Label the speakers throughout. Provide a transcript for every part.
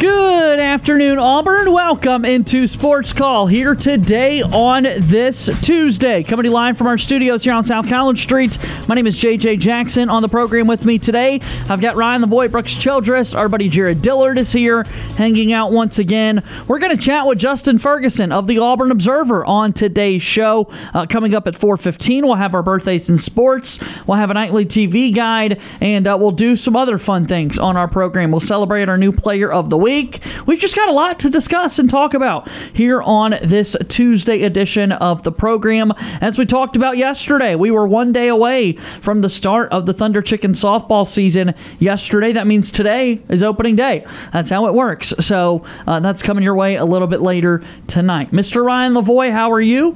Speaker 1: Good afternoon, Auburn. Welcome into Sports Call here today on this Tuesday. Coming to you live from our studios here on South College Street. My name is JJ Jackson on the program with me today. I've got Ryan the Boy, Brooks Childress, our buddy Jared Dillard is here hanging out once again. We're going to chat with Justin Ferguson of the Auburn Observer on today's show. Uh, coming up at 4.15, we'll have our birthdays in sports. We'll have a nightly TV guide, and uh, we'll do some other fun things on our program. We'll celebrate our new player of the week week. We've just got a lot to discuss and talk about here on this Tuesday edition of the program. As we talked about yesterday, we were one day away from the start of the Thunder Chicken softball season yesterday. That means today is opening day. That's how it works. So uh, that's coming your way a little bit later tonight. Mr. Ryan Lavoy, how are you?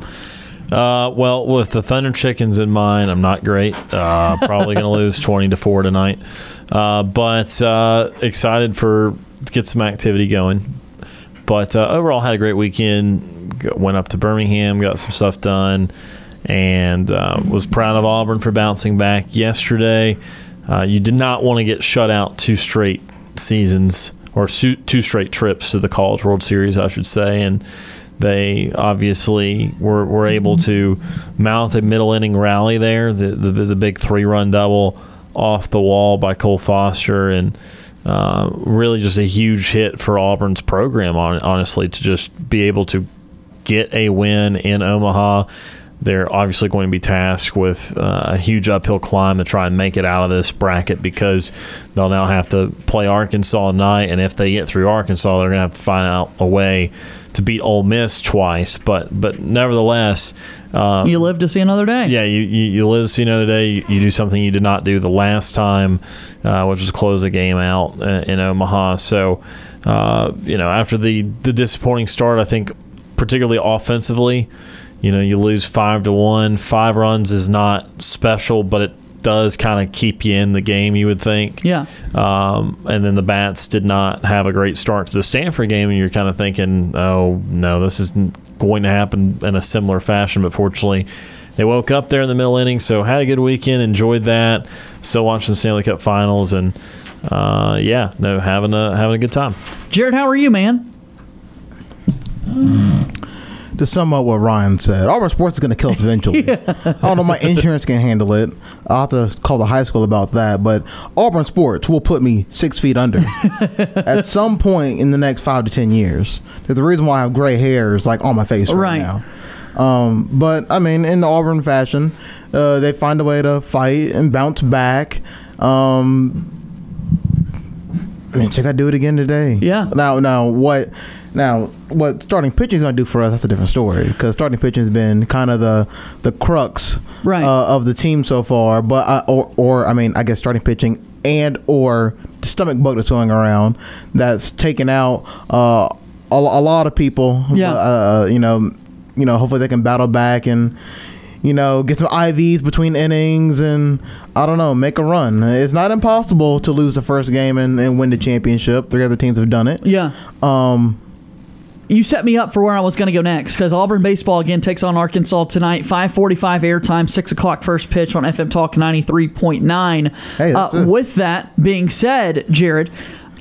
Speaker 2: Uh, well, with the Thunder Chickens in mind, I'm not great. Uh, probably going to lose 20 to 4 tonight. Uh, but uh, excited for to get some activity going. But uh, overall, had a great weekend. Go- Went up to Birmingham, got some stuff done, and uh, was proud of Auburn for bouncing back yesterday. Uh, you did not want to get shut out two straight seasons or su- two straight trips to the College World Series, I should say, and they obviously were, were able to mount a middle inning rally there. The the, the big three run double off the wall by Cole Foster and uh, really just a huge hit for Auburn's program. On honestly, to just be able to get a win in Omaha. They're obviously going to be tasked with uh, a huge uphill climb to try and make it out of this bracket because they'll now have to play Arkansas tonight. And if they get through Arkansas, they're going to have to find out a way to beat Ole Miss twice. But but nevertheless, uh,
Speaker 1: You live to see another day.
Speaker 2: yeah, you, you, you live to see another day. You, you do something you did not do the last time, uh, which was close a game out uh, in Omaha. So, uh, you know, after the, the disappointing start, I think particularly offensively, you know, you lose five to one. Five runs is not special, but it does kind of keep you in the game, you would think.
Speaker 1: Yeah.
Speaker 2: Um, and then the bats did not have a great start to the Stanford game, and you're kind of thinking, oh no, this isn't going to happen in a similar fashion. But fortunately, they woke up there in the middle inning, so had a good weekend, enjoyed that. Still watching the Stanley Cup Finals, and uh, yeah, no, having a having a good time.
Speaker 1: Jared, how are you, man?
Speaker 3: to sum up what Ryan said, Auburn sports is going to kill us eventually. I don't know. My insurance can handle it. I'll have to call the high school about that. But Auburn sports will put me six feet under at some point in the next five to ten years. There's the reason why I have gray hair is like on my face
Speaker 1: Right.
Speaker 3: right, now. Um, but I mean, in the Auburn fashion, uh, they find a way to fight and bounce back. Um, I mean, should I do it again today?
Speaker 1: Yeah.
Speaker 3: Now, now what? Now what? Starting pitching is gonna do for us. That's a different story because starting pitching has been kind of the the crux
Speaker 1: Right.
Speaker 3: uh, of the team so far. But I, or or I mean, I guess starting pitching and or the stomach bug that's going around that's taken out uh, a, a lot of people.
Speaker 1: Yeah.
Speaker 3: Uh, you know, you know. Hopefully they can battle back and. You know, get some IVs between innings and I don't know, make a run. It's not impossible to lose the first game and, and win the championship. Three other teams have done it.
Speaker 1: Yeah.
Speaker 3: Um,
Speaker 1: you set me up for where I was going to go next because Auburn baseball again takes on Arkansas tonight. Five forty-five airtime, six o'clock first pitch on FM Talk ninety-three point nine. Uh,
Speaker 3: Hey, that's us.
Speaker 1: with that being said, Jared.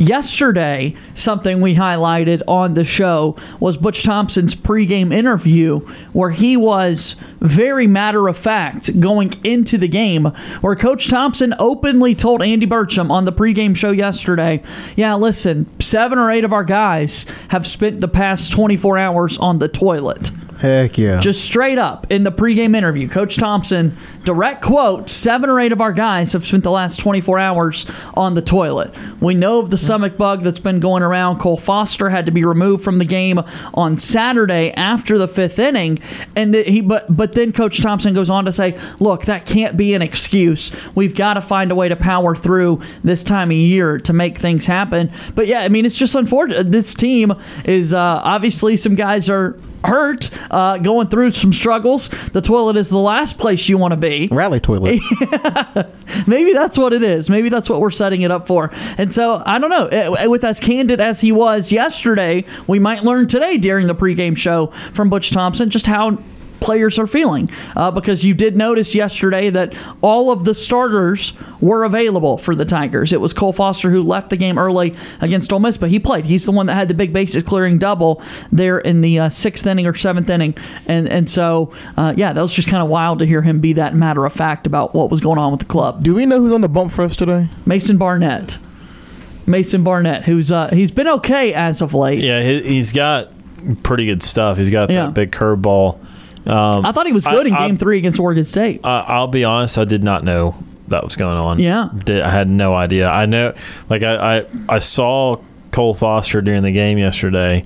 Speaker 1: Yesterday, something we highlighted on the show was Butch Thompson's pregame interview, where he was very matter of fact going into the game. Where Coach Thompson openly told Andy Burcham on the pregame show yesterday, Yeah, listen, seven or eight of our guys have spent the past 24 hours on the toilet.
Speaker 3: Heck yeah.
Speaker 1: Just straight up in the pregame interview, Coach Thompson, direct quote, seven or eight of our guys have spent the last 24 hours on the toilet. We know of the stomach bug that's been going around. Cole Foster had to be removed from the game on Saturday after the fifth inning. And that he but but then Coach Thompson goes on to say, look, that can't be an excuse. We've got to find a way to power through this time of year to make things happen. But yeah, I mean it's just unfortunate. This team is uh, obviously some guys are hurt, uh, going through some struggles. The toilet is the last place you want to be.
Speaker 3: Rally toilet.
Speaker 1: Maybe that's what it is. Maybe that's what we're setting it up for. And so I don't know. Eh, With as candid as he was yesterday, we might learn today during the pregame show from Butch Thompson just how players are feeling uh, because you did notice yesterday that all of the starters were available for the Tigers. It was Cole Foster who left the game early against Ole Miss, but he played. He's the one that had the big bases clearing double there in the uh, sixth inning or seventh inning, and and so uh, yeah, that was just kind of wild to hear him be that matter of fact about what was going on with the club.
Speaker 3: Do we know who's on the bump for us today?
Speaker 1: Mason Barnett. Mason Barnett, who's uh, he's been okay as of late.
Speaker 2: Yeah, he, he's got pretty good stuff. He's got
Speaker 1: Yeah.
Speaker 2: that big curveball. Um,
Speaker 1: I thought he was good in
Speaker 2: I- I-
Speaker 1: Game Three against Oregon State.
Speaker 2: I I'll be honest, I did not know that was going on.
Speaker 1: Yeah.
Speaker 2: Did, I had no idea. I know, like I, I, I saw Cole Foster during the game yesterday,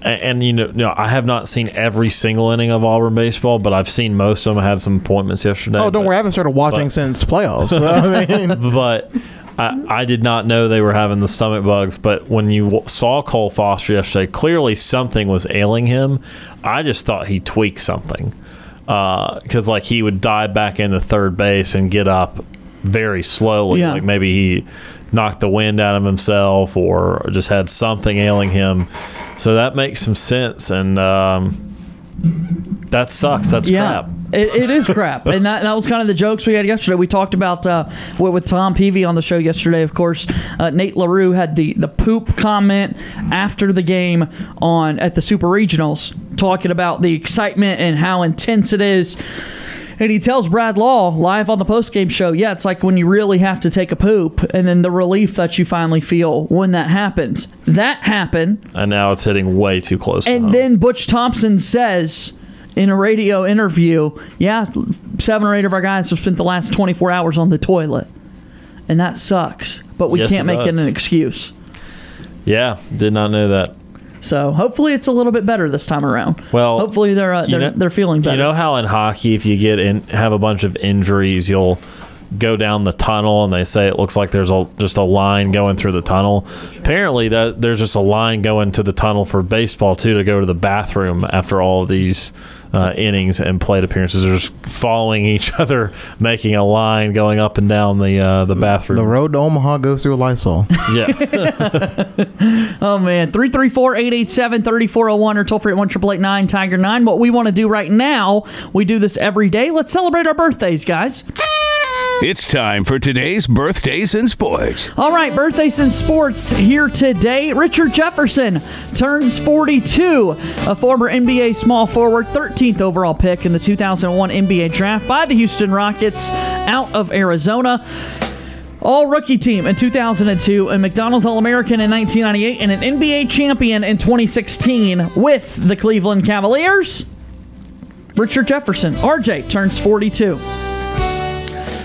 Speaker 2: and, and you know, no, I have not seen every single inning of Auburn baseball, but I've seen most of them. I had some appointments yesterday.
Speaker 3: Oh, don't
Speaker 2: but,
Speaker 3: worry. I haven't started watching
Speaker 2: but-
Speaker 3: since playoffs. So, I mean,
Speaker 2: But I, I did not know they were having the stomach bugs. But when you w- saw Cole Foster yesterday, clearly something was ailing him. I just thought he tweaked something because like he would dive back into third base and get up very slowly.
Speaker 1: Yeah.
Speaker 2: Like maybe he knocked the wind out of himself or just had something ailing him. So that makes some sense and. Um, that sucks. That's crap.
Speaker 1: It, it is crap. and that, that was kind of the jokes we had yesterday. We talked about uh, with, with Tom Peavy on the show yesterday, of course. Uh, Nate LaRue had the, the poop comment after the game on at the Super Regionals, talking about the excitement and how intense it is. And he tells Brad Law live on the postgame show, yeah, it's like when you really have to take a poop and then the relief that you finally feel when that happens. That happened.
Speaker 2: And now it's hitting way too close. to
Speaker 1: And
Speaker 2: home.
Speaker 1: then Butch Thompson says in a radio interview, yeah, seven or eight of our guys have spent the last 24 hours on the toilet. And that sucks, but we
Speaker 2: Yes,
Speaker 1: can't
Speaker 2: it
Speaker 1: make
Speaker 2: does.
Speaker 1: it an excuse.
Speaker 2: yeah, did not know that.
Speaker 1: So hopefully it's a little bit better this time around.
Speaker 2: Well,
Speaker 1: hopefully they're uh,
Speaker 2: you
Speaker 1: they're,
Speaker 2: know-
Speaker 1: they're feeling better.
Speaker 2: You know how in hockey, if you get in, have a bunch of injuries, you'll go down the tunnel, and they say it looks like there's a just a line going through the tunnel. Apparently, that there's just a line going to the tunnel for baseball too to go to the bathroom after all of these uh, innings and plate appearances. They're just following each other, making a line going up and down the uh, the bathroom.
Speaker 3: the road to Omaha goes through Lysol.
Speaker 2: yeah,
Speaker 1: Oh man, 334-887-3401 or toll free at oh one triple eight nine Tiger nine. What we want to do right now, we do this every day. Let's celebrate our birthdays, guys.
Speaker 4: It's time for today's birthdays in sports.
Speaker 1: All right, birthdays in sports here today. Richard Jefferson turns 42, a former NBA small forward, 13th overall pick in the 2001 NBA draft by the Houston Rockets out of Arizona. All rookie team in 2002, a McDonald's All American in 1998, and an NBA champion in 2016 with the Cleveland Cavaliers. Richard Jefferson, RJ, turns 42.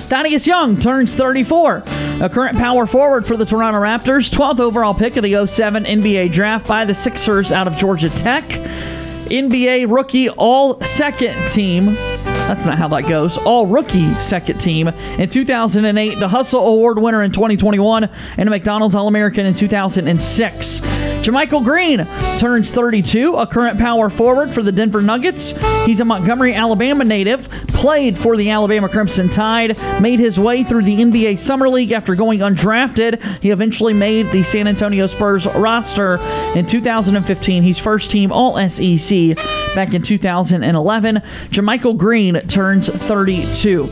Speaker 1: Thaddeus Young turns 34, a current power forward for the Toronto Raptors, 12th overall pick of the 07 NBA draft by the Sixers out of Georgia Tech. NBA rookie all second team. That's not how that goes. All rookie second team in 2008, the Hustle Award winner in 2021, and a McDonald's All American in 2006. Jermichael Green turns 32, a current power forward for the Denver Nuggets. He's a Montgomery, Alabama native, played for the Alabama Crimson Tide, made his way through the NBA Summer League after going undrafted. He eventually made the San Antonio Spurs roster in 2015. He's first team All E SEC back in 2011. Jermichael Green turns 32.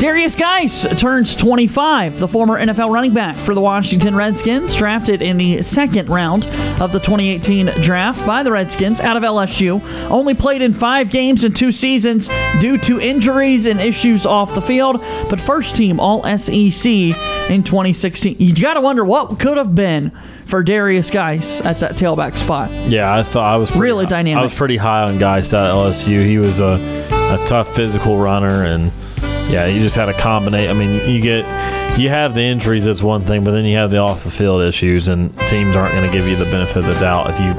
Speaker 1: Darius Geis turns 25. The former NFL running back for the Washington Redskins, drafted in the second round of the 2018 draft by the Redskins out of LSU, only played in five games in two seasons due to injuries and issues off the field, but first team All SEC in 2016. You got to wonder what could have been for Darius Geis at that tailback spot.
Speaker 2: Yeah, I thought I was pretty,
Speaker 1: Really dynamic.
Speaker 2: I was pretty high on guys at LSU. He was a, a tough physical runner, and yeah, you just had to combinate. I mean, you get you have the injuries is one thing, but then you have the off the field issues, and teams aren't going to give you the benefit of the doubt if you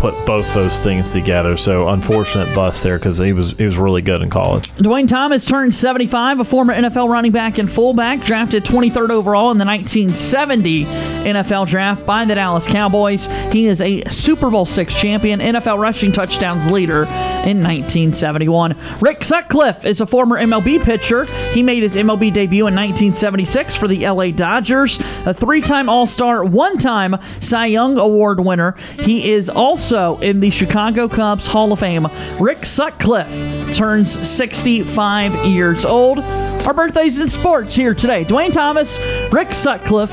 Speaker 2: put both those things together. So unfortunate bust there because he was he was really good in college.
Speaker 1: Dwayne Thomas turned 75, a former NFL running back and fullback, drafted 23rd overall in the 1970 NFL draft by the Dallas Cowboys. He is a Super Bowl six champion, NFL rushing touchdowns leader in 1971. Rick Sutcliffe is a former MLB pitcher. He made his MLB debut in 1976 for the LA Dodgers, a three time All Star, one time Cy Young Award winner. He is also in the Chicago Cubs Hall of Fame. Rick Sutcliffe turns 65 years old. Our birthdays in sports here today. Dwayne Thomas, Rick Sutcliffe,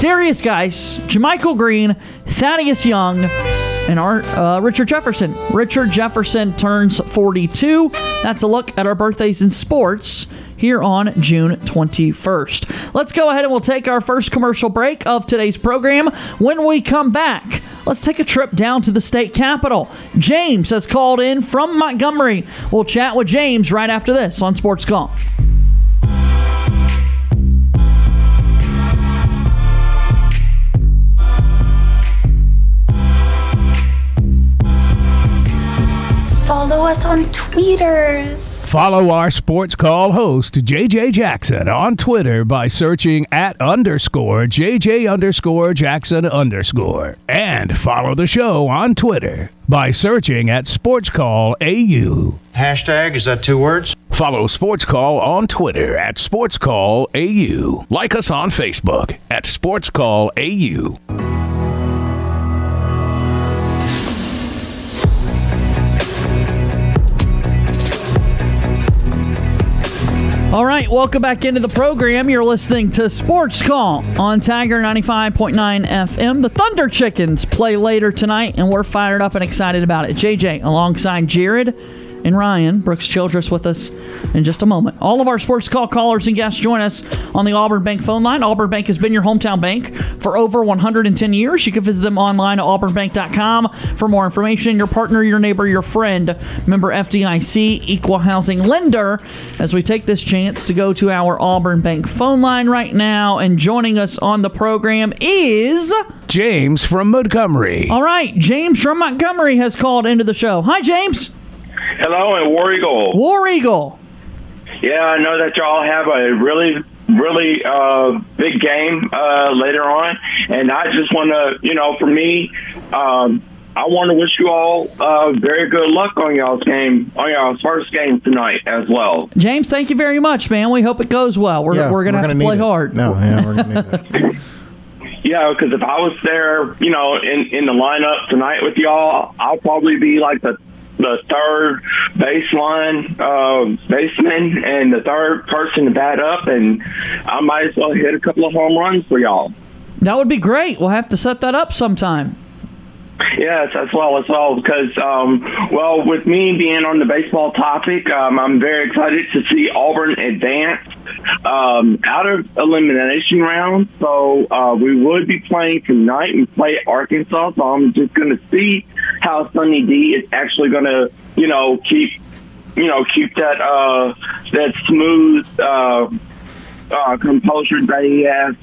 Speaker 1: Darius Geis, Jamichael Green, Thaddeus Young, and our uh, Richard Jefferson. Richard Jefferson turns 42. That's a look at our birthdays in sports here on June 21st. Let's go ahead and we'll take our first commercial break of today's program. When we come back, let's take a trip down to the state capitol. James has called in from Montgomery. We'll chat with James right after this on Sports Call.
Speaker 5: Follow us on tweeters.
Speaker 4: Follow our sports call host, JJ Jackson, on Twitter by searching at underscore JJ underscore Jackson underscore. And follow the show on Twitter by searching at Sports Call AU.
Speaker 6: Hashtag, is that two words?
Speaker 4: Follow Sports Call on Twitter at Sports Call AU. Like us on Facebook at Sports Call AU.
Speaker 1: All right, welcome back into the program. You're listening to Sports Call on Tiger 95.9 FM. The Thunder Chickens play later tonight, and we're fired up and excited about it. JJ alongside Jared and Ryan Brooks Childress with us in just a moment. All of our Sports Call callers and guests join us on the Auburn Bank phone line. Auburn Bank has been your hometown bank for over 110 years. You can visit them online at auburnbank.com for more information. Your partner, your neighbor, your friend, member FDIC, equal housing lender. As we take this chance to go to our Auburn Bank phone line right now, and joining us on the program is
Speaker 4: James from Montgomery.
Speaker 1: all right, James from Montgomery has called into the show. Hi, James.
Speaker 7: Hello, and War Eagle.
Speaker 1: War Eagle.
Speaker 7: Yeah, I know that y'all have a really, really uh, big game uh, later on, and I just want to, you know, for me, um, I want to wish you all uh, very good luck on y'all's game, on y'all's first game tonight as well.
Speaker 1: James, thank you very much, man. We hope it goes well. We're,
Speaker 3: Yeah,
Speaker 1: we're going to have to
Speaker 3: need
Speaker 1: play
Speaker 3: it.
Speaker 1: hard.
Speaker 3: No, yeah, we're gonna need it.
Speaker 7: Yeah, because if I was there, you know, in in the lineup tonight with y'all, I'll probably be like the the third baseline uh, baseman and the third person to bat up, and I might as well hit a couple of home runs for y'all.
Speaker 1: That would be great. We'll have to set that up sometime.
Speaker 7: Yes, as well, as well, because um, well, with me being on the baseball topic, um, I'm very excited to see Auburn advance um, out of elimination round. So uh, we would be playing tonight and play Arkansas. So I'm just going to see how Sunny D is actually going to, you know, keep, you know, keep that uh, that smooth. Uh, uh, composure that he has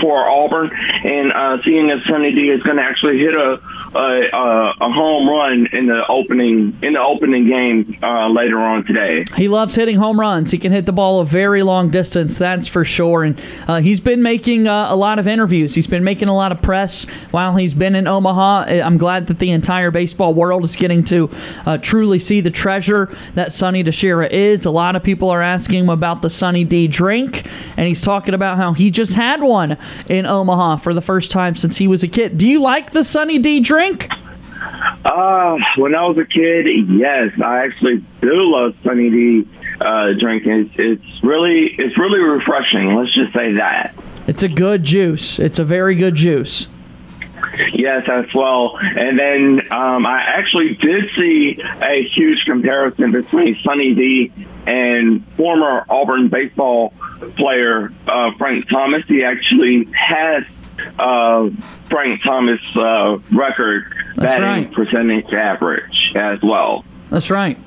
Speaker 7: for Auburn, and uh, seeing that Sonny D is going to actually hit a a, a a home run in the opening in the opening game uh, later on today.
Speaker 1: He loves hitting home runs. He can hit the ball a very long distance, that's for sure. And uh, he's been making uh, a lot of interviews. He's been making a lot of press while he's been in Omaha. Uh, I'm glad that the entire baseball world is getting to uh, truly see the treasure that Sonny DeShera is. A lot of people are asking him about the Sonny D drink, and he's talking about how he just had one in Omaha for the first time since he was a kid. Do you like the Sonny D drink?
Speaker 7: Uh, when I was a kid, yes, I actually do love Sunny D. uh, drink. It's, it's really it's really refreshing. Let's just say that.
Speaker 1: It's a good juice. It's a very good juice.
Speaker 7: Yes, as well. And then um, I actually did see a huge comparison between Sonny D and former Auburn baseball player uh, Frank Thomas. He actually has uh, Frank Thomas' uh, record
Speaker 1: That's
Speaker 7: batting
Speaker 1: right.
Speaker 7: percentage average as well.
Speaker 1: That's right.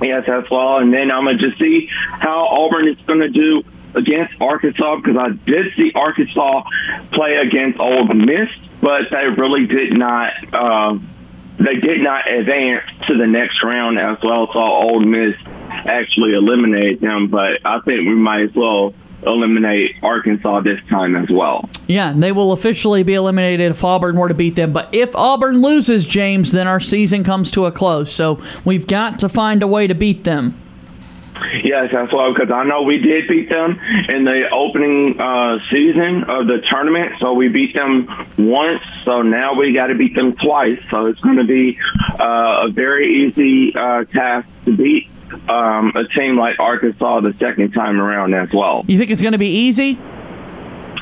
Speaker 7: Yes, that's all. And then I'm going to just see how Auburn is going to do against Arkansas because I did see Arkansas play against Old Miss, but they really did not. Uh, they did not advance to the next round as well. So Old Miss actually eliminated them, but I think we might as well eliminate Arkansas this time as well.
Speaker 1: Yeah, and they will officially be eliminated if Auburn were to beat them. But if Auburn loses, James, then our season comes to a close. So we've got to find a way to beat them.
Speaker 7: Yes, that's why because I know we did beat them in the opening uh, season of the tournament. So we beat them once. So now we got to beat them twice. So it's going to be uh, a very easy uh, task to beat um, a team like Arkansas the second time around as well.
Speaker 1: You think it's going to be easy?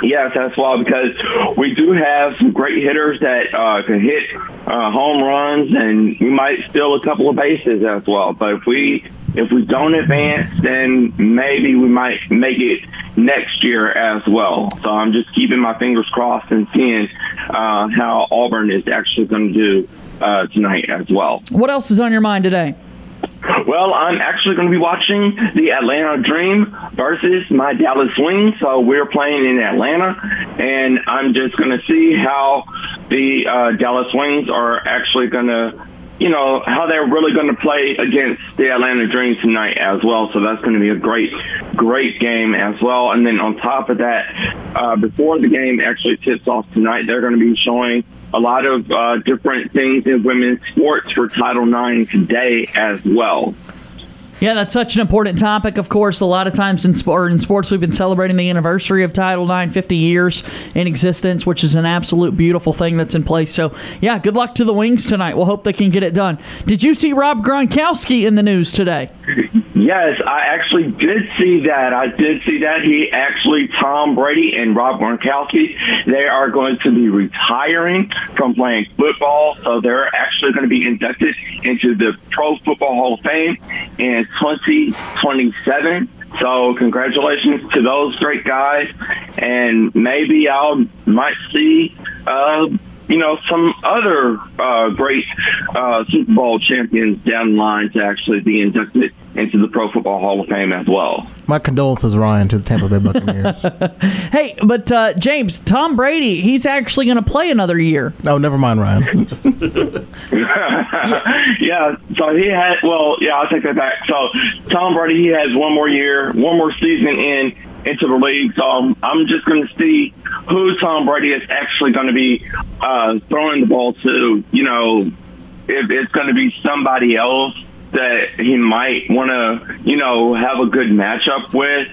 Speaker 7: Yes, that's why because we do have some great hitters that uh, can hit uh, home runs, and we might steal a couple of bases as well. But if we if we don't advance, then maybe we might make it next year as well. So I'm just keeping my fingers crossed and seeing uh, how Auburn is actually going to do uh, tonight as well.
Speaker 1: What else is on your mind today?
Speaker 7: Well, I'm actually going to be watching the Atlanta Dream versus my Dallas Wings. So we're playing in Atlanta, and I'm just going to see how the uh, Dallas Wings are actually going to, you know, how they're really going to play against the Atlanta Dream tonight as well. So that's going to be a great, great game as well. And then on top of that, uh, before the game actually tips off tonight, they're going to be showing a lot of uh, different things in women's sports for Title IX today as well.
Speaker 1: Yeah, that's such an important topic. Of course, a lot of times in, sport, in sports, we've been celebrating the anniversary of Title IX, 50 years in existence, which is an absolute beautiful thing that's in place. So, yeah, good luck to the Wings tonight. We'll hope they can get it done. Did you see Rob Gronkowski in the news today?
Speaker 7: Yes, I actually did see that. I did see that. He actually, Tom Brady and Rob Gronkowski, they are going to be retiring from playing football. So they're actually going to be inducted into the Pro Football Hall of Fame in 2027. So congratulations to those great guys, and maybe I'll might see uh, you know some other uh, great uh, Super Bowl champions down the line to actually be inducted into the Pro Football Hall of Fame as well.
Speaker 3: My condolences, Ryan, to the Tampa Bay Buccaneers.
Speaker 1: Hey, but uh, James, Tom Brady, he's actually going to play another year.
Speaker 3: oh, never mind, Ryan.
Speaker 7: Yeah, so he had well, yeah, I'll take that back. So Tom Brady, he has one more year, one more season in into the league. So I'm, I'm just going to see who Tom Brady is actually going to be uh, throwing the ball to. You know, if it's going to be somebody else that he might want to, you know, have a good matchup with.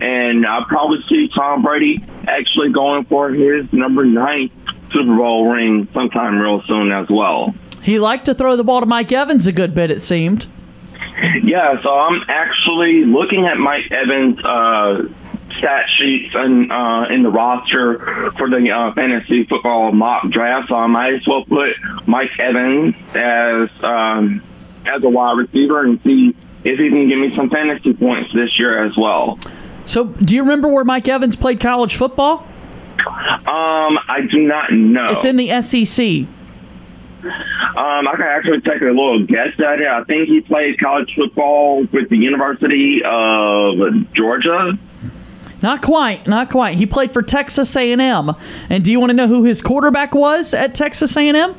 Speaker 7: And I probably see Tom Brady actually going for his number nine Super Bowl ring sometime real soon as well.
Speaker 1: He liked to throw the ball to Mike Evans a good bit, it seemed.
Speaker 7: Yeah, so I'm actually looking at Mike Evans' uh, stat sheets and uh, in the roster for the uh, fantasy football mock draft. So I might as well put Mike Evans as um, as a wide receiver and see if he can give me some fantasy points this year as well.
Speaker 1: So, do you remember where Mike Evans played college football?
Speaker 7: Um, I do not know.
Speaker 1: It's in the E SEC.
Speaker 7: Um, I can actually take a little guess at it. I think he played college football with the University of Georgia.
Speaker 1: Not quite, not quite. He played for Texas A&M. And do you want to know who his quarterback was at Texas A&M?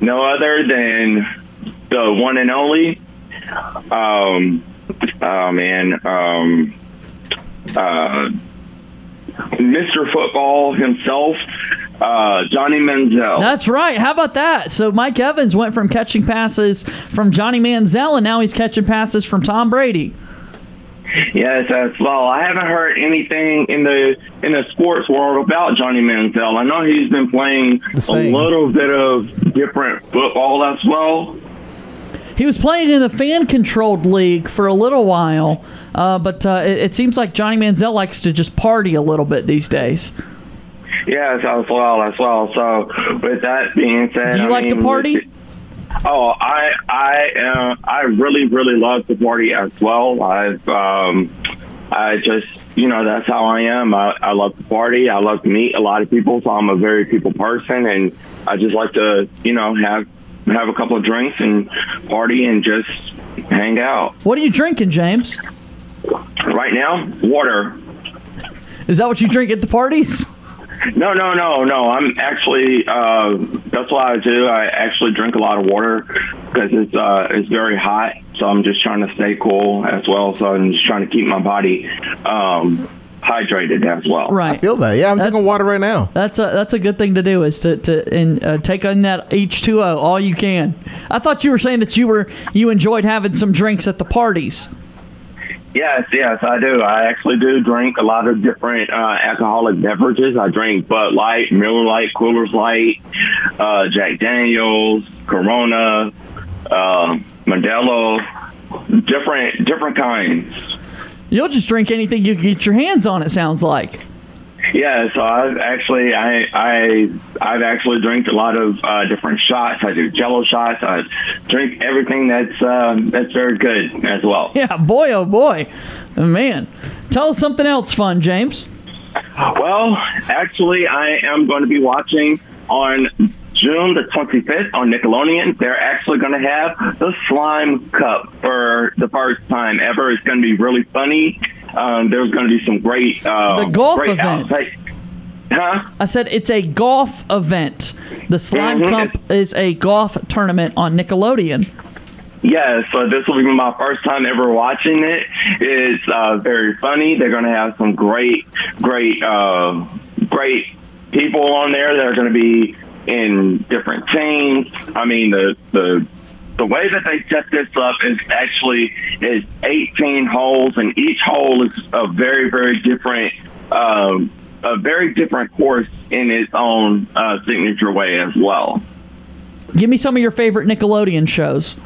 Speaker 7: no other than the one and only. Um, oh man, um, uh, Mr. Football himself, uh, Johnny Manziel.
Speaker 1: That's right. How about that? So Mike Evans went from catching passes from Johnny Manziel and now he's catching passes from Tom Brady.
Speaker 7: Yes, that's well. I haven't heard anything in the in the sports world about Johnny Manziel. I know he's been playing
Speaker 3: The
Speaker 7: a
Speaker 3: same.
Speaker 7: little bit of different football as well.
Speaker 1: He was playing in the fan controlled league for a little while, uh, but uh, it, it seems like Johnny Manziel likes to just party a little bit these days.
Speaker 7: Yes, as well, as well. So, with that being said,
Speaker 1: Do you
Speaker 7: I
Speaker 1: like to
Speaker 7: mean,
Speaker 1: party?
Speaker 7: with- Oh, I I uh, I really really love to party as well. I've um, I just you know that's how I am. I, I love to party. I love to meet a lot of people. So I'm a very people person, and I just like to you know have have a couple of drinks and party and just hang out.
Speaker 1: What are you drinking, James?
Speaker 7: Right now, water.
Speaker 1: Is that what you drink at the parties?
Speaker 7: No, no, no, no. I'm actually uh, that's what I do. I actually drink a lot of water because it's uh, it's very hot. So I'm just trying to stay cool as well. So I'm just trying to keep my body um, hydrated as well.
Speaker 1: Right.
Speaker 3: I feel that. Yeah, I'm
Speaker 1: That's-
Speaker 3: drinking water right now.
Speaker 1: That's a that's a good thing to do is to to and uh, take on that H two O all you can. I thought you were saying that you were you enjoyed having some drinks at the parties.
Speaker 7: Yes, yes, I do. I actually do drink a lot of different uh, alcoholic beverages. I drink Bud Light, Miller Light, Coors Light, uh, Jack Daniels, Corona, uh, Modelo, different different kinds.
Speaker 1: You'll just drink anything you can get your hands on. It sounds like.
Speaker 7: Yeah, so I've actually I I I've actually drank a lot of uh, different shots. I do Jello shots. I drink everything that's uh, that's very good as well.
Speaker 1: Yeah, boy, oh boy, man. Tell us something else fun, James.
Speaker 7: Well, actually, I am going to be watching on June the 25th on Nickelodeon. They're actually going to have the Slime Cup for the first time ever. It's going to be really funny. Um, there's going to be some great uh,
Speaker 1: The golf
Speaker 7: great
Speaker 1: event.
Speaker 7: outside- Huh?
Speaker 1: I said it's a golf event. The Slime
Speaker 7: Mhm.
Speaker 1: Cup is a golf tournament on Nickelodeon.
Speaker 7: Yeah, so this will be my first time ever watching it. It's uh, very funny. They're going to have some great, great, uh, great people on there that are going to be in different teams. I mean, the the the way that they set this up is actually is 18 holes, and each hole is a very, very different. Um, a very different course in its own uh, signature way as well.
Speaker 1: Give me some of your favorite Nickelodeon shows.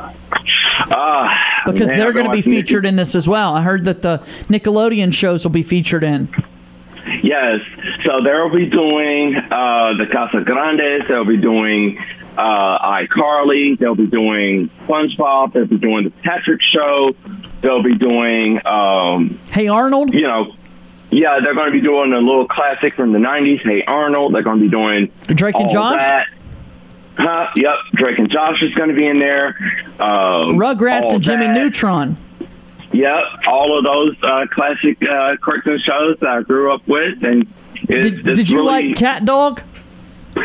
Speaker 7: Uh,
Speaker 1: because
Speaker 7: man,
Speaker 1: they're
Speaker 7: I've been
Speaker 1: going to be
Speaker 7: watching Nickel-
Speaker 1: featured in this as well. I heard that the Nickelodeon shows will be featured in.
Speaker 7: Yes. So they'll be doing uh, the Casa Grandes. They'll be doing uh, iCarly. They'll be doing SpongeBob. They'll be doing the Patrick Show. They'll be doing, um,
Speaker 1: Hey Arnold,
Speaker 7: you know, yeah, they're going to be doing a little classic from the '90s. Hey Arnold. They're going to be doing
Speaker 1: Drake and
Speaker 7: all
Speaker 1: Josh?
Speaker 7: That. Huh? Yep. Drake and Josh is going to be in there. Um,
Speaker 1: Rugrats,
Speaker 7: all
Speaker 1: and Jimmy
Speaker 7: that.
Speaker 1: Neutron.
Speaker 7: Yep, all of those uh, classic uh, cartoon shows that I grew up with, and it's,
Speaker 1: Did,
Speaker 7: it's
Speaker 1: did you
Speaker 7: really,
Speaker 1: like Cat Dog?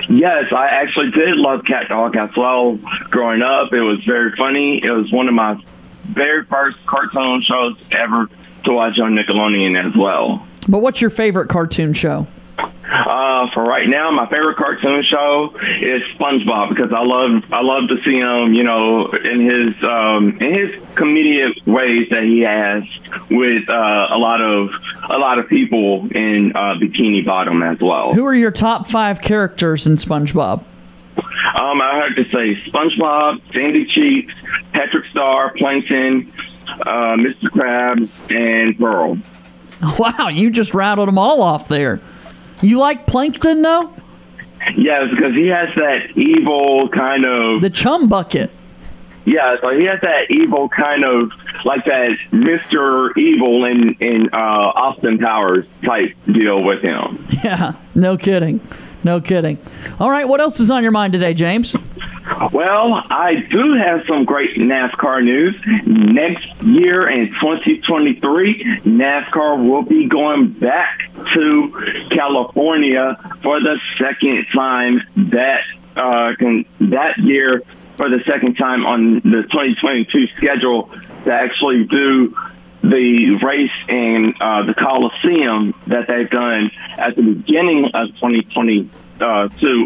Speaker 7: Yes, I actually did love Cat Dog as well. Growing up, it was very funny. It was one of my very first cartoon shows ever to watch on Nickelodeon as well.
Speaker 1: But what's your favorite cartoon show?
Speaker 7: Uh, for right now, my favorite cartoon show is SpongeBob because I love I love to see him, you know, in his um, in his comedic ways that he has with uh, a lot of a lot of people in uh, Bikini Bottom as well.
Speaker 1: Who are your top five characters in SpongeBob?
Speaker 7: Um, I have to say SpongeBob, Sandy Cheeks, Patrick Star, Plankton, uh, Mr. Krabs, and Pearl.
Speaker 1: Wow, you just rattled them all off there. You like Plankton though?
Speaker 7: Yes, because he has that evil kind of
Speaker 1: The Chum Bucket.
Speaker 7: Yeah, so he has that evil kind of like that Mister Evil in in uh, Austin Powers type deal with him.
Speaker 1: Yeah, no kidding, no kidding. All right, what else is on your mind today, James?
Speaker 7: Well, I do have some great NASCAR news. Next year in 2023, NASCAR will be going back to California for the second time that uh, can, that year for the second time on the 2022 schedule to actually do the race in uh, the Coliseum that they've done at the beginning of 2022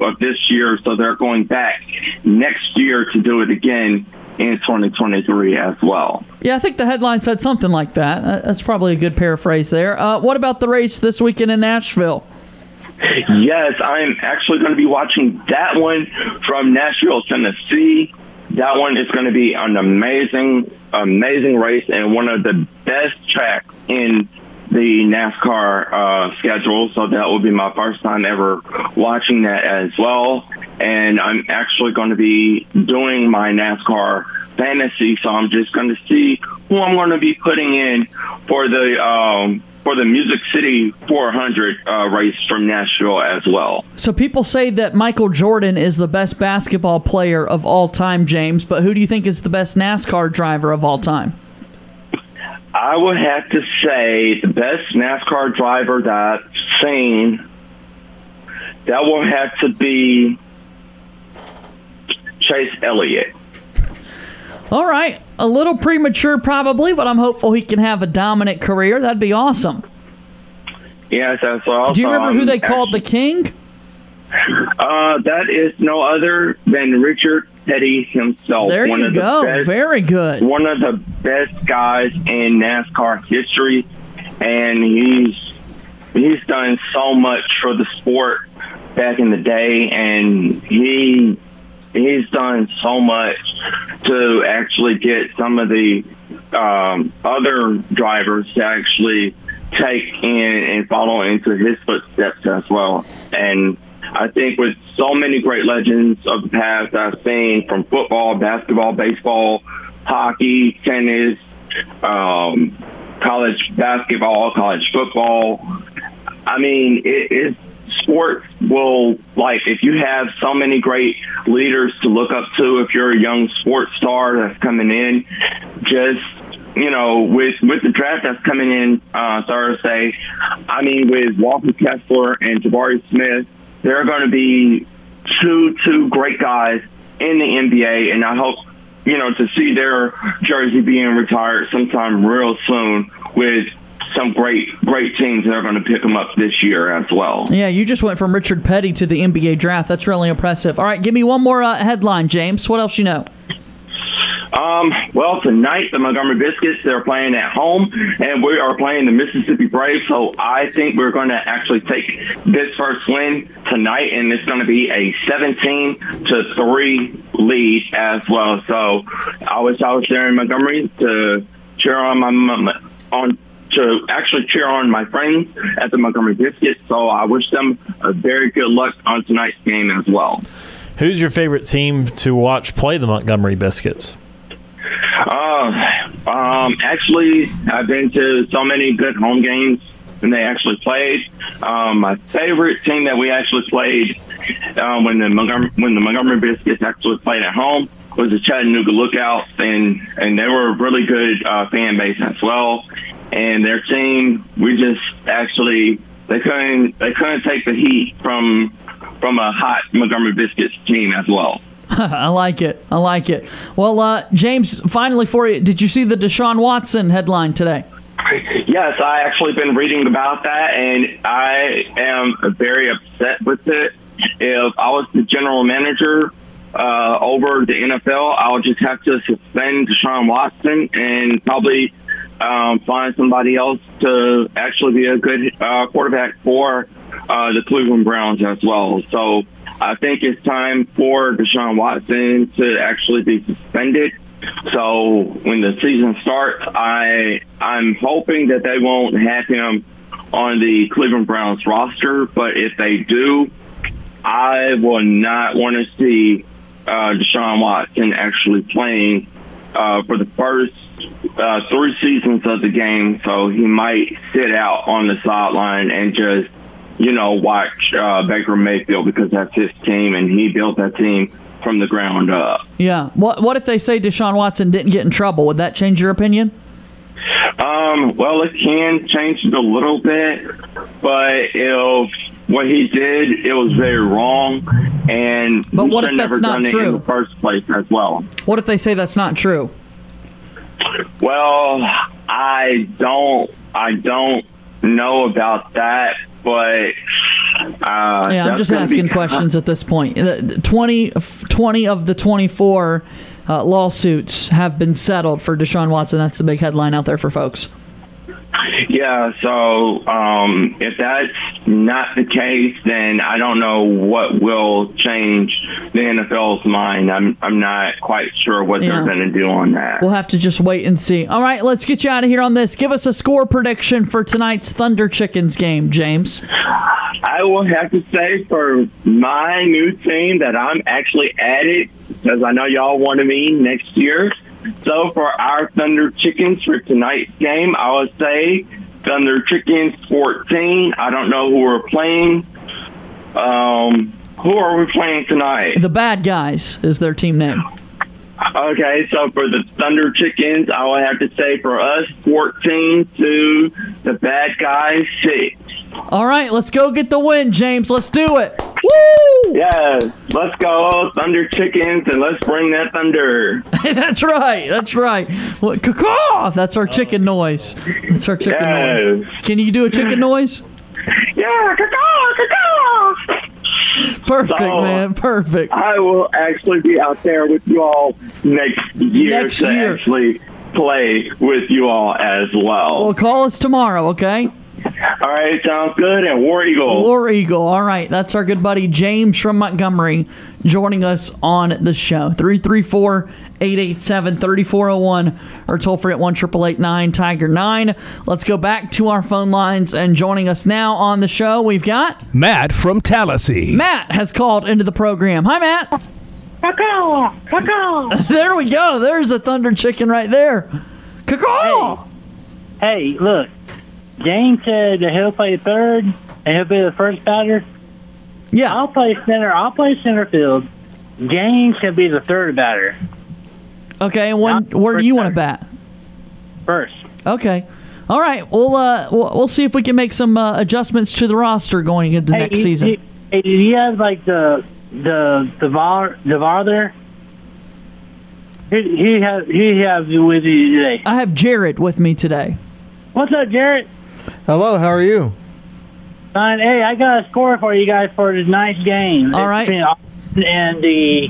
Speaker 7: of this year. So they're going back next year to do it again in 2023 as well.
Speaker 1: Yeah, I think the headline said something like that. Uh, That's probably a good paraphrase there. Uh, what about the race this weekend in Nashville?
Speaker 7: Yes, I'm actually going to be watching that one from Nashville, Tennessee. That one is going to be an amazing, amazing race and one of the best tracks in the NASCAR uh, schedule. So that will be my first time ever watching that as well. And I'm actually going to be doing my NASCAR fantasy. So I'm just going to see who I'm going to be putting in for the um, for the Music City 400 uh, race from Nashville as well.
Speaker 1: So people say that Michael Jordan is the best basketball player of all time, James. But who do you think is the best NASCAR driver of all time?
Speaker 7: I would have to say the best NASCAR driver that I've seen that will have to be Chase Elliott.
Speaker 1: All right, a little premature probably, but I'm hopeful he can have a dominant career. That'd be awesome.
Speaker 7: Yes, that's all.
Speaker 1: Do you remember who
Speaker 7: Um,
Speaker 1: they called the King?
Speaker 7: Uh, that is no other than Richard Petty himself.
Speaker 1: There
Speaker 7: one
Speaker 1: you
Speaker 7: of the
Speaker 1: go.
Speaker 7: best-
Speaker 1: Very good.
Speaker 7: one of the best guys in NASCAR history, and he's he's done so much for the sport back in the day, and he he's done so much to actually get some of the um, other drivers to actually take in and follow into his footsteps as well, and. I think with so many great legends of the past I've seen from football, basketball, baseball, hockey, tennis, um, college basketball, college football. I mean, it, it sports will like if you have so many great leaders to look up to. If you're a young sports star that's coming in, just you know, with with the draft that's coming in uh, Thursday, I mean, with Walker Kessler and Jabari Smith, they're going to be two two great guys in the NBA, and I hope you know to see their jersey being retired sometime real soon with some great great teams that are going to pick them up this year as well.
Speaker 1: Yeah, you just went from Richard Petty to the NBA draft. That's really impressive. All right, give me one more uh, headline, James. What else you know?
Speaker 7: Um, well, tonight the Montgomery Biscuits they're playing at home, and we are playing the Mississippi Braves. So I think we're going to actually take this first win tonight, and it's going to be a 17 to three lead as well. So I wish I was there in Montgomery to cheer on my mom- on to actually cheer on my friends at the Montgomery Biscuits. So I wish them a very good luck on tonight's game as well.
Speaker 2: Who's your favorite team to watch play the Montgomery Biscuits?
Speaker 7: Uh, um, actually, I've been to so many good home games, and they actually played. Um, my favorite team that we actually played uh, when the Montgomery, when the Montgomery Biscuits actually played at home was the Chattanooga Lookouts, and and they were a really good uh, fan base as well. And their team, we just actually they couldn't they couldn't take the heat from from a hot Montgomery Biscuits team as well.
Speaker 1: I like it. I like it. Well, uh, James, finally for you, did you see the Deshaun Watson headline today?
Speaker 7: Yes, I actually been reading about that, and I am very upset with it. If I was the general manager uh, over the NFL, I would just have to suspend Deshaun Watson and probably um, find somebody else to actually be a good uh, quarterback for uh, the Cleveland Browns as well. So I think it's time for Deshaun Watson to actually be suspended. So when the season starts, I I'm hoping that they won't have him on the Cleveland Browns roster. But if they do, I will not want to see uh, Deshaun Watson actually playing uh, for the first uh, three seasons of the game. So he might sit out on the sideline and just, you know, watch uh, Baker Mayfield because that's his team and he built that team from the ground up.
Speaker 1: Yeah. What What if they say Deshaun Watson didn't get in trouble? Would that change your opinion?
Speaker 7: Um, well, it can change it a little bit, but if what he did, it was very wrong, and
Speaker 1: But
Speaker 7: he
Speaker 1: what if
Speaker 7: should have
Speaker 1: that's
Speaker 7: never
Speaker 1: not
Speaker 7: done it
Speaker 1: true?
Speaker 7: in the first place as well?
Speaker 1: What if they say that's not true?
Speaker 7: Well, I don't, I don't know about that, but uh,
Speaker 1: Yeah, I'm
Speaker 7: that's
Speaker 1: just
Speaker 7: gonna be
Speaker 1: asking
Speaker 7: kind-
Speaker 1: questions at this point. The- the 20, f- 20 of the 24 uh, lawsuits have been settled for Deshaun Watson. That's the big headline out there for folks.
Speaker 7: Yeah, so um, if that's not the case, then I don't know what will change the NFL's mind. I'm I'm not quite sure what
Speaker 1: Yeah.
Speaker 7: they're going to do on that.
Speaker 1: We'll have to just wait and see. All right, let's get you out of here on this. Give us a score prediction for tonight's Thunder Chickens game, James.
Speaker 7: I will have to say for my new team that I'm actually at it because I know y'all wanted me next year. So for our Thunder Chickens for tonight's game, I would say Thunder Chickens 14. I don't know who we're playing. Um, who are we playing tonight?
Speaker 1: The Bad Guys is their team name.
Speaker 7: Okay, so for the Thunder Chickens, I will have to say for us 14 to the bad guys 6.
Speaker 1: All right, let's go get the win, James. Let's do it. Woo!
Speaker 7: Yeah, let's go Thunder Chickens and let's bring that thunder.
Speaker 1: that's right. That's right. What, caw-caw! That's our chicken noise. That's our chicken noise.
Speaker 7: Yes.
Speaker 1: Can you do a chicken noise?
Speaker 7: Yeah, caw-caw, caw-caw.
Speaker 1: Perfect,
Speaker 7: So-
Speaker 1: man. Perfect.
Speaker 7: I will actually be out there with you all next year
Speaker 1: Next
Speaker 7: to
Speaker 1: year.
Speaker 7: actually play with you all as well.
Speaker 1: Well, call us tomorrow, okay?
Speaker 7: All right, sounds good. And War Eagle.
Speaker 1: War Eagle. All right. That's our good buddy James from Montgomery joining us on the show. 334 887 3401 or toll free at 1 Tiger 9. Let's go back to our phone lines and joining us now on the show, we've got
Speaker 4: Matt from Tallahassee.
Speaker 1: Matt has called into the program. Hi, Matt. There we go. There's a Thunder Chicken right there. Caw-caw!
Speaker 8: Hey, look. James said that he'll play third and he'll be the first batter.
Speaker 1: Yeah.
Speaker 8: I'll play center. I'll play center field. James can be the third batter.
Speaker 1: Okay. And when,
Speaker 8: Yeah,
Speaker 1: where do you
Speaker 8: first
Speaker 1: want to
Speaker 8: time.
Speaker 1: bat?
Speaker 8: First.
Speaker 1: Okay. All right. We'll uh we'll, we'll see if we can make some uh, adjustments to the roster going into
Speaker 8: Hey,
Speaker 1: next
Speaker 8: you-
Speaker 1: season.
Speaker 8: You, hey, do you have like the the the var the var there? Who he have he have with you today?
Speaker 1: I have Jared with me today.
Speaker 8: What's up, Jarrett?
Speaker 3: Hello, how are you?
Speaker 8: Fine. Hey, I got a score for you guys for tonight's game.
Speaker 1: All
Speaker 8: It's
Speaker 1: right.
Speaker 8: been Austin and the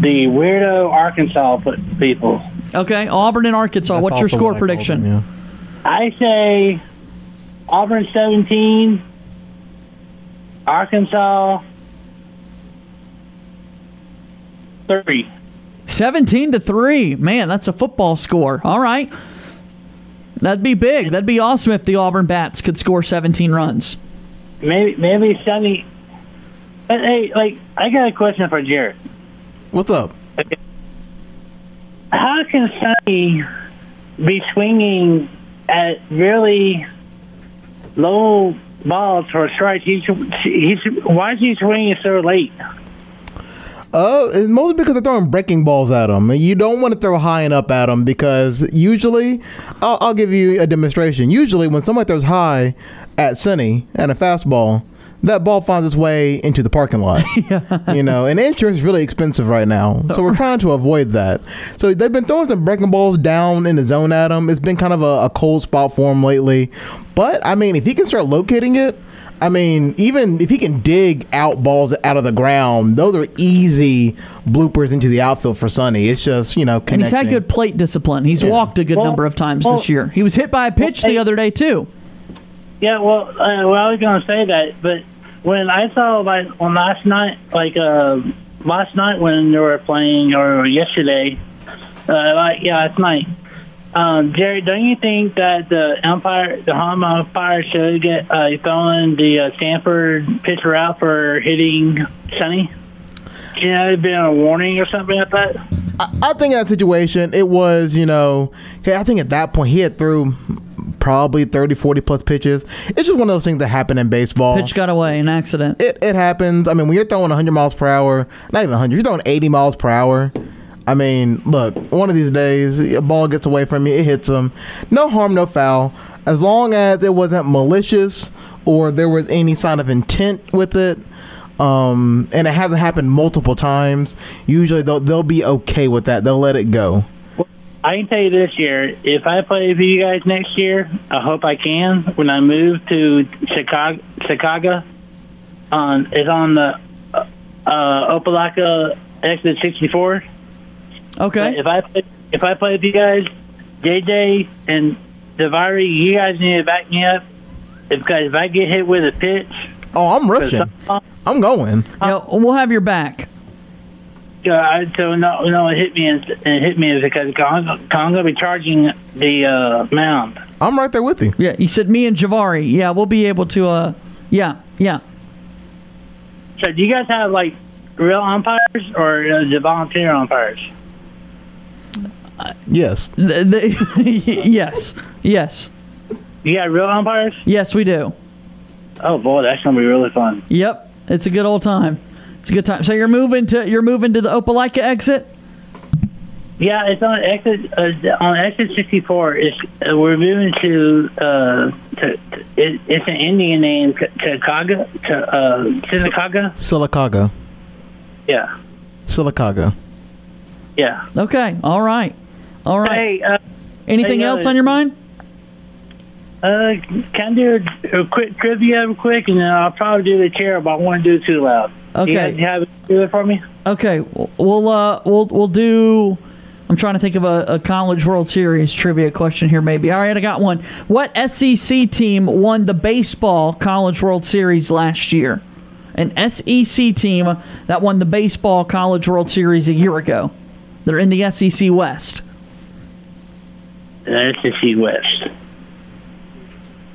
Speaker 8: the weirdo Arkansas p- people.
Speaker 1: Okay. Auburn and Arkansas.
Speaker 3: That's
Speaker 1: What's your
Speaker 3: also
Speaker 1: score
Speaker 3: what I called
Speaker 1: prediction?
Speaker 3: him,
Speaker 8: I say Auburn 17, Arkansas 30.
Speaker 1: 17 to 3. Man, that's a football score. All right. That'd be big. That'd be awesome if the Auburn Bats could score 17 runs.
Speaker 8: Maybe maybe Sunny. But hey, like I got a question for Jared.
Speaker 3: yeah. What's up?
Speaker 8: How can Sunny be swinging at really low balls for strikes? He's he's why is he swinging so late?
Speaker 3: Uh, it's mostly because they're throwing breaking balls at them. You don't want to throw high and up at them because usually, I'll, I'll give you a demonstration. Usually, when somebody throws high at Sunny and a fastball, that ball finds its way into the parking lot. You know, and insurance is really expensive right now, so we're trying to avoid that. So they've been throwing some breaking balls down in the zone at him. It's been kind of a, a cold spot for him lately, but I mean, if he can start locating it, I mean, even if he can dig out balls out of the ground, those are easy bloopers into the outfield for Sonny. It's just you know
Speaker 1: And
Speaker 3: connecting.
Speaker 1: he's had good plate discipline. He's
Speaker 3: Yeah.
Speaker 1: walked a good
Speaker 8: Well-
Speaker 1: number of times
Speaker 8: well-
Speaker 1: this year. He was hit by a pitch
Speaker 8: hey-
Speaker 1: the other day, too.
Speaker 8: Yeah, well, uh, well, I was gonna say that, but when I saw like on last night, like uh, last night when they were playing or yesterday, uh, like yeah, last night. Um, Jerry, don't you think that the umpire, the home umpire, should get uh, throwing the uh, Stanford pitcher out for hitting Sonny? Should that have been a warning or something like that?
Speaker 3: I think in that situation, it was, you know, okay, I think at that point he had threw probably 30, 40 plus pitches. It's just one of those things that happen in baseball.
Speaker 1: Pitch got away, an accident.
Speaker 3: it, it happens. I mean, when you're throwing 100 miles per hour, not even 100, you're throwing 80 miles per hour. I mean, look, one of these days, a ball gets away from you, it hits them. No harm, no foul. As long as it wasn't malicious or there was any sign of intent with it, um, and it hasn't happened multiple times, usually they'll, they'll be okay with that. They'll let it go.
Speaker 8: I can tell you this year, if I play for you guys next year, I hope I can. When I move to Chicago, Chicago um, it's on the uh, Opelika exit 64.
Speaker 1: Okay.
Speaker 8: If I play, if I play for you guys, JJ and Devary, you guys need to back me up. If guys, if I get hit with a pitch,
Speaker 3: Oh, I'm rushing. I'm going.
Speaker 1: Yeah, we'll have your back.
Speaker 8: uh, I, so no, no, it hit me and, and it hit me is because I'm, I'm gonna be charging the uh, mound.
Speaker 3: I'm right there with you.
Speaker 1: Yeah, you said me and Javari. Yeah, we'll be able to. Uh, yeah, yeah.
Speaker 8: So do you guys have like real umpires or uh, the volunteer umpires?
Speaker 3: Yes.
Speaker 1: Th- th- yes, yes,
Speaker 8: You got real umpires?
Speaker 1: yes. We do.
Speaker 8: Oh boy, that's gonna be really fun.
Speaker 1: Yep, it's a good old time. It's a good time. So you're moving to you're moving to the Opelika exit.
Speaker 8: Yeah, it's on exit uh, on exit sixty four. It's uh, we're moving to uh to, to it, it's an Indian name K- Takaga to uh Sinakaga.
Speaker 3: Silicaga.
Speaker 8: Yeah,
Speaker 3: Silicaga.
Speaker 8: yeah.
Speaker 1: Okay, all right, all right.
Speaker 8: Hey, uh,
Speaker 1: Anything
Speaker 8: hey,
Speaker 1: else
Speaker 8: uh,
Speaker 1: on your mind?
Speaker 8: uh, can I do a, a quick trivia real quick, and then I'll probably do the chair, but I want to do it too loud.
Speaker 1: Okay.
Speaker 8: you guys have it do it for me.
Speaker 1: Okay, w- we'll uh, we'll we'll do. I'm trying to think of a, a college World Series trivia question here, maybe. All right, I got one. What SEC team won the baseball college World Series last year? An SEC team that won the baseball college World Series a year ago. They're in the SEC West.
Speaker 8: The SEC West.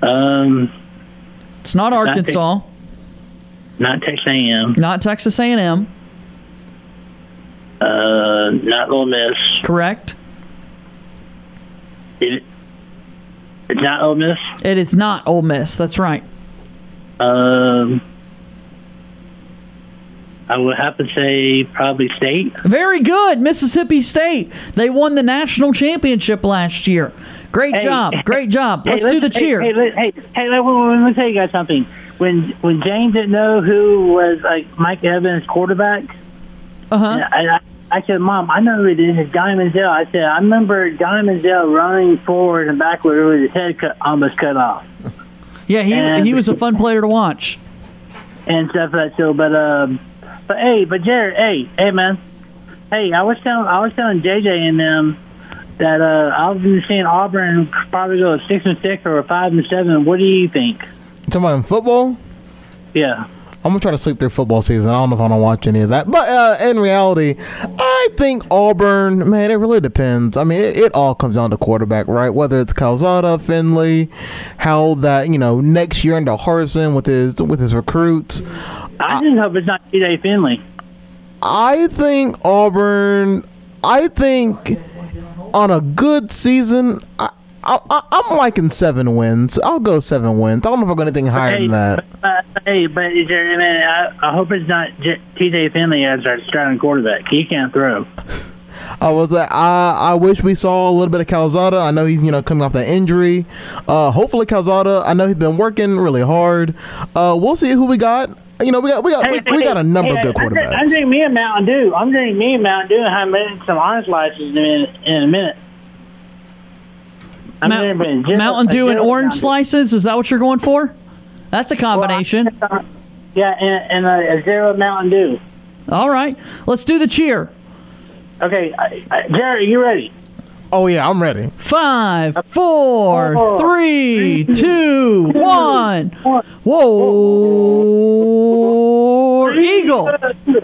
Speaker 8: Um,
Speaker 1: It's not
Speaker 8: think-
Speaker 1: Arkansas,
Speaker 8: not Texas A&M.
Speaker 1: not Texas A&M,
Speaker 8: Uh, not Ole Miss.
Speaker 1: correct?
Speaker 8: It, it's not Ole Miss.
Speaker 1: It is not Ole Miss. That's right.
Speaker 8: Um, I would have to say probably state.
Speaker 1: Very good, Mississippi State. They won the national championship last year. Great
Speaker 8: Hey.
Speaker 1: job, great job. Let's,
Speaker 8: Hey,
Speaker 1: do the cheer.
Speaker 8: Hey, hey, let- hey, hey let, let, let me tell you guys something. When when James didn't know who was like Mike Evans quarterback,
Speaker 1: uh huh.
Speaker 8: I, I, I said, "Mom, I know who it is. It's Diamond Dell." I said, "I remember Diamond Dell running forward and backward with his head cut, almost cut off."
Speaker 1: Yeah, he
Speaker 8: and-
Speaker 1: he was a fun player to watch.
Speaker 8: and stuff like that. So, but um, but hey, but Jared, hey, hey, man, hey, I was telling I was telling JJ and them that uh, I've been seeing Auburn probably go six and six or five and seven. What do you think?
Speaker 3: Talking about football?
Speaker 8: Yeah,
Speaker 3: I'm gonna try to sleep through football season. I don't know if I don't watch any of that, but uh, in reality, I think Auburn. Man, it really depends. I mean, it, it all comes down to quarterback, right? Whether it's Calzada, Finley, how that you know next year under Harson with his with his recruits.
Speaker 8: I just hope it's not DJ Finley.
Speaker 3: I think Auburn. I think on a good season, I, I, I- I'm liking seven wins. I'll go seven wins. I don't know if I'll go anything higher
Speaker 8: Hey,
Speaker 3: than that.
Speaker 8: but, uh, hey, but Jared, man, I, I hope it's not J- TJ Finley as our starting quarterback. He can't throw.
Speaker 3: I was like, I, I wish we saw a little bit of Calzada. I know he's you know coming off that injury. Uh, hopefully Calzada. I know he's been working really hard. Uh, we'll see who we got. You know, we got we got we, we got a number of good
Speaker 8: I'm drink-
Speaker 3: quarterbacks.
Speaker 8: I'm drinking me a Mountain Dew. I'm drinking me a Mountain Dew. and I'm making some orange slices in a minute. In a minute. I'm
Speaker 1: Mount-
Speaker 8: drinking a gin-
Speaker 1: Mountain
Speaker 8: a
Speaker 1: Dew and
Speaker 8: gin-
Speaker 1: orange
Speaker 8: Mountain Dew.
Speaker 1: slices. Is that what you're going for? That's a combination.
Speaker 8: uh, Yeah, and, and a, a zero Mountain Dew.
Speaker 1: All right, let's do the cheer.
Speaker 8: Okay, I, I, Jerry, you ready?
Speaker 3: Oh yeah, I'm ready.
Speaker 1: Five, four,
Speaker 8: uh, Four,
Speaker 1: three, two, one. Whoa, eagle!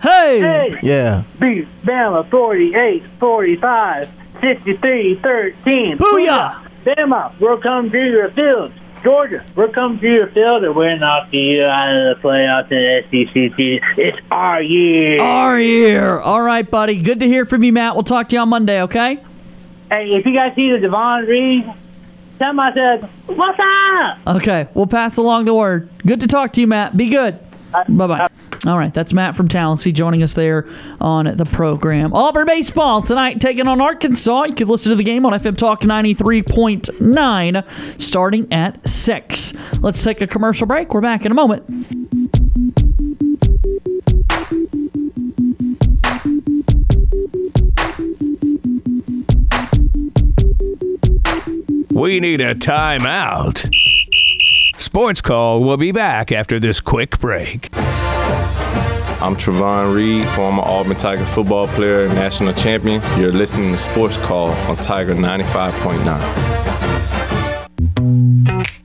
Speaker 1: Hey,
Speaker 8: Hey,
Speaker 3: Yeah.
Speaker 8: beat Bama 48, 45, 63, 13.
Speaker 1: Booyah!
Speaker 8: Bama, we'll come to your field. Georgia, we'll come to your field, and we're knocking you out of the playoffs in the SEC. season. It's our year.
Speaker 1: our year. All right, buddy. Good to hear from you, Matt. We'll talk to you on Monday. Okay.
Speaker 8: Hey, if you guys see the Devon Reed, tell him I said, what's up?
Speaker 1: Okay, we'll pass along the word. Good to talk to you, Matt. Be good.
Speaker 8: Uh,
Speaker 1: Bye bye. All right, that's Matt from Tallahassee joining us there on the program. Auburn baseball tonight taking on Arkansas. You could listen to the game on FM Talk 93.9 starting at 6. Let's take a commercial break. We're back in a moment.
Speaker 4: We need a timeout. Sports Call will be back after this quick break.
Speaker 9: I'm Travon Reed, former Auburn Tiger football player and national champion. You're listening to Sports Call on Tiger 95.9.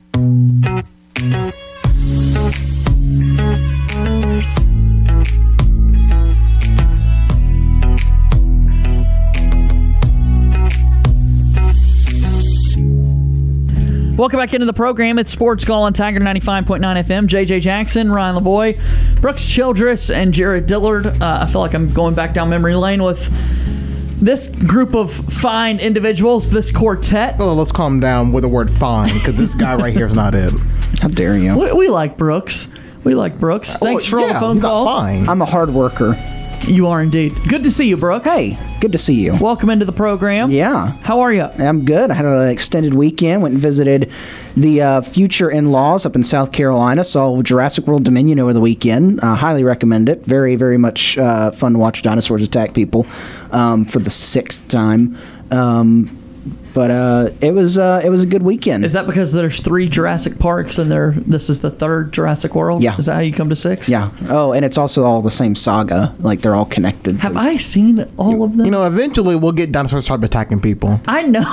Speaker 1: Welcome back into the program. It's Sports Call on Tiger 95.9 FM. JJ Jackson, Ryan Lavoy, Brooks Childress, and Jared Dillard. Uh, I feel like I'm going back down memory lane with this group of fine individuals, this quartet.
Speaker 3: Well, let's calm down with the word fine because this guy right here is not it.
Speaker 10: How dare you?
Speaker 1: We, we like Brooks. We like Brooks. Thanks
Speaker 3: Oh,
Speaker 1: for all the
Speaker 3: yeah,
Speaker 1: phone
Speaker 3: he's not
Speaker 1: calls.
Speaker 3: Fine.
Speaker 10: I'm a hard worker.
Speaker 1: You are indeed. Good to see you, Brooks.
Speaker 10: Hey, good to see you.
Speaker 1: Welcome into the program.
Speaker 10: Yeah.
Speaker 1: How are you?
Speaker 10: I'm good. I had an extended weekend. Went and visited the uh, future in-laws up in South Carolina. Saw Jurassic World Dominion over the weekend. Uh, highly recommend it. Very, very much uh, fun to watch dinosaurs attack people um, for the sixth time. Um, but uh, it was uh, it was a good weekend.
Speaker 1: Is that because there's three Jurassic Parks and there this is the third Jurassic World?
Speaker 10: Yeah.
Speaker 1: Is that how you come to six?
Speaker 10: yeah. Oh, and it's also all the same saga. Like they're all connected.
Speaker 1: Have I seen all of them?
Speaker 3: You know, eventually we'll get dinosaurs start attacking people.
Speaker 1: I know.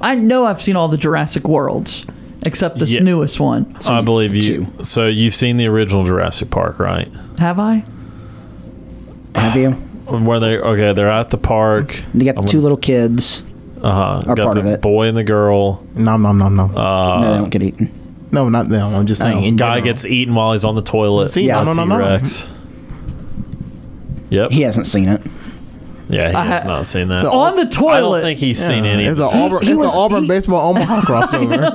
Speaker 1: I know I've seen all the Jurassic Worlds except this
Speaker 2: Yeah. Uh,
Speaker 1: newest one.
Speaker 2: I believe you.
Speaker 10: two.
Speaker 2: So you've seen the original Jurassic Park, right?
Speaker 1: Have I?
Speaker 10: Have you?
Speaker 2: Where they okay, they're at the park.
Speaker 10: They got the two little kids.
Speaker 2: Uh,
Speaker 10: Are
Speaker 2: got
Speaker 10: part
Speaker 2: the
Speaker 10: of it.
Speaker 2: boy and the girl.
Speaker 3: Nom nom nom nom.
Speaker 2: Uh,
Speaker 10: no, they don't get eaten. Oh.
Speaker 3: no, not them. I'm just saying. in
Speaker 2: Guy
Speaker 3: general.
Speaker 2: gets eaten while he's on the toilet.
Speaker 3: See,
Speaker 10: Yeah,
Speaker 3: no, no,
Speaker 2: T
Speaker 3: no, no.
Speaker 2: Rex. Yep.
Speaker 10: He hasn't seen it.
Speaker 2: Yeah, he
Speaker 1: I
Speaker 2: has
Speaker 1: ha-
Speaker 2: not seen that.
Speaker 3: So-
Speaker 1: On the toilet.
Speaker 2: I don't think he's seen any.
Speaker 3: It's
Speaker 2: of
Speaker 3: an
Speaker 2: it.
Speaker 3: Auburn,
Speaker 10: he
Speaker 3: it's
Speaker 10: was-
Speaker 3: a Auburn
Speaker 10: he-
Speaker 3: baseball Omaha crossover.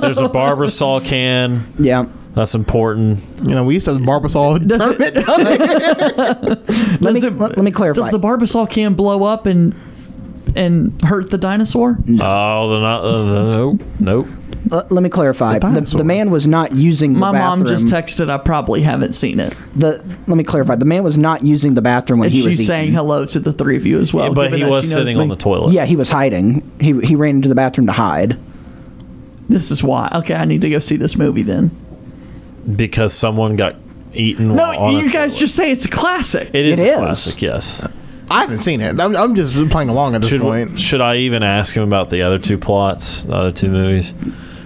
Speaker 2: There's a Barbasol can.
Speaker 10: Yeah.
Speaker 2: That's important.
Speaker 3: you know, we used to have Barbasol
Speaker 1: Does it-
Speaker 3: tournament. down there.
Speaker 10: Let me,
Speaker 1: Does it-
Speaker 10: let, let me clarify.
Speaker 1: Does the Barbasol can blow up and and hurt the dinosaur?
Speaker 2: Oh, they're not. Uh, they're- nope. Nope.
Speaker 10: Let- let me clarify.
Speaker 3: It's a
Speaker 10: The, the
Speaker 3: dinosaur.
Speaker 10: man was not using the
Speaker 1: My
Speaker 10: bathroom.
Speaker 1: mom just texted. I probably haven't seen it,
Speaker 10: the, let me clarify. The man was not using the bathroom when
Speaker 1: and
Speaker 10: he was
Speaker 1: she's
Speaker 10: eating.
Speaker 1: saying hello to the three of you as well.
Speaker 2: but
Speaker 1: given
Speaker 2: he
Speaker 1: that
Speaker 2: was
Speaker 1: she knows
Speaker 2: sitting
Speaker 1: me.
Speaker 2: on the toilet.
Speaker 10: Yeah, he was hiding. He he ran into the bathroom to hide.
Speaker 1: This is why. Okay, I need to go see this movie then.
Speaker 2: Because someone got eaten
Speaker 1: No,
Speaker 2: while on a
Speaker 1: you guys
Speaker 2: toilet.
Speaker 1: just say it's a classic.
Speaker 2: It is
Speaker 10: It
Speaker 2: a
Speaker 10: is.
Speaker 2: classic, yes.
Speaker 3: I haven't seen it. I'm, I'm just playing along at this
Speaker 2: Should,
Speaker 3: point.
Speaker 2: should I even ask him about the other two plots, the other two movies?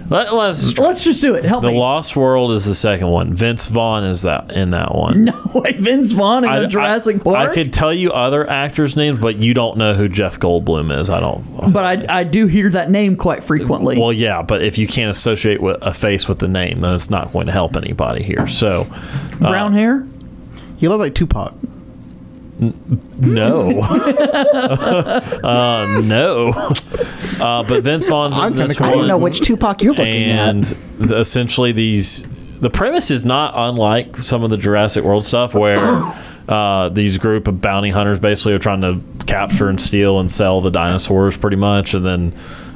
Speaker 2: Let, us
Speaker 1: Let's just do it. Help
Speaker 2: The
Speaker 1: me.
Speaker 2: Lost World is the second one. Vince Vaughn is that in that one.
Speaker 1: Wait, Vince Vaughn in
Speaker 2: I-
Speaker 1: the Jurassic
Speaker 2: I,
Speaker 1: Park.
Speaker 2: I could tell you other actors' names, but you don't know who Jeff Goldblum is. I don't.
Speaker 1: but I, I do hear that name quite frequently.
Speaker 2: Well, yeah, but if you can't associate with a face with the name, then it's not going to help anybody here. So, uh,
Speaker 1: Brown hair.
Speaker 3: He looks like Tupac.
Speaker 2: no, uh, no. Uh, but Vince Vaughn's in
Speaker 3: I'm kinda
Speaker 2: this
Speaker 10: I
Speaker 2: one.
Speaker 3: confused.
Speaker 10: don't know which Tupac you're looking
Speaker 2: and
Speaker 10: at.
Speaker 2: th- essentially these the premise is not unlike some of the Jurassic World stuff where uh, these group of bounty hunters basically are trying to capture and steal and sell the dinosaurs pretty much and then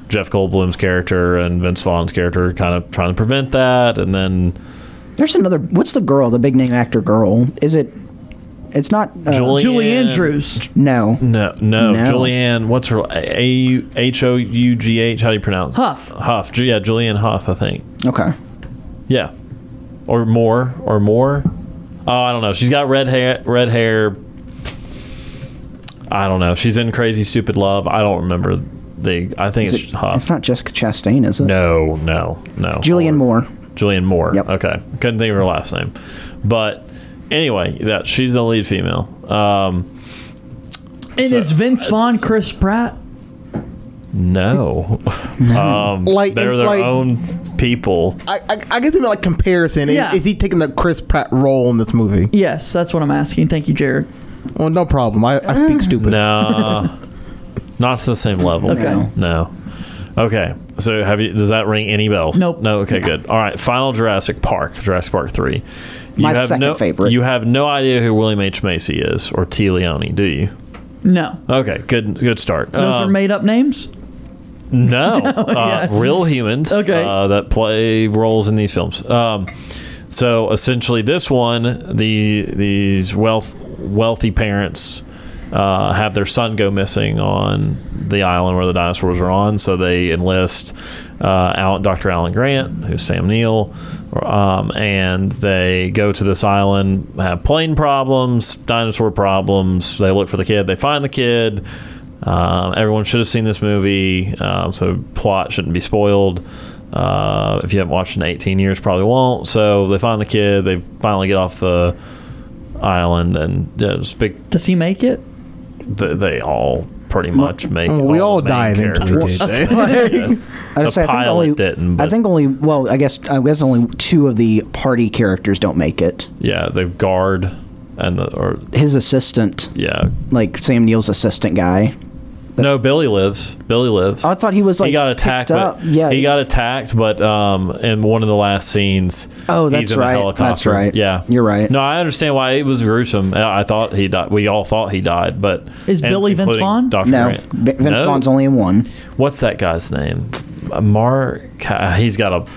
Speaker 2: Jeff Goldblum's character and Vince Vaughn's character are kind of trying to prevent that and then
Speaker 10: There's another. What's the girl? The big name actor girl? Is it? It's not. Uh,
Speaker 2: Julie
Speaker 1: Julie Andrews.
Speaker 10: No.
Speaker 2: No, no,
Speaker 10: No.
Speaker 2: Julianne. What's her A H O U G H? How do you pronounce it?
Speaker 1: Huff.
Speaker 2: Huff? Ju- Yeah, Julianne Huff, I think.
Speaker 10: Okay.
Speaker 2: Yeah, or more, or more. Oh, I don't know. She's got red hair. Red hair. I don't know. She's in Crazy Stupid Love. I don't remember the. I think it's Huff.
Speaker 10: It's not Jessica Chastain, is it?
Speaker 2: no, no, no.
Speaker 10: Julianne
Speaker 2: Or-
Speaker 10: Moore.
Speaker 2: Julianne Moore.
Speaker 10: Yep.
Speaker 2: Okay. Couldn't think of her last name. But anyway, that she's the lead female. Um,
Speaker 1: And
Speaker 2: So- uh,
Speaker 1: is Vince Vaughn Chris Pratt?
Speaker 2: no, Um,
Speaker 3: Like,
Speaker 2: they're their
Speaker 3: like
Speaker 2: own people.
Speaker 3: I, I, I guess even like comparison. is-
Speaker 1: Yeah.
Speaker 3: Is, he taking the Chris Pratt role in this movie?
Speaker 1: Yes, that's what I'm asking. Thank you, Jared. Ah.
Speaker 3: Well, no problem. I, I speak stupid.
Speaker 2: No, not to the same level.
Speaker 1: Okay. No.
Speaker 2: No. Okay. So have you? Does that ring any bells?
Speaker 1: Nope.
Speaker 2: No. Okay. Good. All right. Final Jurassic Park. Jurassic Park Three. You
Speaker 10: My
Speaker 2: have
Speaker 10: second
Speaker 2: no,
Speaker 10: favorite.
Speaker 2: You have no idea who William H Macy is or T Leone, do you?
Speaker 1: No,
Speaker 2: Okay. Good. Good start.
Speaker 1: those
Speaker 2: Um,
Speaker 1: are made up names.
Speaker 2: no, uh, real humans
Speaker 1: Oh, Okay.
Speaker 2: uh, that play roles in these films. Um, so essentially, this one, the these wealth wealthy parents uh, have their son go missing on the island where the dinosaurs are on. So they enlist uh, Al- Dr. Alan Grant, who's Sam Neill, um, and they go to this island, have plane problems, dinosaur problems. They look for the kid, they find the kid. Um, everyone should have seen this movie, um, so plot shouldn't be spoiled. Uh, if you haven't watched in 18 years, probably won't. So they find the kid. They finally get off the island, and yeah, just big.
Speaker 1: Does he make it?
Speaker 2: They, they all pretty much
Speaker 10: oh,
Speaker 2: make.
Speaker 3: Well, we
Speaker 2: all,
Speaker 3: all
Speaker 2: the main
Speaker 3: die eventually,
Speaker 2: characters.
Speaker 3: did they?
Speaker 2: Yeah.
Speaker 10: I
Speaker 2: The
Speaker 10: just say, I think
Speaker 2: pilot
Speaker 10: only-
Speaker 2: didn't.
Speaker 10: I
Speaker 2: but-
Speaker 10: think only well, I guess I guess only two of the party characters don't make it.
Speaker 2: Yeah, the guard and the or
Speaker 10: His assistant,
Speaker 2: yeah.
Speaker 10: like Sam Neill's assistant guy.
Speaker 2: no, Billy lives. Billy lives.
Speaker 10: I thought he was like
Speaker 2: he got
Speaker 10: picked
Speaker 2: attacked.
Speaker 10: Up.
Speaker 2: But
Speaker 10: Yeah,
Speaker 2: he got attacked. But um, in one of the last scenes,
Speaker 10: Oh, that's
Speaker 2: he's in
Speaker 10: right.
Speaker 2: The helicopter.
Speaker 10: That's right.
Speaker 2: Yeah,
Speaker 10: You're right.
Speaker 2: No, I understand why it was gruesome. I I thought he died. We all thought he died. But
Speaker 1: Is
Speaker 2: and
Speaker 1: Billy Vince
Speaker 2: including
Speaker 1: Vaughn?
Speaker 2: Dr.
Speaker 10: no,
Speaker 2: Grant.
Speaker 10: B- Vince
Speaker 2: No.
Speaker 10: Vaughn's only in one.
Speaker 2: What's that guy's name? Uh, Mark. Ca- He's got a.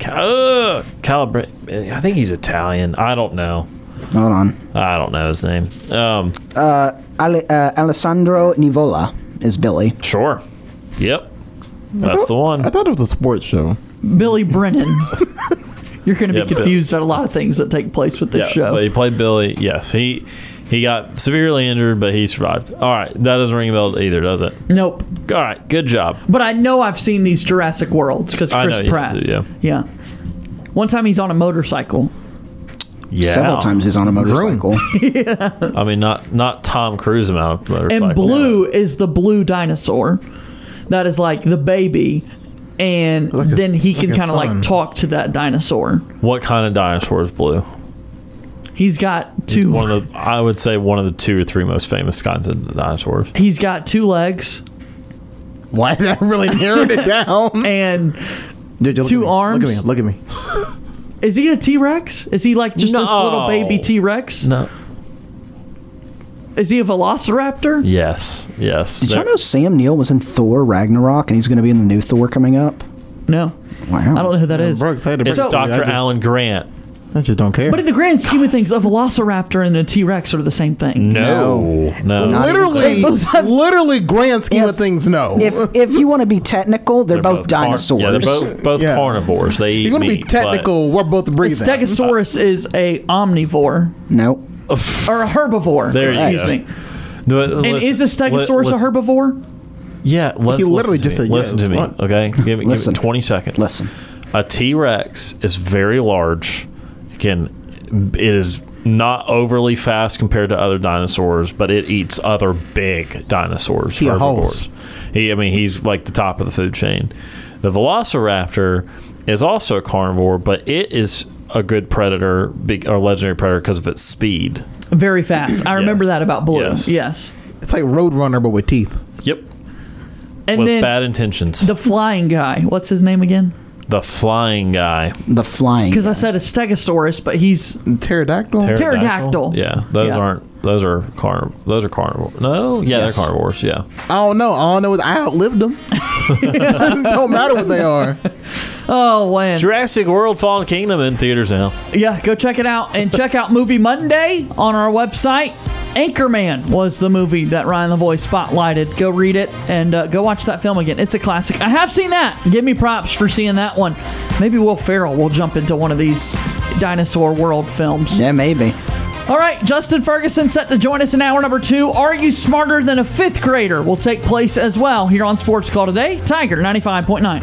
Speaker 2: Ca- Uh, Calibra- I think he's Italian. I don't know.
Speaker 10: Hold on,
Speaker 2: I don't know his name. Um,
Speaker 10: Ale, uh, Alessandro Nivola is Billy.
Speaker 2: sure. Yep. That's the one.
Speaker 3: Oh, I thought it was a sports show.
Speaker 1: Billy Brennan. You're going to
Speaker 2: Yeah,
Speaker 1: be
Speaker 2: Bill-
Speaker 1: confused at a lot of things that take place with this show.
Speaker 2: But he played Billy. Yes, he he got severely injured, but he survived. All right, that doesn't ring a bell either, does it?
Speaker 1: nope.
Speaker 2: All right, good job.
Speaker 1: But I know I've seen these Jurassic Worlds because
Speaker 2: I know
Speaker 1: Chris
Speaker 2: you
Speaker 1: Pratt.
Speaker 2: do, yeah.
Speaker 1: Yeah. One time he's on a motorcycle.
Speaker 2: Yeah,
Speaker 10: Several times he's on a motorcycle.
Speaker 2: I mean, not not Tom Cruise amount of motorcycle.
Speaker 1: And blue is the blue dinosaur. That is like the baby. And
Speaker 3: Like a-
Speaker 1: then he
Speaker 3: like
Speaker 1: can
Speaker 3: a
Speaker 1: kind of like
Speaker 3: sun.
Speaker 1: talk to that dinosaur.
Speaker 2: What kind of dinosaur is blue?
Speaker 1: He's got
Speaker 2: He's
Speaker 1: two.
Speaker 2: One of the, I would say one of the two or three most famous kinds of dinosaurs.
Speaker 1: He's got two legs
Speaker 3: Why did I really narrowed it down?
Speaker 1: and
Speaker 3: Dude, you look
Speaker 1: Two
Speaker 3: at me.
Speaker 1: arms?
Speaker 3: Look at me. Look at me.
Speaker 1: is he a T Rex? Is he like just this little
Speaker 2: No.
Speaker 1: baby T Rex?
Speaker 2: No.
Speaker 1: Is he a Velociraptor?
Speaker 2: Yes. Yes.
Speaker 10: Did y'all know Sam Neill was in Thor Ragnarok and he's going to be in the new Thor coming up?
Speaker 1: No,
Speaker 10: Wow.
Speaker 1: I don't know who that is.
Speaker 3: Bro, excited
Speaker 2: it's
Speaker 3: about
Speaker 2: Dr.
Speaker 3: it. I just-
Speaker 2: Alan Grant.
Speaker 3: I just don't care.
Speaker 1: But in the grand scheme of things, a Velociraptor and a T Rex are the same thing.
Speaker 2: No. No.
Speaker 10: Not even
Speaker 3: literally, literally, grand scheme
Speaker 10: If-
Speaker 3: of things, no.
Speaker 10: If if you want to be technical, they're, both,
Speaker 2: carn-
Speaker 10: dinosaurs.
Speaker 2: yeah, they're both both
Speaker 3: Yeah.
Speaker 2: carnivores. They eat
Speaker 3: You're gonna be
Speaker 2: meat, but-
Speaker 3: technical. We're both
Speaker 1: A
Speaker 3: breathing.
Speaker 1: Stegosaurus is a omnivore
Speaker 10: Nope.
Speaker 1: or a herbivore.
Speaker 2: There you
Speaker 1: excuse
Speaker 2: go.
Speaker 1: me.
Speaker 2: No,
Speaker 1: And
Speaker 2: listen-
Speaker 1: is a Stegosaurus
Speaker 2: li-
Speaker 1: a
Speaker 2: listen-
Speaker 1: herbivore?
Speaker 2: Yeah, let's,
Speaker 3: He literally
Speaker 2: listen
Speaker 3: just
Speaker 2: to me.
Speaker 3: said
Speaker 2: listen
Speaker 3: yes.
Speaker 2: to me,
Speaker 3: What?
Speaker 2: okay? Give, me- give
Speaker 10: Listen.
Speaker 2: it 20 seconds.
Speaker 10: Listen.
Speaker 2: A T Rex is very large. Again, it is not overly fast compared to other dinosaurs, but it eats other big dinosaurs.
Speaker 3: He a
Speaker 2: herbivores. He, I mean, he's like the top of the food chain. The Velociraptor is also a carnivore, but it is a good predator big, or legendary predator because of its speed.
Speaker 1: Very fast. I remember
Speaker 2: Yes.
Speaker 1: that about Blue.
Speaker 2: Yes.
Speaker 1: Yes.
Speaker 3: It's like Roadrunner, but with teeth.
Speaker 2: Yep.
Speaker 1: And
Speaker 2: With
Speaker 1: then
Speaker 2: bad intentions.
Speaker 1: the flying guy. What's his name again?
Speaker 2: the flying guy.
Speaker 10: The flying.
Speaker 1: Because I said a Stegosaurus, but he's
Speaker 3: Pterodactyl.
Speaker 1: Pterodactyl.
Speaker 2: Yeah, those
Speaker 1: Yeah.
Speaker 2: aren't. Those are carn. Those are carnivores. No, yeah,
Speaker 3: Yes.
Speaker 2: they're carnivores. Yeah,
Speaker 3: I don't know. I don't know. I outlived them. don't matter what they are.
Speaker 1: oh man.
Speaker 2: Jurassic World: Fallen Kingdom in theaters now.
Speaker 1: Yeah, go check it out and check out Movie Monday on our website. Anchorman was the movie that Ryan LaVoy spotlighted. Go read it and uh, go watch that film again. It's a classic. I have seen that. Give me props for seeing that one. Maybe Will Ferrell will jump into one of these dinosaur world films.
Speaker 10: yeah, maybe.
Speaker 1: All right, Justin Ferguson set to join us in hour number two. Are you smarter than a fifth grader? Will take place as well here on Sports Call today. Tiger ninety five point nine.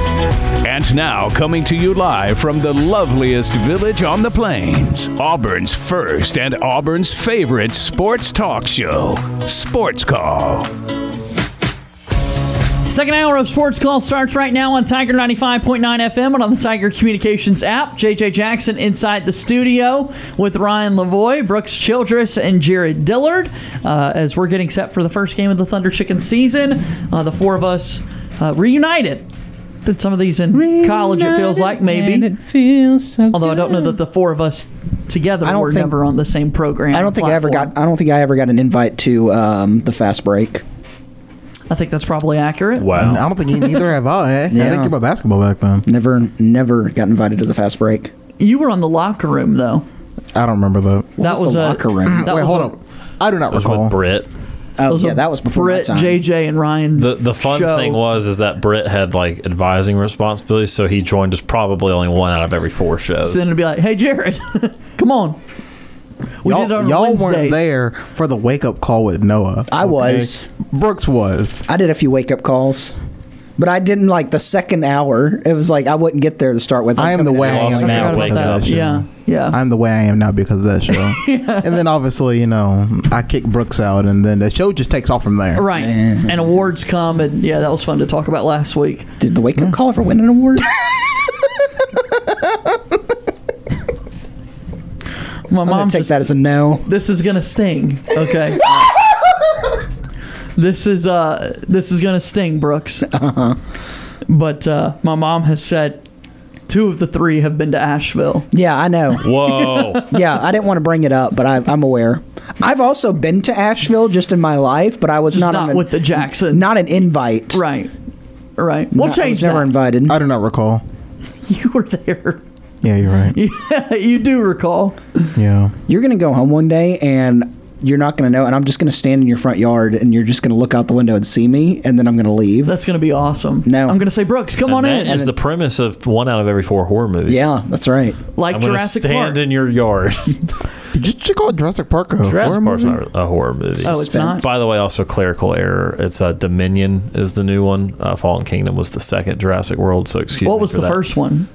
Speaker 4: And now, coming to you live from the loveliest village on the plains, Auburn's first and Auburn's favorite sports talk show, Sports Call.
Speaker 1: Second hour of Sports Call starts right now on Tiger 95.9 FM and on the Tiger Communications app. JJ Jackson inside the studio with Ryan Lavoy, Brooks Childress, and Jared Dillard uh, as we're getting set for the first game of the Thunder Chicken season. Uh, the four of us uh, reunited. Did some of these in college, it feels like, maybe.
Speaker 11: And it feels so
Speaker 1: Although I don't know that the four of us together
Speaker 10: I don't
Speaker 1: were
Speaker 10: think-
Speaker 1: never on the same program.
Speaker 10: I don't think I ever
Speaker 1: platform.
Speaker 10: got. I don't think I ever got an invite to um, the fast break.
Speaker 1: I think that's probably accurate.
Speaker 3: And I don't think neither have I. eh? I didn't get my basketball back then.
Speaker 10: Never, never got invited to the fast break.
Speaker 1: You were on the locker room though.
Speaker 3: I don't remember though.
Speaker 1: That was
Speaker 10: the
Speaker 1: a-
Speaker 10: locker room.
Speaker 1: that
Speaker 10: Wait,
Speaker 1: was
Speaker 10: hold
Speaker 1: a-
Speaker 10: up.
Speaker 3: I do not
Speaker 2: That was
Speaker 3: recall.
Speaker 2: with Britt.
Speaker 10: Oh
Speaker 1: was
Speaker 10: yeah,
Speaker 1: a
Speaker 10: that was before
Speaker 1: Brett,
Speaker 10: my time.
Speaker 1: JJ, and Ryan.
Speaker 2: The the fun
Speaker 1: show.
Speaker 2: thing was is that Britt had like advising responsibilities, so he joined us probably only one out of every four shows.
Speaker 1: So then it'd be like, hey, Jared, come on. We
Speaker 3: y'all
Speaker 1: did it on
Speaker 3: y'all
Speaker 1: Wednesdays.
Speaker 3: weren't there for the wake up call with Noah.
Speaker 10: I was.
Speaker 3: Brooks was.
Speaker 10: I did a few wake up calls, but I didn't like the second hour. It was like I wouldn't get there to start with.
Speaker 3: I am the way I
Speaker 2: Lost
Speaker 3: am
Speaker 2: me
Speaker 3: now
Speaker 2: at
Speaker 3: because
Speaker 2: wake
Speaker 3: of
Speaker 2: up.
Speaker 3: that show.
Speaker 1: Yeah, yeah.
Speaker 3: I'm the way I am now because of that show. And then obviously, you know, I kick Brooks out, and then the show just takes off from there.
Speaker 1: Right. And awards come, and yeah, that was fun to talk about last week.
Speaker 10: Did the
Speaker 3: Hmm.
Speaker 10: wake up call ever win an award?
Speaker 1: My
Speaker 10: I'm
Speaker 1: mom
Speaker 10: gonna take
Speaker 1: just-
Speaker 10: that as a no.
Speaker 1: this is gonna sting. Okay. this is uh this is gonna sting, Brooks.
Speaker 3: Uh-huh.
Speaker 1: But uh, my mom has said two of the three have been to Asheville.
Speaker 10: Yeah, I know.
Speaker 2: Whoa.
Speaker 10: yeah, I didn't want to bring it up, but I, I'm aware. I've also been to Asheville just in my life, but I was
Speaker 1: Just
Speaker 10: not
Speaker 1: not,
Speaker 10: on an,
Speaker 1: with the Jacksons.
Speaker 10: not an invite.
Speaker 1: right. Right. We'll
Speaker 10: Not- I
Speaker 1: change
Speaker 10: was never
Speaker 1: that.
Speaker 10: invited.
Speaker 3: I do not recall.
Speaker 1: you were there.
Speaker 3: Yeah, you're right.
Speaker 1: you do recall.
Speaker 3: Yeah.
Speaker 10: You're gonna go home one day and you're not gonna know, and I'm just gonna stand in your front yard and you're just gonna look out the window and see me, and then I'm gonna leave.
Speaker 1: That's gonna be awesome.
Speaker 10: No.
Speaker 1: I'm gonna say Brooks, come on
Speaker 2: And
Speaker 1: in.
Speaker 2: that is the premise of one out of every four horror movies.
Speaker 10: yeah, that's right.
Speaker 1: like
Speaker 2: I'm gonna
Speaker 1: Jurassic
Speaker 2: stand
Speaker 1: Park.
Speaker 2: in your yard.
Speaker 3: Did you, did you call Jurassic Park a horror
Speaker 2: Jurassic Park's
Speaker 3: movie?
Speaker 2: not a horror movie.
Speaker 1: oh, it's not.
Speaker 2: By the way, also clerical error. It's uh, Dominion is the new one. Uh, Fallen Kingdom was the second Jurassic World. So excuse me.
Speaker 1: What was
Speaker 2: for
Speaker 1: the
Speaker 2: that.
Speaker 1: first one?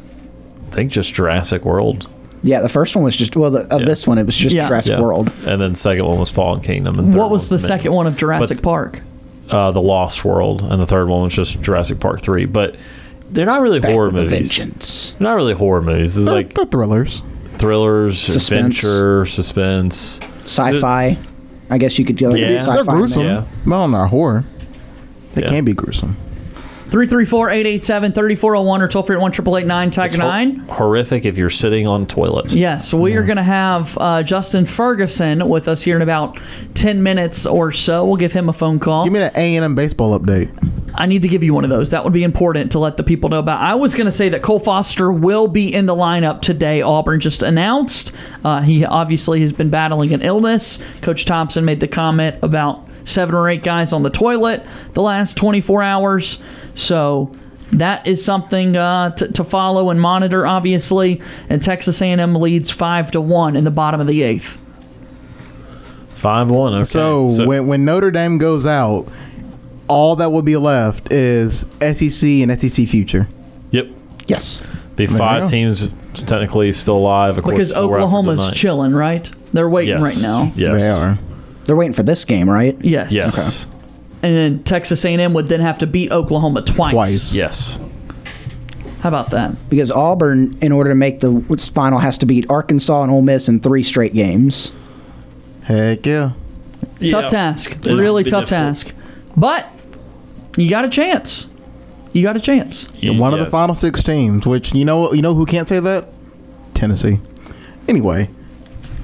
Speaker 2: I think just Jurassic World.
Speaker 10: Yeah, the first one was just well, the, of
Speaker 2: Yeah.
Speaker 10: this one it was just
Speaker 1: Yeah.
Speaker 10: Jurassic
Speaker 2: Yeah.
Speaker 10: World.
Speaker 2: And then second one was Fallen Kingdom. And third
Speaker 1: What was the
Speaker 2: Dominion.
Speaker 1: second one of Jurassic Park?
Speaker 2: uh, the Lost World, and the third one was just Jurassic Park three. But they're not really horror
Speaker 10: with a
Speaker 2: movies.
Speaker 10: vengeance.
Speaker 2: They're not really horror movies. It's
Speaker 3: They're,
Speaker 2: like
Speaker 3: they're thrillers.
Speaker 2: thrillers,
Speaker 10: Suspense.
Speaker 2: adventure, suspense.
Speaker 10: Sci-fi. I guess you could go
Speaker 2: Yeah.
Speaker 10: yeah.
Speaker 2: They're
Speaker 10: sci-fi.
Speaker 3: They're
Speaker 10: in there.
Speaker 3: gruesome.
Speaker 2: Yeah.
Speaker 3: Well, not horror. They
Speaker 2: Yeah.
Speaker 3: can be gruesome.
Speaker 1: 334 887 3401 or toll free at 1 Tiger
Speaker 2: It's hor-
Speaker 1: 9.
Speaker 2: horrific if you're sitting on toilets.
Speaker 1: Yes, we are going to have uh, Justin Ferguson with us here in about 10 minutes or so. We'll give him a phone call.
Speaker 3: Give me that A&M baseball update.
Speaker 1: I need to give you one of those. That would be important to let the people know about. I was going to say that Cole Foster will be in the lineup today. Auburn just announced. Uh, he obviously has been battling an illness. Coach Thompson made the comment about seven or eight guys on the toilet the last 24 hours. So that is something uh, to, to follow and monitor, obviously. And Texas A&M leads five to one in the bottom of the eighth.
Speaker 2: Five one. Okay.
Speaker 3: So, when, when Notre Dame goes out, all that will be left is SEC and SEC future.
Speaker 2: yep,
Speaker 10: Yes.
Speaker 2: be
Speaker 3: go.
Speaker 2: five teams technically still alive. Of course,
Speaker 1: Because
Speaker 2: four after
Speaker 1: Oklahoma's
Speaker 2: tonight.
Speaker 1: chilling, right? They're waiting
Speaker 2: Yes.
Speaker 1: right now.
Speaker 2: Yes.
Speaker 3: They are.
Speaker 10: They're waiting for this game, right?
Speaker 1: Yes.
Speaker 2: Yes.
Speaker 1: and then Texas A&M would then have to beat Oklahoma twice.
Speaker 3: Twice.
Speaker 2: Yes.
Speaker 1: How about that?
Speaker 10: Because Auburn, in order to make the final, has to beat Arkansas and Ole Miss in three straight games.
Speaker 3: Heck yeah.
Speaker 2: Yeah.
Speaker 1: Tough task.
Speaker 2: Yeah.
Speaker 1: really
Speaker 2: Be
Speaker 1: tough
Speaker 2: difficult.
Speaker 1: task. But you got a chance. You got a chance.
Speaker 2: You-
Speaker 3: One of
Speaker 2: yeah.
Speaker 3: the final six teams, which you know you know who can't say that? Tennessee. Anyway,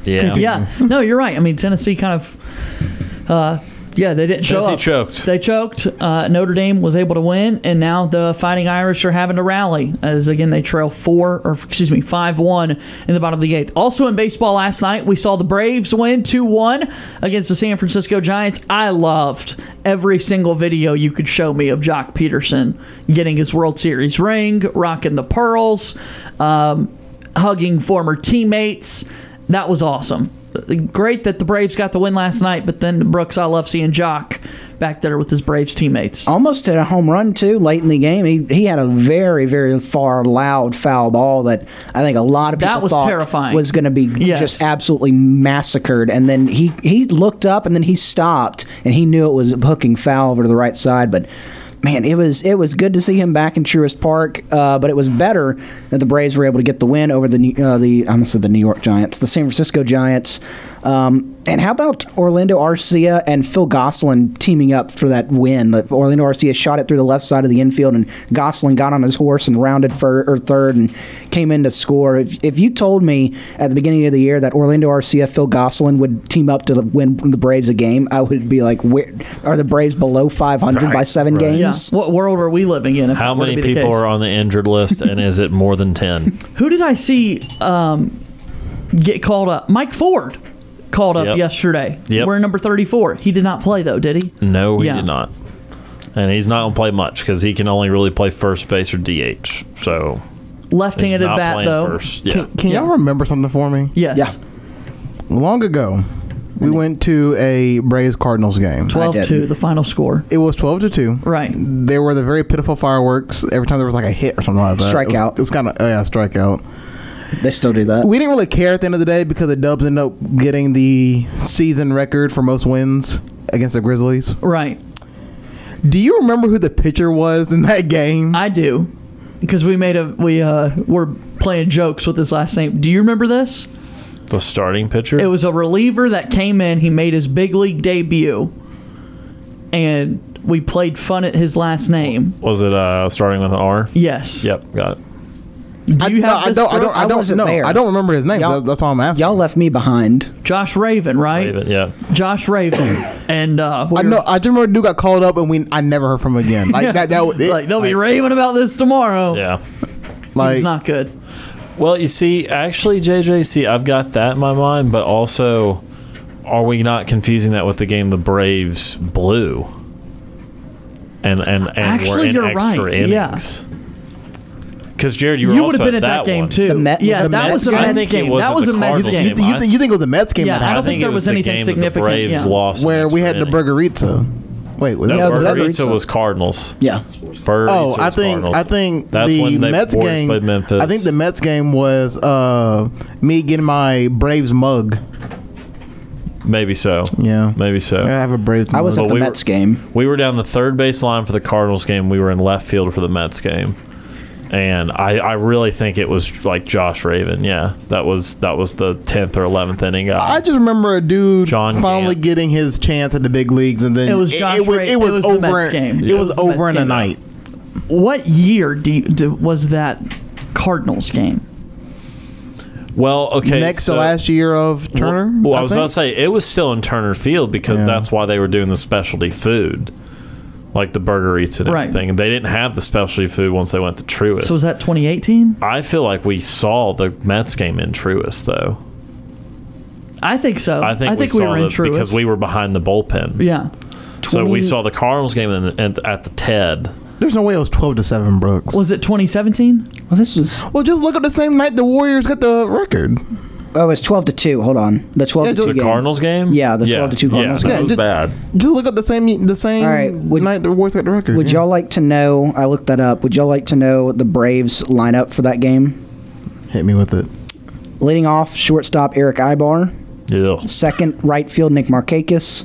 Speaker 2: Yeah.
Speaker 1: Yeah. No, you're right. I mean, Tennessee kind of, uh, yeah, they didn't show
Speaker 2: Tennessee
Speaker 1: up.
Speaker 2: choked.
Speaker 1: They choked. Uh, Notre Dame was able to win, and now the Fighting Irish are having to rally as again they trail four or excuse me five one in the bottom of the eighth. Also in baseball last night, we saw the Braves win two one against the San Francisco Giants. I loved every single video you could show me of Jock Peterson getting his World Series ring, rocking the pearls, um, hugging former teammates. That was awesome. Great that the Braves got the win last night, but then Brooks, I love seeing Jock back there with his Braves teammates.
Speaker 3: Oh.
Speaker 10: Almost hit a home run too late in the game. He he had a very very far loud foul ball that I think a lot of people
Speaker 1: That was
Speaker 10: thought
Speaker 1: terrifying.
Speaker 10: was going to be
Speaker 1: Yes.
Speaker 10: just absolutely massacred. And then he he looked up and then he stopped and he knew it was a hooking foul over to the right side, but. Man, it was it was good to see him back in Truist Park, uh, but it was better that the Braves were able to get the win over the New- uh, the I'm gonna say the New York Giants, the San Francisco Giants, um, and how about Orlando Arcia and Phil Gosselin teaming up for that win? Like, Orlando Arcia shot it through the left side of the infield, and Gosselin got on his horse and rounded for or third and came in to score. If, if you told me at the beginning of the year that Orlando Arcia, Phil Gosselin would team up to win the Braves a game, I would be like, where are the Braves below 500 by
Speaker 2: Right,
Speaker 10: seven
Speaker 2: right.
Speaker 1: Yeah.
Speaker 10: games?
Speaker 1: What world are we living in? If
Speaker 2: How
Speaker 1: that were to
Speaker 2: many
Speaker 1: be the
Speaker 2: people
Speaker 1: case?
Speaker 2: are on the injured list, and is it more than ten?
Speaker 1: Who did I see um, get called up? Mike Ford called up
Speaker 2: Yep.
Speaker 1: yesterday.
Speaker 2: Yep.
Speaker 1: We're number 34. He did not play, though, did he?
Speaker 2: No, he
Speaker 1: Yeah.
Speaker 2: did not. And he's not gonna play much because he can only really play first base or DH. So
Speaker 1: Left-handed
Speaker 2: he's not
Speaker 1: bat,
Speaker 2: playing
Speaker 1: though.
Speaker 2: First. Yeah.
Speaker 3: Can y'all remember something for me?
Speaker 1: Yes.
Speaker 3: Long ago, we went to a Braves Cardinals game.
Speaker 1: 12 2, the final score.
Speaker 3: It was twelve to two.
Speaker 1: Right.
Speaker 3: There were the very pitiful fireworks every time there was like a hit or something like that. It was,
Speaker 10: Strikeout.
Speaker 3: it was kind of oh yeah, strikeout.
Speaker 10: They still do that.
Speaker 3: We didn't really care at the end of the day because the Dubs ended up getting the season record for most wins against the Grizzlies.
Speaker 1: Right.
Speaker 3: Do you remember who the pitcher was in that game?
Speaker 1: I do. Because we made a we uh were playing jokes with his last name. Do you remember this?
Speaker 2: The starting pitcher.
Speaker 1: It was a reliever that came in. He made his big league debut, and we played fun at his last name.
Speaker 2: Was it uh, starting with an R?
Speaker 1: Yes.
Speaker 2: Yep, got it.
Speaker 1: Do you have
Speaker 3: I
Speaker 1: this
Speaker 3: don't. I
Speaker 1: group?
Speaker 3: don't. I don't
Speaker 10: wasn't
Speaker 3: know.
Speaker 10: there.
Speaker 3: I don't remember his name.
Speaker 10: Y'all-
Speaker 3: That- That's why I'm asking.
Speaker 10: Y'all left me behind.
Speaker 1: Josh Raven, right?
Speaker 2: Leave it, Yeah,
Speaker 1: Josh Raven, and uh, we
Speaker 3: I
Speaker 1: were-
Speaker 3: know. I just remember dude got called up and we. I never heard from him again. Like that. That was it,
Speaker 1: like
Speaker 3: like,
Speaker 1: they'll be raving about this tomorrow.
Speaker 2: yeah.
Speaker 1: it's not good.
Speaker 2: Well, you see, actually, JJ, see, I've got that in my mind, but also, are we not confusing that with the game the Braves blew? And and and
Speaker 1: Actually,
Speaker 2: we're in
Speaker 1: you're
Speaker 2: extra
Speaker 1: right, yeah.
Speaker 2: innings. Because Jared, you, were
Speaker 1: You would
Speaker 2: also
Speaker 1: have been at
Speaker 2: that,
Speaker 1: that game
Speaker 2: one.
Speaker 1: too.
Speaker 10: The Met- was
Speaker 1: yeah,
Speaker 10: it the
Speaker 1: that
Speaker 10: Mets
Speaker 1: was a
Speaker 10: game? I
Speaker 1: Mets
Speaker 2: think it
Speaker 1: game.
Speaker 2: was
Speaker 1: That
Speaker 2: at
Speaker 1: was
Speaker 2: the
Speaker 1: a Mets
Speaker 2: Cardinals
Speaker 3: you,
Speaker 1: game.
Speaker 2: game.
Speaker 3: you, think- you think it was a Mets game
Speaker 1: Yeah,
Speaker 3: that
Speaker 1: I don't
Speaker 3: happened?
Speaker 1: think there
Speaker 2: it
Speaker 1: was
Speaker 2: the
Speaker 1: anything
Speaker 2: game
Speaker 1: significant,
Speaker 2: The Braves
Speaker 1: yeah.
Speaker 2: lost in
Speaker 3: where we
Speaker 2: extra
Speaker 3: had the
Speaker 2: innings.
Speaker 3: Burgerita. Wait, was
Speaker 2: No,
Speaker 3: that
Speaker 10: the
Speaker 2: Burgerita
Speaker 10: Burgerita.
Speaker 2: was Cardinals.
Speaker 10: Yeah.
Speaker 2: Burgerita
Speaker 3: Oh,
Speaker 2: was
Speaker 3: I think
Speaker 2: Cardinals.
Speaker 3: I think
Speaker 2: That's
Speaker 3: the
Speaker 2: when they
Speaker 3: Mets
Speaker 2: Warriors
Speaker 3: game.
Speaker 2: played Memphis.
Speaker 3: I think the Mets game was uh, me getting my Braves mug.
Speaker 2: maybe so.
Speaker 3: Yeah.
Speaker 2: maybe so.
Speaker 3: I have a Braves.
Speaker 10: I was
Speaker 3: mug.
Speaker 10: at the
Speaker 2: we were-
Speaker 10: Mets game.
Speaker 2: We were down the third base line for the Cardinals game. We were in left field for the Mets game, and I, I really think it was like Josh Raven. Yeah, that was that was the tenth or eleventh inning guy.
Speaker 3: I just remember a dude
Speaker 2: John
Speaker 3: finally
Speaker 2: Gant.
Speaker 3: getting his chance at the big leagues, and then
Speaker 1: It was Josh
Speaker 3: it, was,
Speaker 1: Ray-
Speaker 3: it was
Speaker 1: it was the
Speaker 3: over.
Speaker 1: Mets game.
Speaker 3: It,
Speaker 1: It
Speaker 3: was,
Speaker 1: was the
Speaker 3: over
Speaker 1: Mets
Speaker 3: in a
Speaker 1: game.
Speaker 3: night.
Speaker 1: What year do, you, do was that Cardinals game?
Speaker 2: well, okay,
Speaker 3: Next
Speaker 2: so-
Speaker 3: to last year of Turner.
Speaker 2: Well, I, was about to
Speaker 3: think?
Speaker 2: say it was still in Turner Field because
Speaker 3: Yeah.
Speaker 2: that's why they were doing the specialty food, like the burger eats and
Speaker 1: Right.
Speaker 2: everything. They didn't have the specialty food once they went to Truist.
Speaker 1: So was that 2018?
Speaker 2: I feel like we saw the Mets game in Truist though.
Speaker 1: I think so.
Speaker 2: I think, we,
Speaker 1: we,
Speaker 2: saw
Speaker 1: were in
Speaker 2: the-
Speaker 1: Truist
Speaker 2: because we were behind the bullpen.
Speaker 1: yeah.
Speaker 2: So we saw the Cardinals game in the, at, the- at the TED.
Speaker 3: There's no way it was twelve to seven, Brooks.
Speaker 1: Was it 2017?
Speaker 10: Well, this was
Speaker 3: Well, just look at the same night the Warriors got the record.
Speaker 10: oh, it's twelve to two. Hold on, the twelve
Speaker 3: Yeah,
Speaker 10: to two
Speaker 3: the
Speaker 10: game.
Speaker 2: Cardinals game?
Speaker 10: Yeah, the 12 to 2 Cardinals
Speaker 2: yeah,
Speaker 3: game.
Speaker 2: That was
Speaker 3: Yeah,
Speaker 2: bad.
Speaker 3: Just look up the same the same
Speaker 10: All right, would-
Speaker 3: night the Warriors got the record.
Speaker 10: Would
Speaker 3: yeah.
Speaker 10: y'all like to know? I looked that up. Would y'all like to know the Braves lineup for that game?
Speaker 3: hit me with it?
Speaker 10: Leading off, shortstop Eric Ibar.
Speaker 2: Yeah.
Speaker 10: Second, right field Nick Markakis.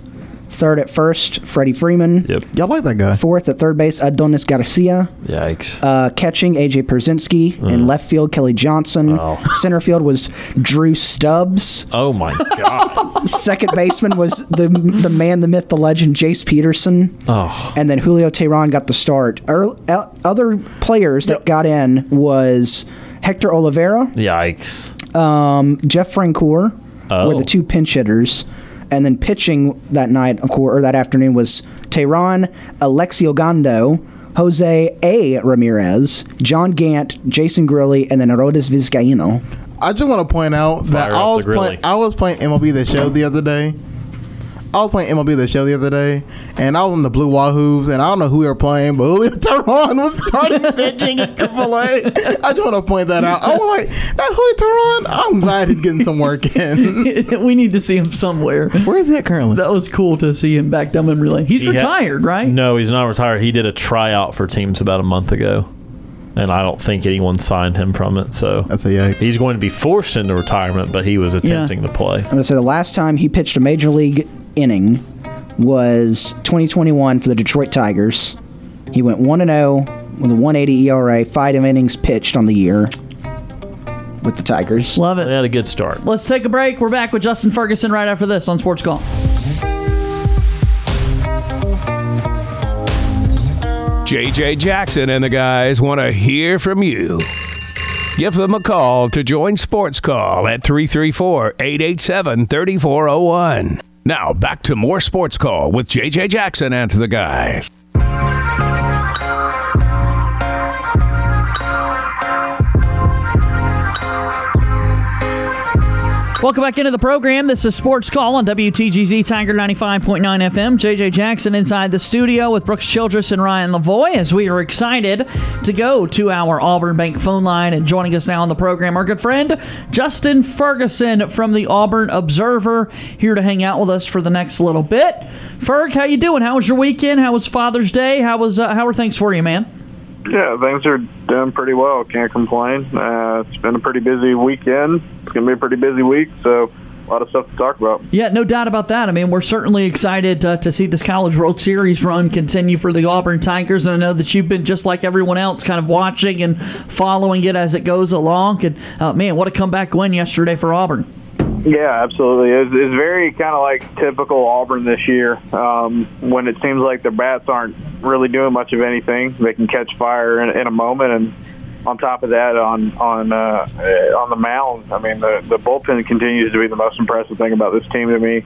Speaker 10: Third at first, Freddie Freeman.
Speaker 2: Yep.
Speaker 3: Y'all like that guy?
Speaker 10: Fourth at third base, Adonis Garcia.
Speaker 2: Yikes.
Speaker 10: Uh, catching AJ Perzinski. In left field, Kelly Johnson.
Speaker 2: Uh. Oh.
Speaker 10: Center field was Drew Stubbs.
Speaker 2: oh my god.
Speaker 10: Second baseman was the the man, the myth, the legend, Jace Peterson.
Speaker 2: Oh.
Speaker 10: and then Julio Tehran got the start. Er, el- other players that got in was Hector Oliveira,
Speaker 2: Yikes.
Speaker 10: um, Jeff Francoeur
Speaker 2: Oh.
Speaker 10: were the two pinch hitters, and then pitching that night, of course, or that afternoon was Tehran, Alexi Ogando, Jose A. Ramirez, John Gant, Jason Grilly, and then Herodes Vizcaino.
Speaker 3: I just want to point out that
Speaker 2: Fire
Speaker 3: I
Speaker 2: up
Speaker 3: was
Speaker 2: the
Speaker 3: playing
Speaker 2: grilly.
Speaker 3: I was playing MLB the show the other day. I was playing MLB the show the other day, and I was on the Blue Wahoos, and I don't know who we were playing, but Julio Tehran was starting pitching at AAA. I just want to point that out. I was like, that Julio Tehran, I'm glad he's getting some work in.
Speaker 1: we need to see him somewhere.
Speaker 3: Where is he at currently?
Speaker 1: That was cool to see him back down memory lane. He's
Speaker 2: He had-
Speaker 1: retired, right?
Speaker 2: No, he's not retired. He did a tryout for teams about a month ago, and I don't think anyone signed him from it. So
Speaker 3: that's a yikes.
Speaker 2: He's going to be forced into retirement, but he was attempting to play.
Speaker 10: I'm going to say the last time he pitched a major league inning was 2021 for the Detroit Tigers. He went 1 and 0 with a 180 ERA, five innings pitched on the year with the Tigers.
Speaker 1: Love it.
Speaker 2: They had a good start.
Speaker 1: Let's take a break. We're back with Justin Ferguson right after this on Sports Call.
Speaker 4: JJ Jackson and the guys want to hear from you. Give them a call to join Sports Call at 334 887 3401. Now, back to more Sports Call with JJ Jackson and the guys.
Speaker 1: Welcome back into the program. This is Sports Call on WTGZ Tiger 95.9 FM. JJ Jackson inside the studio with Brooks Childress and Ryan Lavoy as we are excited to go to our Auburn Bank phone line. And joining us now on the program, our good friend Justin Ferguson from the Auburn Observer here to hang out with us for the next little bit. Ferg, how you doing? How was your weekend? How was Father's Day? How was uh, how were things for you, man?
Speaker 11: Yeah, things are doing pretty well. Can't complain. Uh, it's been a pretty busy weekend. It's going to be a pretty busy week, so a lot of stuff to talk about.
Speaker 1: Yeah, no doubt about that. I mean, we're certainly excited uh, to see this College World Series run continue for the Auburn Tigers. And I know that you've been just like everyone else, kind of watching and following it as it goes along. And uh, man, what a comeback win yesterday for Auburn.
Speaker 11: Yeah, absolutely. It's, it's very kind of like typical Auburn this year um, when it seems like the bats aren't really doing much of anything. They can catch fire in, in a moment, and on top of that, on on uh, eh, on the mound, I mean, the the bullpen continues to be the most impressive thing about this team to me.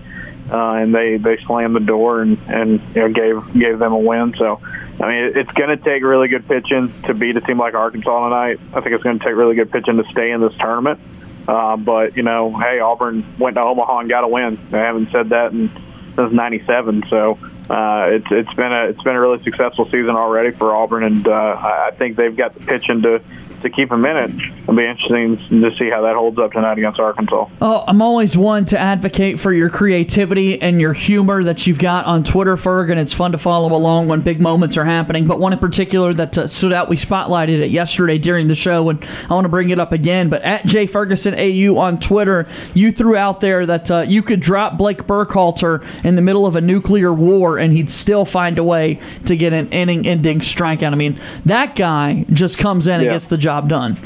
Speaker 11: Uh, and they they slammed the door and and you know gave gave them a win. So, I mean, it, it's going to take really good pitching to beat a team like Arkansas tonight. I think it's going to take really good pitching to stay in this tournament. Uh, but you know, hey, Auburn went to Omaha and got a win. I haven't said that in, since '97, so uh, it's it's been a it's been a really successful season already for Auburn, and uh, I I think they've got the pitching to to keep them in it. It'll be interesting to see how that holds up tonight against Arkansas.
Speaker 1: Oh, I'm always one to advocate for your creativity and your humor that you've got on Twitter, Ferg, and it's fun to follow along when big moments are happening. But one in particular that uh, stood out, we spotlighted it yesterday during the show, and I want to bring it up again. But at Jay Ferguson AU on Twitter, you threw out there that uh, you could drop Blake Burkhalter in the middle of a nuclear war, and he'd still find a way to get an inning-ending strikeout. I mean, that guy just comes in and
Speaker 11: Yeah.
Speaker 1: gets the job done.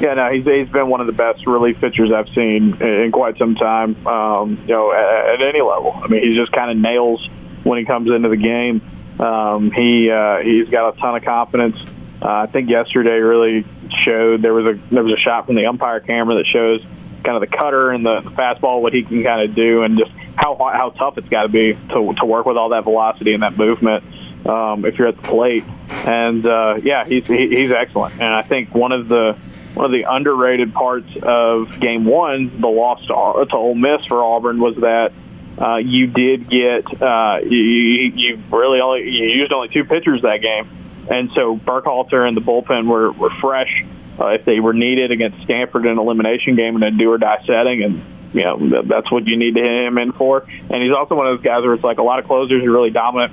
Speaker 11: Yeah, no, he's he's been one of the best relief pitchers I've seen in in quite some time. Um, you know, at, at any level. I mean, he just kind of nails when he comes into the game. Um, he uh, he's got a ton of confidence. Uh, I think yesterday really showed there was a there was a shot from the umpire camera that shows kind of the cutter and the, the fastball what he can kind of do and just how hard- how tough it's got to be to to work with all that velocity and that movement um, if you're at the plate. And uh, yeah, he's he, he's excellent. And I think one of the one of the underrated parts of Game One, the loss to, Au- to Ole Miss for Auburn, was that uh, you did get uh, you, you you really only you used only two pitchers that game, and so Burkhalter and the bullpen were were fresh. Uh, if they were needed against Stanford in an elimination game in a do or die setting, and you know th- that's what you need to hit him in for. And he's also one of those guys where it's like a lot of closers are really dominant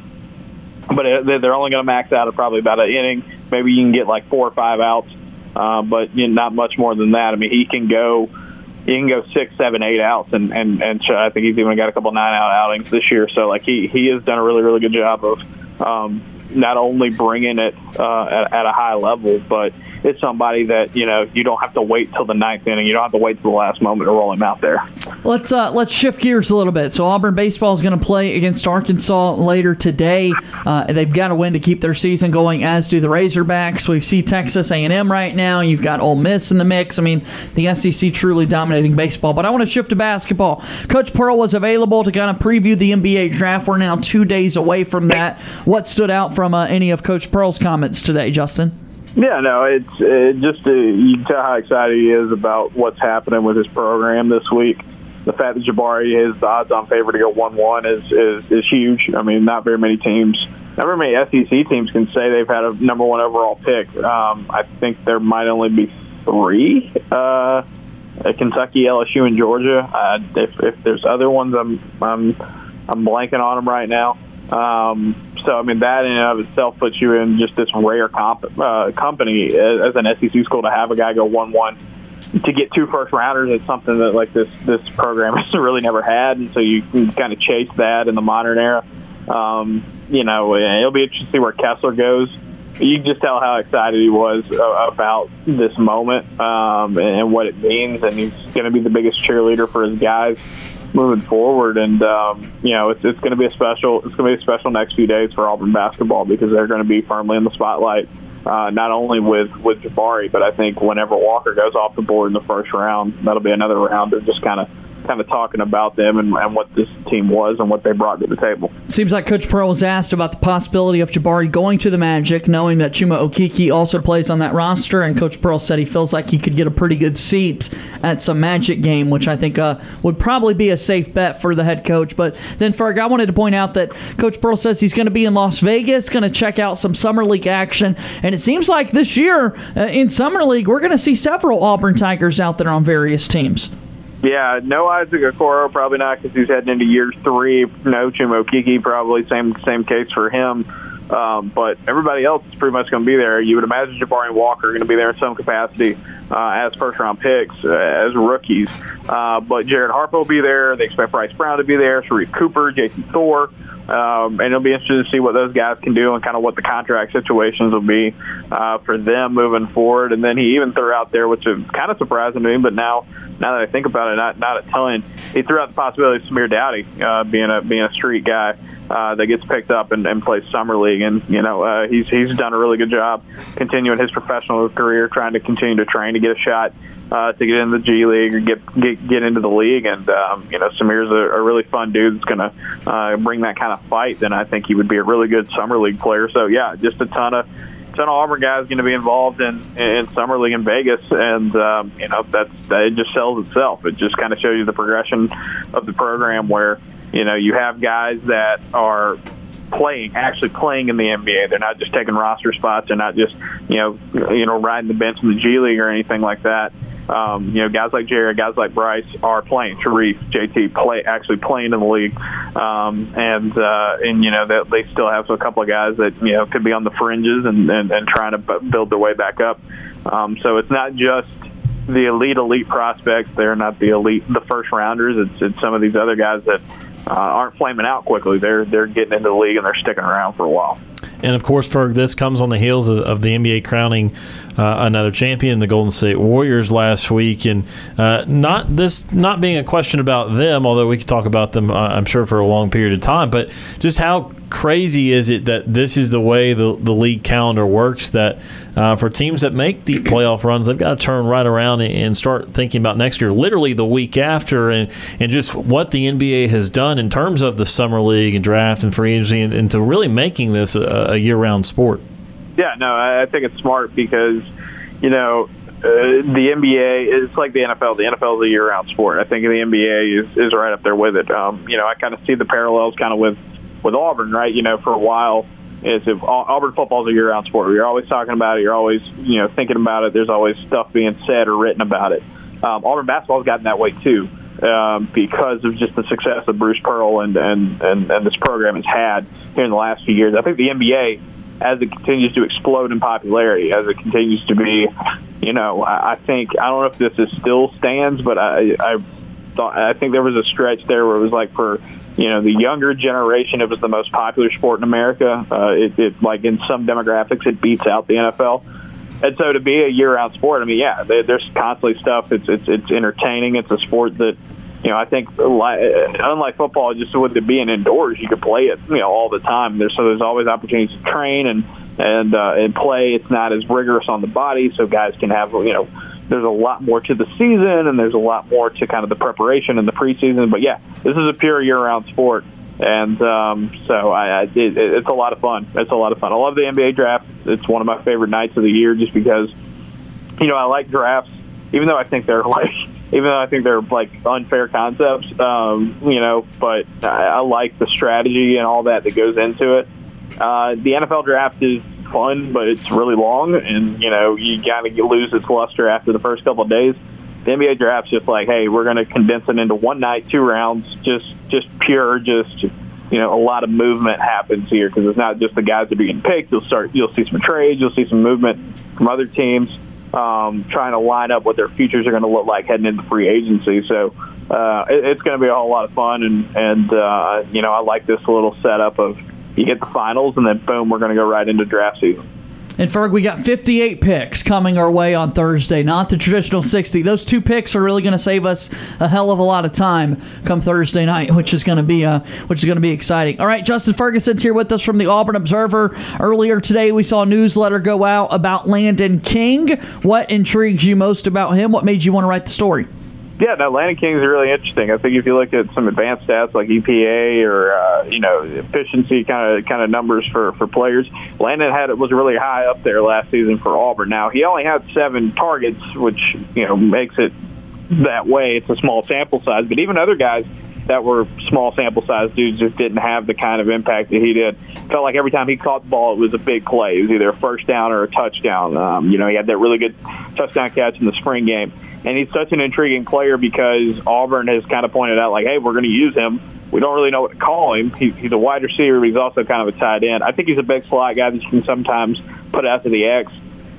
Speaker 11: but it, they're only going to max out at probably about an inning. Maybe you can get like four or five outs, uh, but you know, not much more than that. I mean, he can go, he can go six, seven, eight outs, and and and ch- I think he's even got a couple nine out outings this year. So like he he has done a really really good job of um, not only bringing it uh, at, at a high level, but it's somebody that you know you don't have to wait till the ninth inning. You don't have to wait till the last moment to roll him out there.
Speaker 1: Let's uh, let's shift gears a little bit. So Auburn baseball is going to play against Arkansas later today. Uh, they've got to win to keep their season going, as do the Razorbacks. We see Texas A&M right now. You've got Ole Miss in the mix. I mean, the SEC truly dominating baseball. But I want to shift to basketball. Coach Pearl was available to kind of preview the NBA draft. We're now two days away from that. What stood out from uh, any of Coach Pearl's comments today, Justin?
Speaker 11: Yeah, no, it's it just uh, you can tell how excited he is about what's happening with his program this week. the fact that Jabari is the odds-on favorite to go one-one is, is is huge. I mean, not very many teams, not very many SEC teams can say they've had a number one overall pick. Um, I think there might only be three: uh, Kentucky, LSU, and Georgia. Uh, if, if there's other ones, I'm I'm I'm blanking on them right now. Um, so I mean, that in and of itself puts you in just this rare comp, uh, company as, as an SEC school to have a guy go one-one to get two first rounders is something that like this this program has really never had, and so you can kind of chase that in the modern era. Um, you know, and it'll be interesting to see where Kessler goes. You can just tell how excited he was a- about this moment um, and what it means, and he's going to be the biggest cheerleader for his guys moving forward. And um, you know, it's, it's going to be a special it's going to be a special next few days for Auburn basketball because they're going to be firmly in the spotlight uh, not only with with Jabari, but I think whenever Walker goes off the board in the first round, that'll be another round of just kind of kind of talking about them and, and what this team was and what they brought to the table.
Speaker 1: Seems like Coach Pearl was asked about the possibility of Jabari going to the Magic, knowing that Chuma Okiki also plays on that roster. And Coach Pearl said he feels like he could get a pretty good seat at some Magic game, which I think uh, would probably be a safe bet for the head coach. But then, Ferg, I wanted to point out that Coach Pearl says he's going to be in Las Vegas, going to check out some Summer League action. And it seems like this year uh, in Summer League, we're going to see several Auburn Tigers out there on various teams.
Speaker 11: Yeah, no Isaac Okoro, probably not because he's heading into year three. No Chumokiki, probably same same case for him. Um, but everybody else is pretty much going to be there. You would imagine Jabari and Walker are going to be there in some capacity uh, as first round picks, uh, as rookies. Uh, but Jared Harpo will be there. They expect Bryce Brown to be there, Sharif Cooper, Jason Thor. Um, and it'll be interesting to see what those guys can do and kind of what the contract situations will be uh, for them moving forward. And then he even threw out there, which is kind of surprising to me, but now now that I think about it, not not a ton. He threw out the possibility of Samir Dowdy uh, being a being a street guy uh, that gets picked up and, and plays summer league. And you know uh, he's he's done a really good job continuing his professional career, trying to continue to train to get a shot uh, to get in the G League or get get, get into the league. And um, you know, Samir's a, a really fun dude that's going to uh, bring that kind of fight. Then I think he would be a really good summer league player. So yeah, just a ton of ton of Auburn guys going to be involved in in summer league in Vegas, and um, you know that's that it just sells itself. It just kind of shows you the progression of the program where you know you have guys that are playing, actually playing in the NBA. They're not just taking roster spots. They're not just you know you know riding the bench in the G League or anything like that. Um, you know, guys like Jared, guys like Bryce are playing. Sharif, JT play actually playing in the league, um, and uh, and you know that they, they still have a couple of guys that you know could be on the fringes and and, and trying to bu- build their way back up. Um, so it's not just the elite elite prospects. They're not the elite the first rounders. It's it's some of these other guys that uh, aren't flaming out quickly. They're they're getting into the league and they're sticking around for a while.
Speaker 2: And of course, Ferg, this comes on the heels of, of the NBA crowning uh, another champion, the Golden State Warriors, last week. And uh, not this not being a question about them, although we could talk about them, uh, I'm sure, for a long period of time. But just how crazy is it that this is the way the, the league calendar works? That uh, for teams that make deep playoff runs, they've got to turn right around and, and start thinking about next year, literally the week after, and and just what the NBA has done in terms of the summer league and draft and free agency, and, and to really making this a, a year-round sport.
Speaker 11: Yeah, no, I I think it's smart because you know uh, the NBA is like the NFL. The NFL is a year-round sport. I think the NBA is is right up there with it. Um, you know, I kind of see the parallels kind of with with Auburn, right? You know, for a while. Is if Au- Auburn football is a year-round sport. You're always talking about it. You're always, you know, thinking about it. There's always stuff being said or written about it. Um, Auburn basketball's gotten that way too um, because of just the success that Bruce Pearl and, and, and, and this program has had here in the last few years. I think the NBA, as it continues to explode in popularity, as it continues to be, you know, I, I think, I don't know if this is still stands, but I, I thought, I think there was a stretch there where it was like for, you know, the younger generation, it was the most popular sport in America. Uh, it, it, like in some demographics, it beats out the NFL. And so to be a year-round sport, I mean, yeah, there, there's constantly stuff. It's it's it's entertaining. It's a sport that, you know, I think li- uh, unlike football, just with it being indoors, you could play it, you know, all the time. There's so there's always opportunities to train and and uh, and play. It's not as rigorous on the body, so guys can have you know, there's a lot more to the season, and there's a lot more to kind of the preparation and the preseason. But yeah, this is a pure year-round sport, and um, so I, I it, it- it's a lot of fun. It's a lot of fun. I love the NBA draft. It's one of my favorite nights of the year, just because you know I like drafts, even though I think they're like even though I think they're like unfair concepts, um, you know, but I, I like the strategy and all that that goes into it. Uh, the NFL draft is fun, but it's really long, and you know you kind of lose its luster after the first couple of days. The NBA draft's just like, hey, we're going to condense it into one night, two rounds, just just pure, just you know, a lot of movement happens here because it's not just the guys that are being picked. You'll start, you'll see some trades, you'll see some movement from other teams um, trying to line up what their futures are going to look like heading into free agency. So uh, it, it's going to be a whole lot of fun, and and uh, you know, I like this little setup of you get the finals, and then boom, we're going to go right into draft season.
Speaker 1: And Ferg, we got 58 picks coming our way on Thursday, not the traditional 60. Those two picks are really going to save us a hell of a lot of time come Thursday night, which is going to be uh, which is going to be exciting. All right, Justin Ferguson's here with us from the Auburn Observer. Earlier today, we saw a newsletter go out about Landon King. What intrigues you most about him? What made you want to write the story?
Speaker 11: Yeah, no, Landon King's really interesting. I think if you look at some advanced stats like EPA or uh, you know efficiency kind of kind of numbers for for players, Landon had it was really high up there last season for Auburn. Now he only had seven targets, which you know makes it that way. It's a small sample size, but even other guys that were small sample size dudes just didn't have the kind of impact that he did. Felt like every time he caught the ball, it was a big play. It was either a first down or a touchdown. Um, you know, he had that really good touchdown catch in the spring game. And he's such an intriguing player because Auburn has kind of pointed out, like, hey, we're going to use him. We don't really know what to call him. He, he's a wide receiver, but he's also kind of a tight end. I think he's a big slot guy that you can sometimes put out to the X.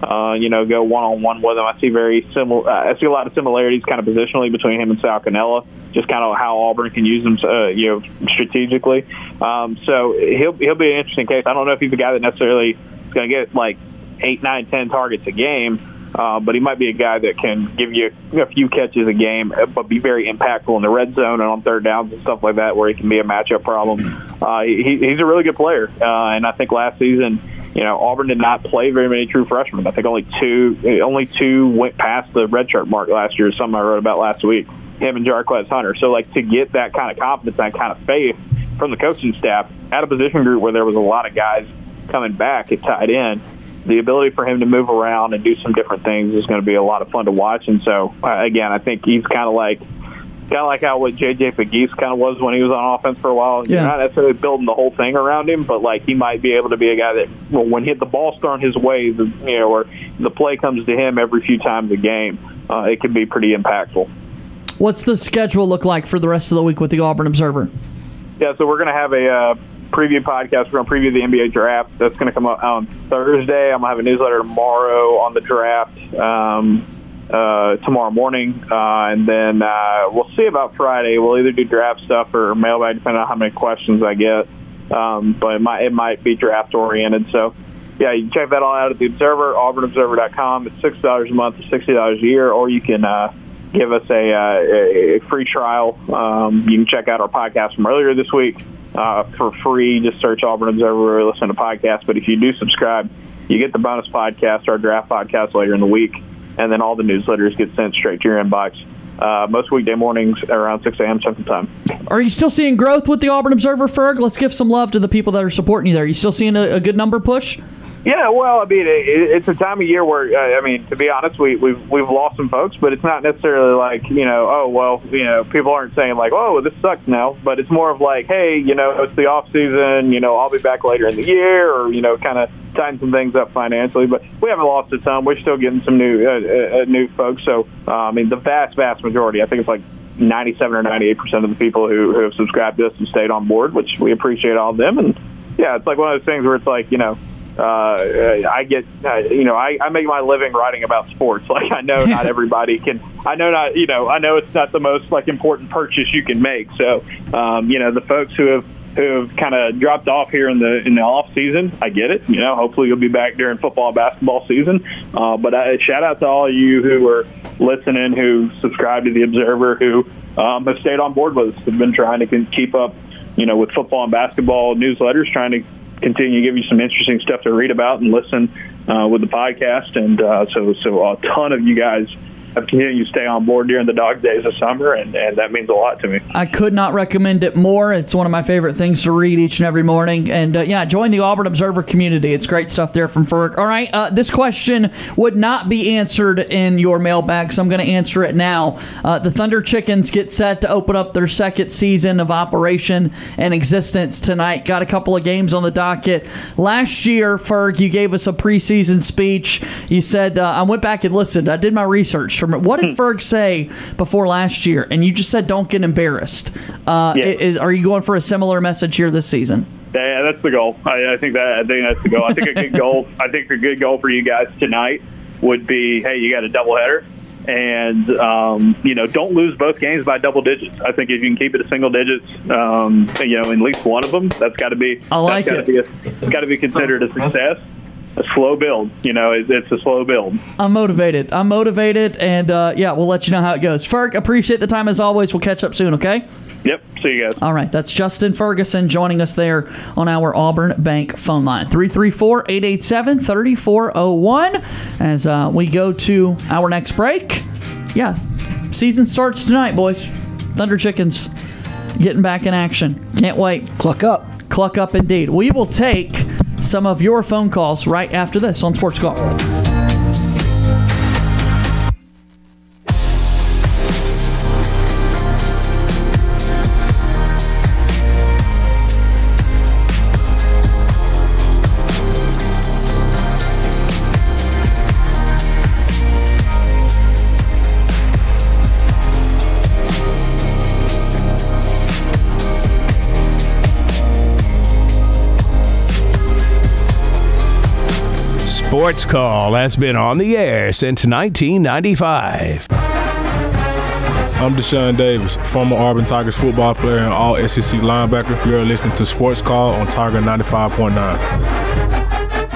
Speaker 11: Uh, you know, go one on one with him. I see very similar. Uh, I see a lot of similarities, kind of positionally, between him and Sal Canella. Just kind of how Auburn can use him, uh, you know, strategically. Um, so he'll he'll be an interesting case. I don't know if he's a guy that necessarily is going to get like eight, nine, ten targets a game, uh, but he might be a guy that can give you a few catches a game, uh, but be very impactful in the red zone and on third downs and stuff like that, where he can be a matchup problem. Uh, he, he's a really good player, uh, and I think last season you know, Auburn did not play very many true freshmen. I think only two, only two went past the redshirt mark last year. Something I wrote about last week. Him and Jarquez Hunter. So like to get that kind of confidence, that kind of faith from the coaching staff at a position group where there was a lot of guys coming back at tight end, the ability for him to move around and do some different things is going to be a lot of fun to watch. And so uh, again, I think he's kind of like kind of like how what JJ Pegues kind of was when he was on offense for a while. You're
Speaker 1: Yeah.
Speaker 11: not necessarily building the whole thing around him, but like he might be able to be a guy that, well, when he, the ball's thrown his way, the, you know, or the play comes to him every few times a game, uh, it can be pretty impactful.
Speaker 1: What's the schedule look like for the rest of the week with the Auburn Observer?
Speaker 11: Yeah, so we're going to have a uh, preview podcast. We're going to preview the NBA draft. That's going to come out on Thursday. I'm going to have a newsletter tomorrow on the draft um, uh, tomorrow morning. Uh, and then uh, we'll see about Friday. We'll either do draft stuff or mailbag, depending on how many questions I get. Um, but it might, it might be draft oriented. So, yeah, you can check that all out at the Observer, auburnobserver.com. It's $6 a month, $60 a year, or you can. Uh, give us a, uh, a a free trial. Um, you can check out our podcast from earlier this week uh, for free. Just search Auburn Observer or listen to podcasts. But if you do subscribe, you get the bonus podcast, our draft podcast later in the week, and then all the newsletters get sent straight to your inbox. Uh, most weekday mornings around 6 a.m. Central Time.
Speaker 1: Are you still seeing growth with the Auburn Observer, Ferg? Let's give some love to the people that are supporting you there. You still seeing a, a good number push?
Speaker 11: Yeah, well, I mean, it, it- it's a time of year where uh, I mean, to be honest, we, we've we've lost some folks, but it's not necessarily like you know, oh well, you know, people aren't saying like, oh, this sucks now, but it's more of like, hey, you know, it's the off season, you know, I'll be back later in the year, or you know, kind of tighten some things up financially. But we haven't lost a ton. We're still getting some new uh, uh, uh, new folks. So uh, I mean, the vast vast majority, I think it's like. 97 or 98 percent of the people who, who have subscribed to us and stayed on board, which we appreciate all of them. And yeah, it's like one of those things where it's like you know, uh, I get uh, you know I, I make my living writing about sports. Like I know not everybody can. I know not you know I know it's not the most like important purchase you can make. So um, you know the folks who have who have kind of dropped off here in the in the off season. I get it. You know, hopefully you'll be back during football and basketball season. Uh, but I, shout out to all you who are listening, who subscribe to the Observer, who um, have stayed on board with us, have been trying to can keep up. You know, with football and basketball newsletters, trying to continue to give you some interesting stuff to read about and listen uh, with the podcast. And uh, so, so a ton of you guys I've continued to stay on board during the dog days of summer, and, and that means a lot to me.
Speaker 1: I could not recommend it more. It's one of my favorite things to read each and every morning. And uh, yeah, join the Auburn Observer community. It's great stuff there from Ferg. All right, uh, this question would not be answered in your mailbag, so I'm going to answer it now. Uh, the Thunder Chickens get set to open up their second season of operation and existence tonight. Got a couple of games on the docket. Last year, Ferg, you gave us a preseason speech. You said, uh, I went back and listened. I did my research. From What did Ferg say before last year? And you just said, don't get embarrassed. Uh,
Speaker 11: Yeah.
Speaker 1: is, are you going for a similar message here this season?
Speaker 11: Yeah, that's the goal. I, I think that I think that's the goal. I think a good goal. I think a good goal for you guys tonight would be, hey, you got a doubleheader, and um, you know, don't lose both games by double digits. I think if you can keep it to single digits, um, you know, in at least one of them, that's got to be.
Speaker 1: I like
Speaker 11: that's gotta Be a, got to be considered a success. A slow build. You know, it, it's a slow build.
Speaker 1: I'm motivated. I'm motivated. And uh, yeah, we'll let you know how it goes. Ferg, appreciate the time as always. We'll catch up soon, okay?
Speaker 11: Yep. See you guys.
Speaker 1: All right, that's Justin Ferguson joining us there on our Auburn Bank phone line 334 887 3401. As uh, we go to our next break, yeah, season starts tonight, boys. Thunder Chickens getting back in action. Can't wait.
Speaker 10: Cluck up.
Speaker 1: Cluck up indeed. We will take some of your phone calls right after this on Sports Call.
Speaker 4: Sports Call has been on the air since 1995.
Speaker 12: I'm Deshaun Davis, former Auburn Tigers football player and all SEC linebacker. You're listening to Sports Call on Tiger 95.9.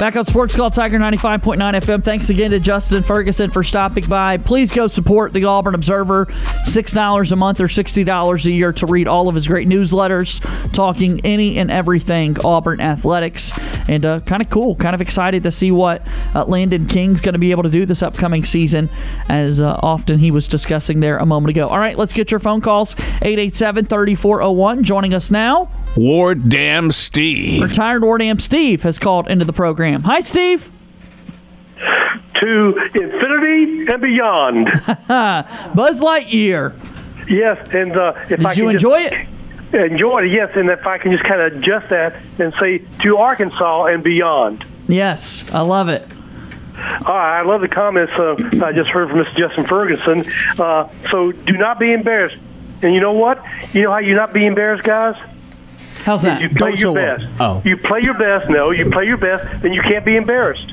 Speaker 1: Back on Sports Call Tiger 95.9 FM. Thanks again to Justin Ferguson for stopping by. Please go support the Auburn Observer. $6 a month or $60 a year to read all of his great newsletters talking any and everything Auburn athletics. And uh, kind of cool, kind of excited to see what uh, Landon King's going to be able to do this upcoming season, as uh, often he was discussing there a moment ago. All right, let's get your phone calls 887 3401. Joining us now.
Speaker 4: Ward Dam Steve.
Speaker 1: Retired Wardam Steve has called into the program. Hi, Steve.
Speaker 13: To infinity and beyond.
Speaker 1: Buzz Lightyear.
Speaker 13: Yes, and uh, if
Speaker 1: Did
Speaker 13: I
Speaker 1: you
Speaker 13: can just-
Speaker 1: enjoy it?
Speaker 13: Enjoyed it, yes. And if I can just kind of adjust that and say to Arkansas and beyond.
Speaker 1: Yes, I love it.
Speaker 13: All right, I love the comments uh, I just heard from Mr. Justin Ferguson. Uh, so do not be embarrassed. And you know what? You know how you not be embarrassed, guys?
Speaker 1: How's that?
Speaker 13: You play
Speaker 1: Don't
Speaker 13: your
Speaker 1: show up.
Speaker 13: best.
Speaker 1: Oh.
Speaker 13: You play your best. No, you play your best, and you can't be embarrassed.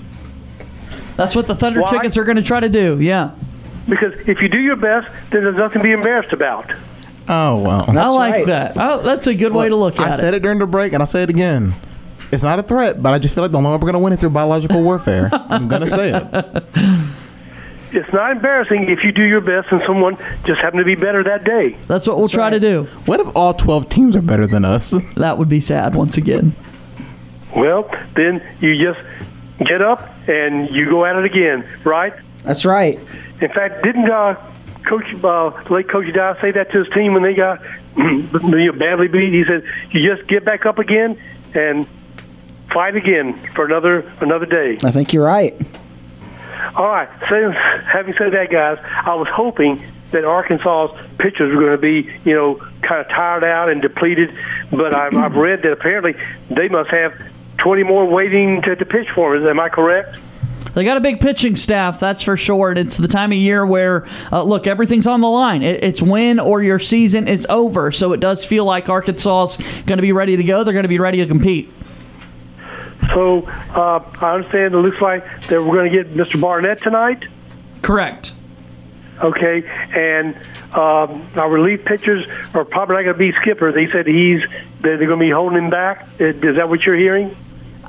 Speaker 1: That's what the Thunder
Speaker 13: Why?
Speaker 1: Chickens are going to try to do. Yeah.
Speaker 13: Because if you do your best, then there's nothing to be embarrassed about.
Speaker 3: Oh wow!
Speaker 1: I like that. Oh, that's a good way to look at
Speaker 3: I said it during the break, and I say it again. It's not a threat, but I just feel like the only way we're going to win it through biological warfare. I'm going to say it.
Speaker 13: It's not embarrassing if you do your best and someone just happened to be better that day.
Speaker 1: That's what we'll try to do.
Speaker 3: What if all 12 teams are better than us?
Speaker 1: That would be sad once again.
Speaker 13: Well, then you just get up and you go at it again, right?
Speaker 10: That's right.
Speaker 13: In fact, didn't uh, Coach uh, late Coach Dye say that to his team when they got you know, badly beat? He said, "You just get back up again and fight again for another another day."
Speaker 10: I think you're right.
Speaker 13: All right. Since having said that, guys, I was hoping that Arkansas's pitchers were going to be, you know, kind of tired out and depleted, but I've, I've read that apparently they must have 20 more waiting to, to pitch for us. Am I correct?
Speaker 1: They got a big pitching staff, that's for sure. And it's the time of year where, uh, look, everything's on the line. It, it's win or your season is over. So it does feel like Arkansas's going to be ready to go. They're going to be ready to compete.
Speaker 13: So uh, I understand it looks like that we're going to get Mr. Barnett tonight.
Speaker 1: Correct.
Speaker 13: okay? And um, our relief pitchers are probably not going to be Skipper. They said he's they're going to be holding him back. Is is that what you're hearing?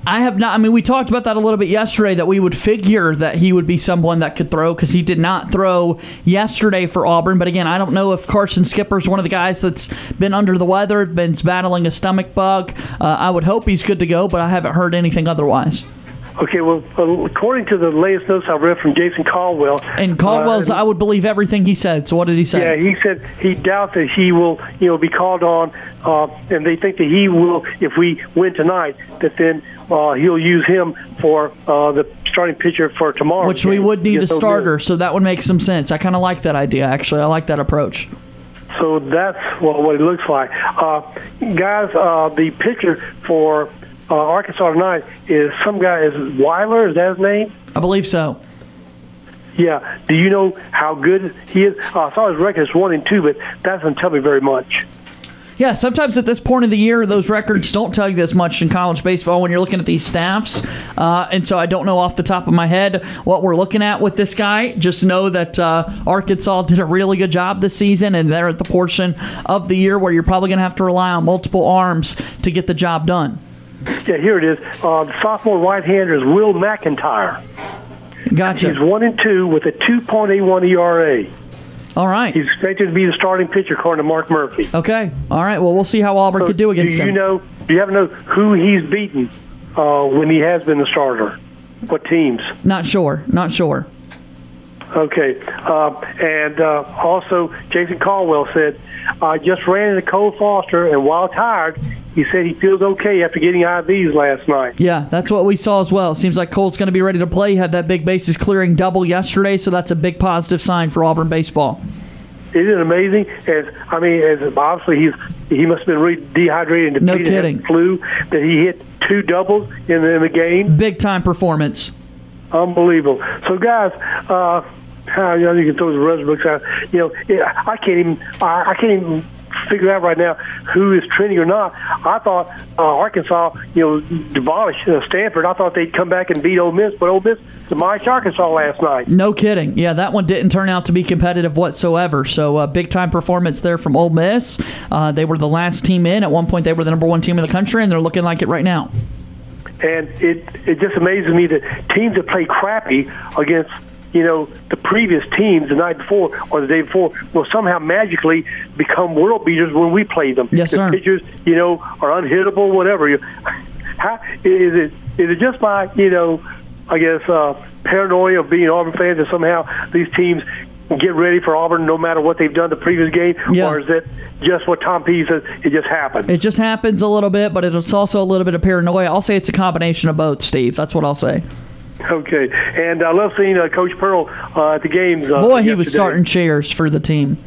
Speaker 1: I have not. I mean, we talked about that a little bit yesterday that we would figure that he would be someone that could throw because he did not throw yesterday for Auburn. But again, I don't know if Carson Skipper's one of the guys that's been under the weather, been battling a stomach bug. Uh, I would hope he's good to go, but I haven't heard anything otherwise.
Speaker 13: Okay, well, according to the latest notes I've read from Jason Caldwell,
Speaker 1: And Caldwell's, I would believe everything he said. So what did he say?
Speaker 13: Yeah, he said he doubts that he will, you know, be called on, uh, and they think that he will if we win tonight. That then uh, he'll use him for uh, the starting pitcher for tomorrow,
Speaker 1: Which we would need a
Speaker 13: He's so good.
Speaker 1: starter, so that would make some sense. I kind of like that idea, actually. I like that approach.
Speaker 13: So that's what, what it looks like. Uh, guys, uh, the pitcher for uh, Arkansas tonight is some guy, is it Weiler, is that his name?
Speaker 1: I believe so.
Speaker 13: Yeah. Do you know how good he is? Uh, I saw his record is 1 and 2, but that doesn't tell me very much.
Speaker 1: Yeah, sometimes at this point of the year, those records don't tell you as much in college baseball when you're looking at these staffs. Uh, and so I don't know off the top of my head what we're looking at with this guy. Just know that uh, Arkansas did a really good job this season, and they're at the portion of the year where you're probably going to have to rely on multiple arms to get the job done.
Speaker 13: Yeah, here it is. Uh, the sophomore right-hander is Will McIntyre.
Speaker 1: Gotcha.
Speaker 13: He's one and two with a 2.81 ERA.
Speaker 1: All right.
Speaker 13: E He's expected to be the starting pitcher, according to Mark Murphy.
Speaker 1: Okay. All right. Well, we'll see how Auburn
Speaker 13: So
Speaker 1: could do against
Speaker 13: do
Speaker 1: him.
Speaker 13: you know? Do you have to know who he's beaten uh, when he has been the starter? What teams?
Speaker 1: Not sure. Not sure.
Speaker 13: Okay. Uh, and uh, also, Jason Caldwell said, I just ran into Cole Foster, and while tired, he said he feels okay after getting IVs last night.
Speaker 1: Yeah, that's what we saw as well. It seems like Cole's going to be ready to play. He had that big bases clearing double yesterday, so that's a big positive sign for Auburn baseball.
Speaker 13: Isn't it amazing? As I mean, as obviously he's he must have been really dehydrated and
Speaker 1: No
Speaker 13: depleted, had
Speaker 1: kidding.
Speaker 13: the flu that he hit two doubles in the, in the game.
Speaker 1: Big time performance.
Speaker 13: Unbelievable. So guys, uh, how you, know, you can throw the rest books out. You know, yeah, I can't even I, I can't even figure out right now who is trending or not. I thought uh, Arkansas, you know, demolished uh, Stanford. I thought they'd come back and beat Ole Miss, but Ole Miss demolished Arkansas last night.
Speaker 1: No kidding. Yeah, that one didn't turn out to be competitive whatsoever. So, uh, big time performance there from Ole Miss. Uh, they were the last team in. At one point, they were the number one team in the country, and they're looking like it right now.
Speaker 13: and it it just amazes me that teams that play crappy against you know the previous teams the night before or the day before will somehow magically become world beaters when we play them.
Speaker 1: Yes,
Speaker 13: the
Speaker 1: sir.
Speaker 13: Pitchers, you know, are unhittable, whatever. You- How is it? Is it just by you know, I guess uh, paranoia of being Auburn fans that somehow these teams get ready for Auburn no matter what they've done the previous game,
Speaker 1: Yeah.
Speaker 13: or is it just what Tom P says? It just happened.
Speaker 1: It just happens a little bit, but it's also a little bit of paranoia. I'll say it's a combination of both, Steve. That's what I'll say.
Speaker 13: Okay, and I love seeing uh, Coach Pearl uh, at the games. Uh,
Speaker 1: Boy, he was
Speaker 13: yesterday.
Speaker 1: starting chairs for the team.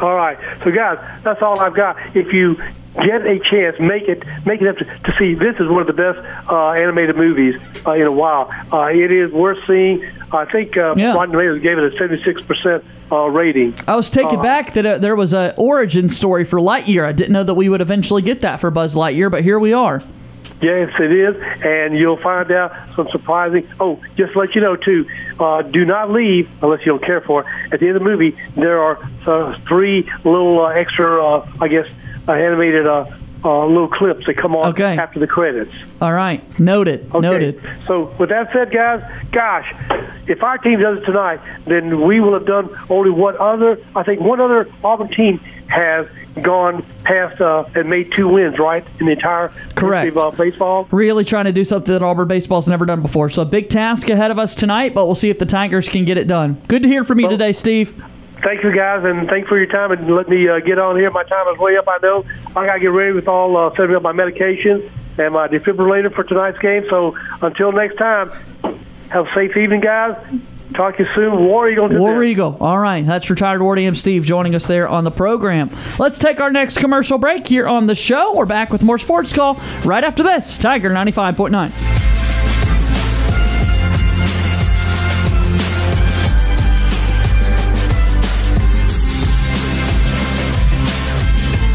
Speaker 13: All right, so guys, that's all I've got. If you get a chance, make it make it up to, to see. This is one of the best uh, animated movies uh, in a while. Uh, it is worth seeing. I think uh,
Speaker 1: Yeah.
Speaker 13: Rotten Tomatoes gave it a seventy-six percent uh, rating.
Speaker 1: I was taken
Speaker 13: Uh,
Speaker 1: back that uh, there was a origin story for Lightyear. I didn't know that we would eventually get that for Buzz Lightyear, but here we are.
Speaker 13: Yes, it is, and you'll find out some surprising. Oh, just to let you know too, uh, do not leave unless you don't care for. it. At the end of the movie, there are uh, three little uh, extra, uh, I guess, uh, animated uh, uh, little clips that come on after the credits.
Speaker 1: All right, noted, noted.
Speaker 13: So, with that said, guys, gosh, if our team does it tonight, then we will have done only what other, I think, one other Auburn team has gone past uh, and made two wins, right, in the entire
Speaker 1: Correct.
Speaker 13: history of uh, baseball.
Speaker 1: Really trying to do something that Auburn baseball's never done before. So a big task ahead of us tonight, but we'll see if the Tigers can get it done. Good to hear from you today, Steve.
Speaker 13: Thank you, guys, and thanks for your time and let me uh, get on here. My time is way up. I know I got to get ready with all uh, setting up my medication and my defibrillator for tonight's game. So until next time, have a safe evening, guys. Talk to you soon. War Eagle. to
Speaker 1: War
Speaker 13: death.
Speaker 1: Eagle. All right, that's retired Ward AM Steve joining us there on the program. Let's take our next commercial break here on the show. We're back with more Sports Call right after this. Tiger 95.9.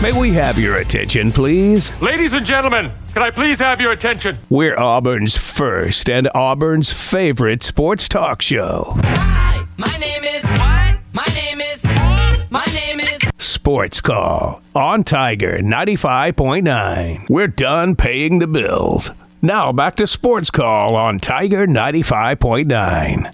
Speaker 4: May we have your attention, please?
Speaker 14: Ladies and gentlemen, can I please have your attention?
Speaker 4: We're Auburn's first and Auburn's favorite sports talk show.
Speaker 15: My name is what?
Speaker 4: Sports Call on Tiger 95.9. We're done paying the bills. Now back to Sports Call on Tiger 95.9.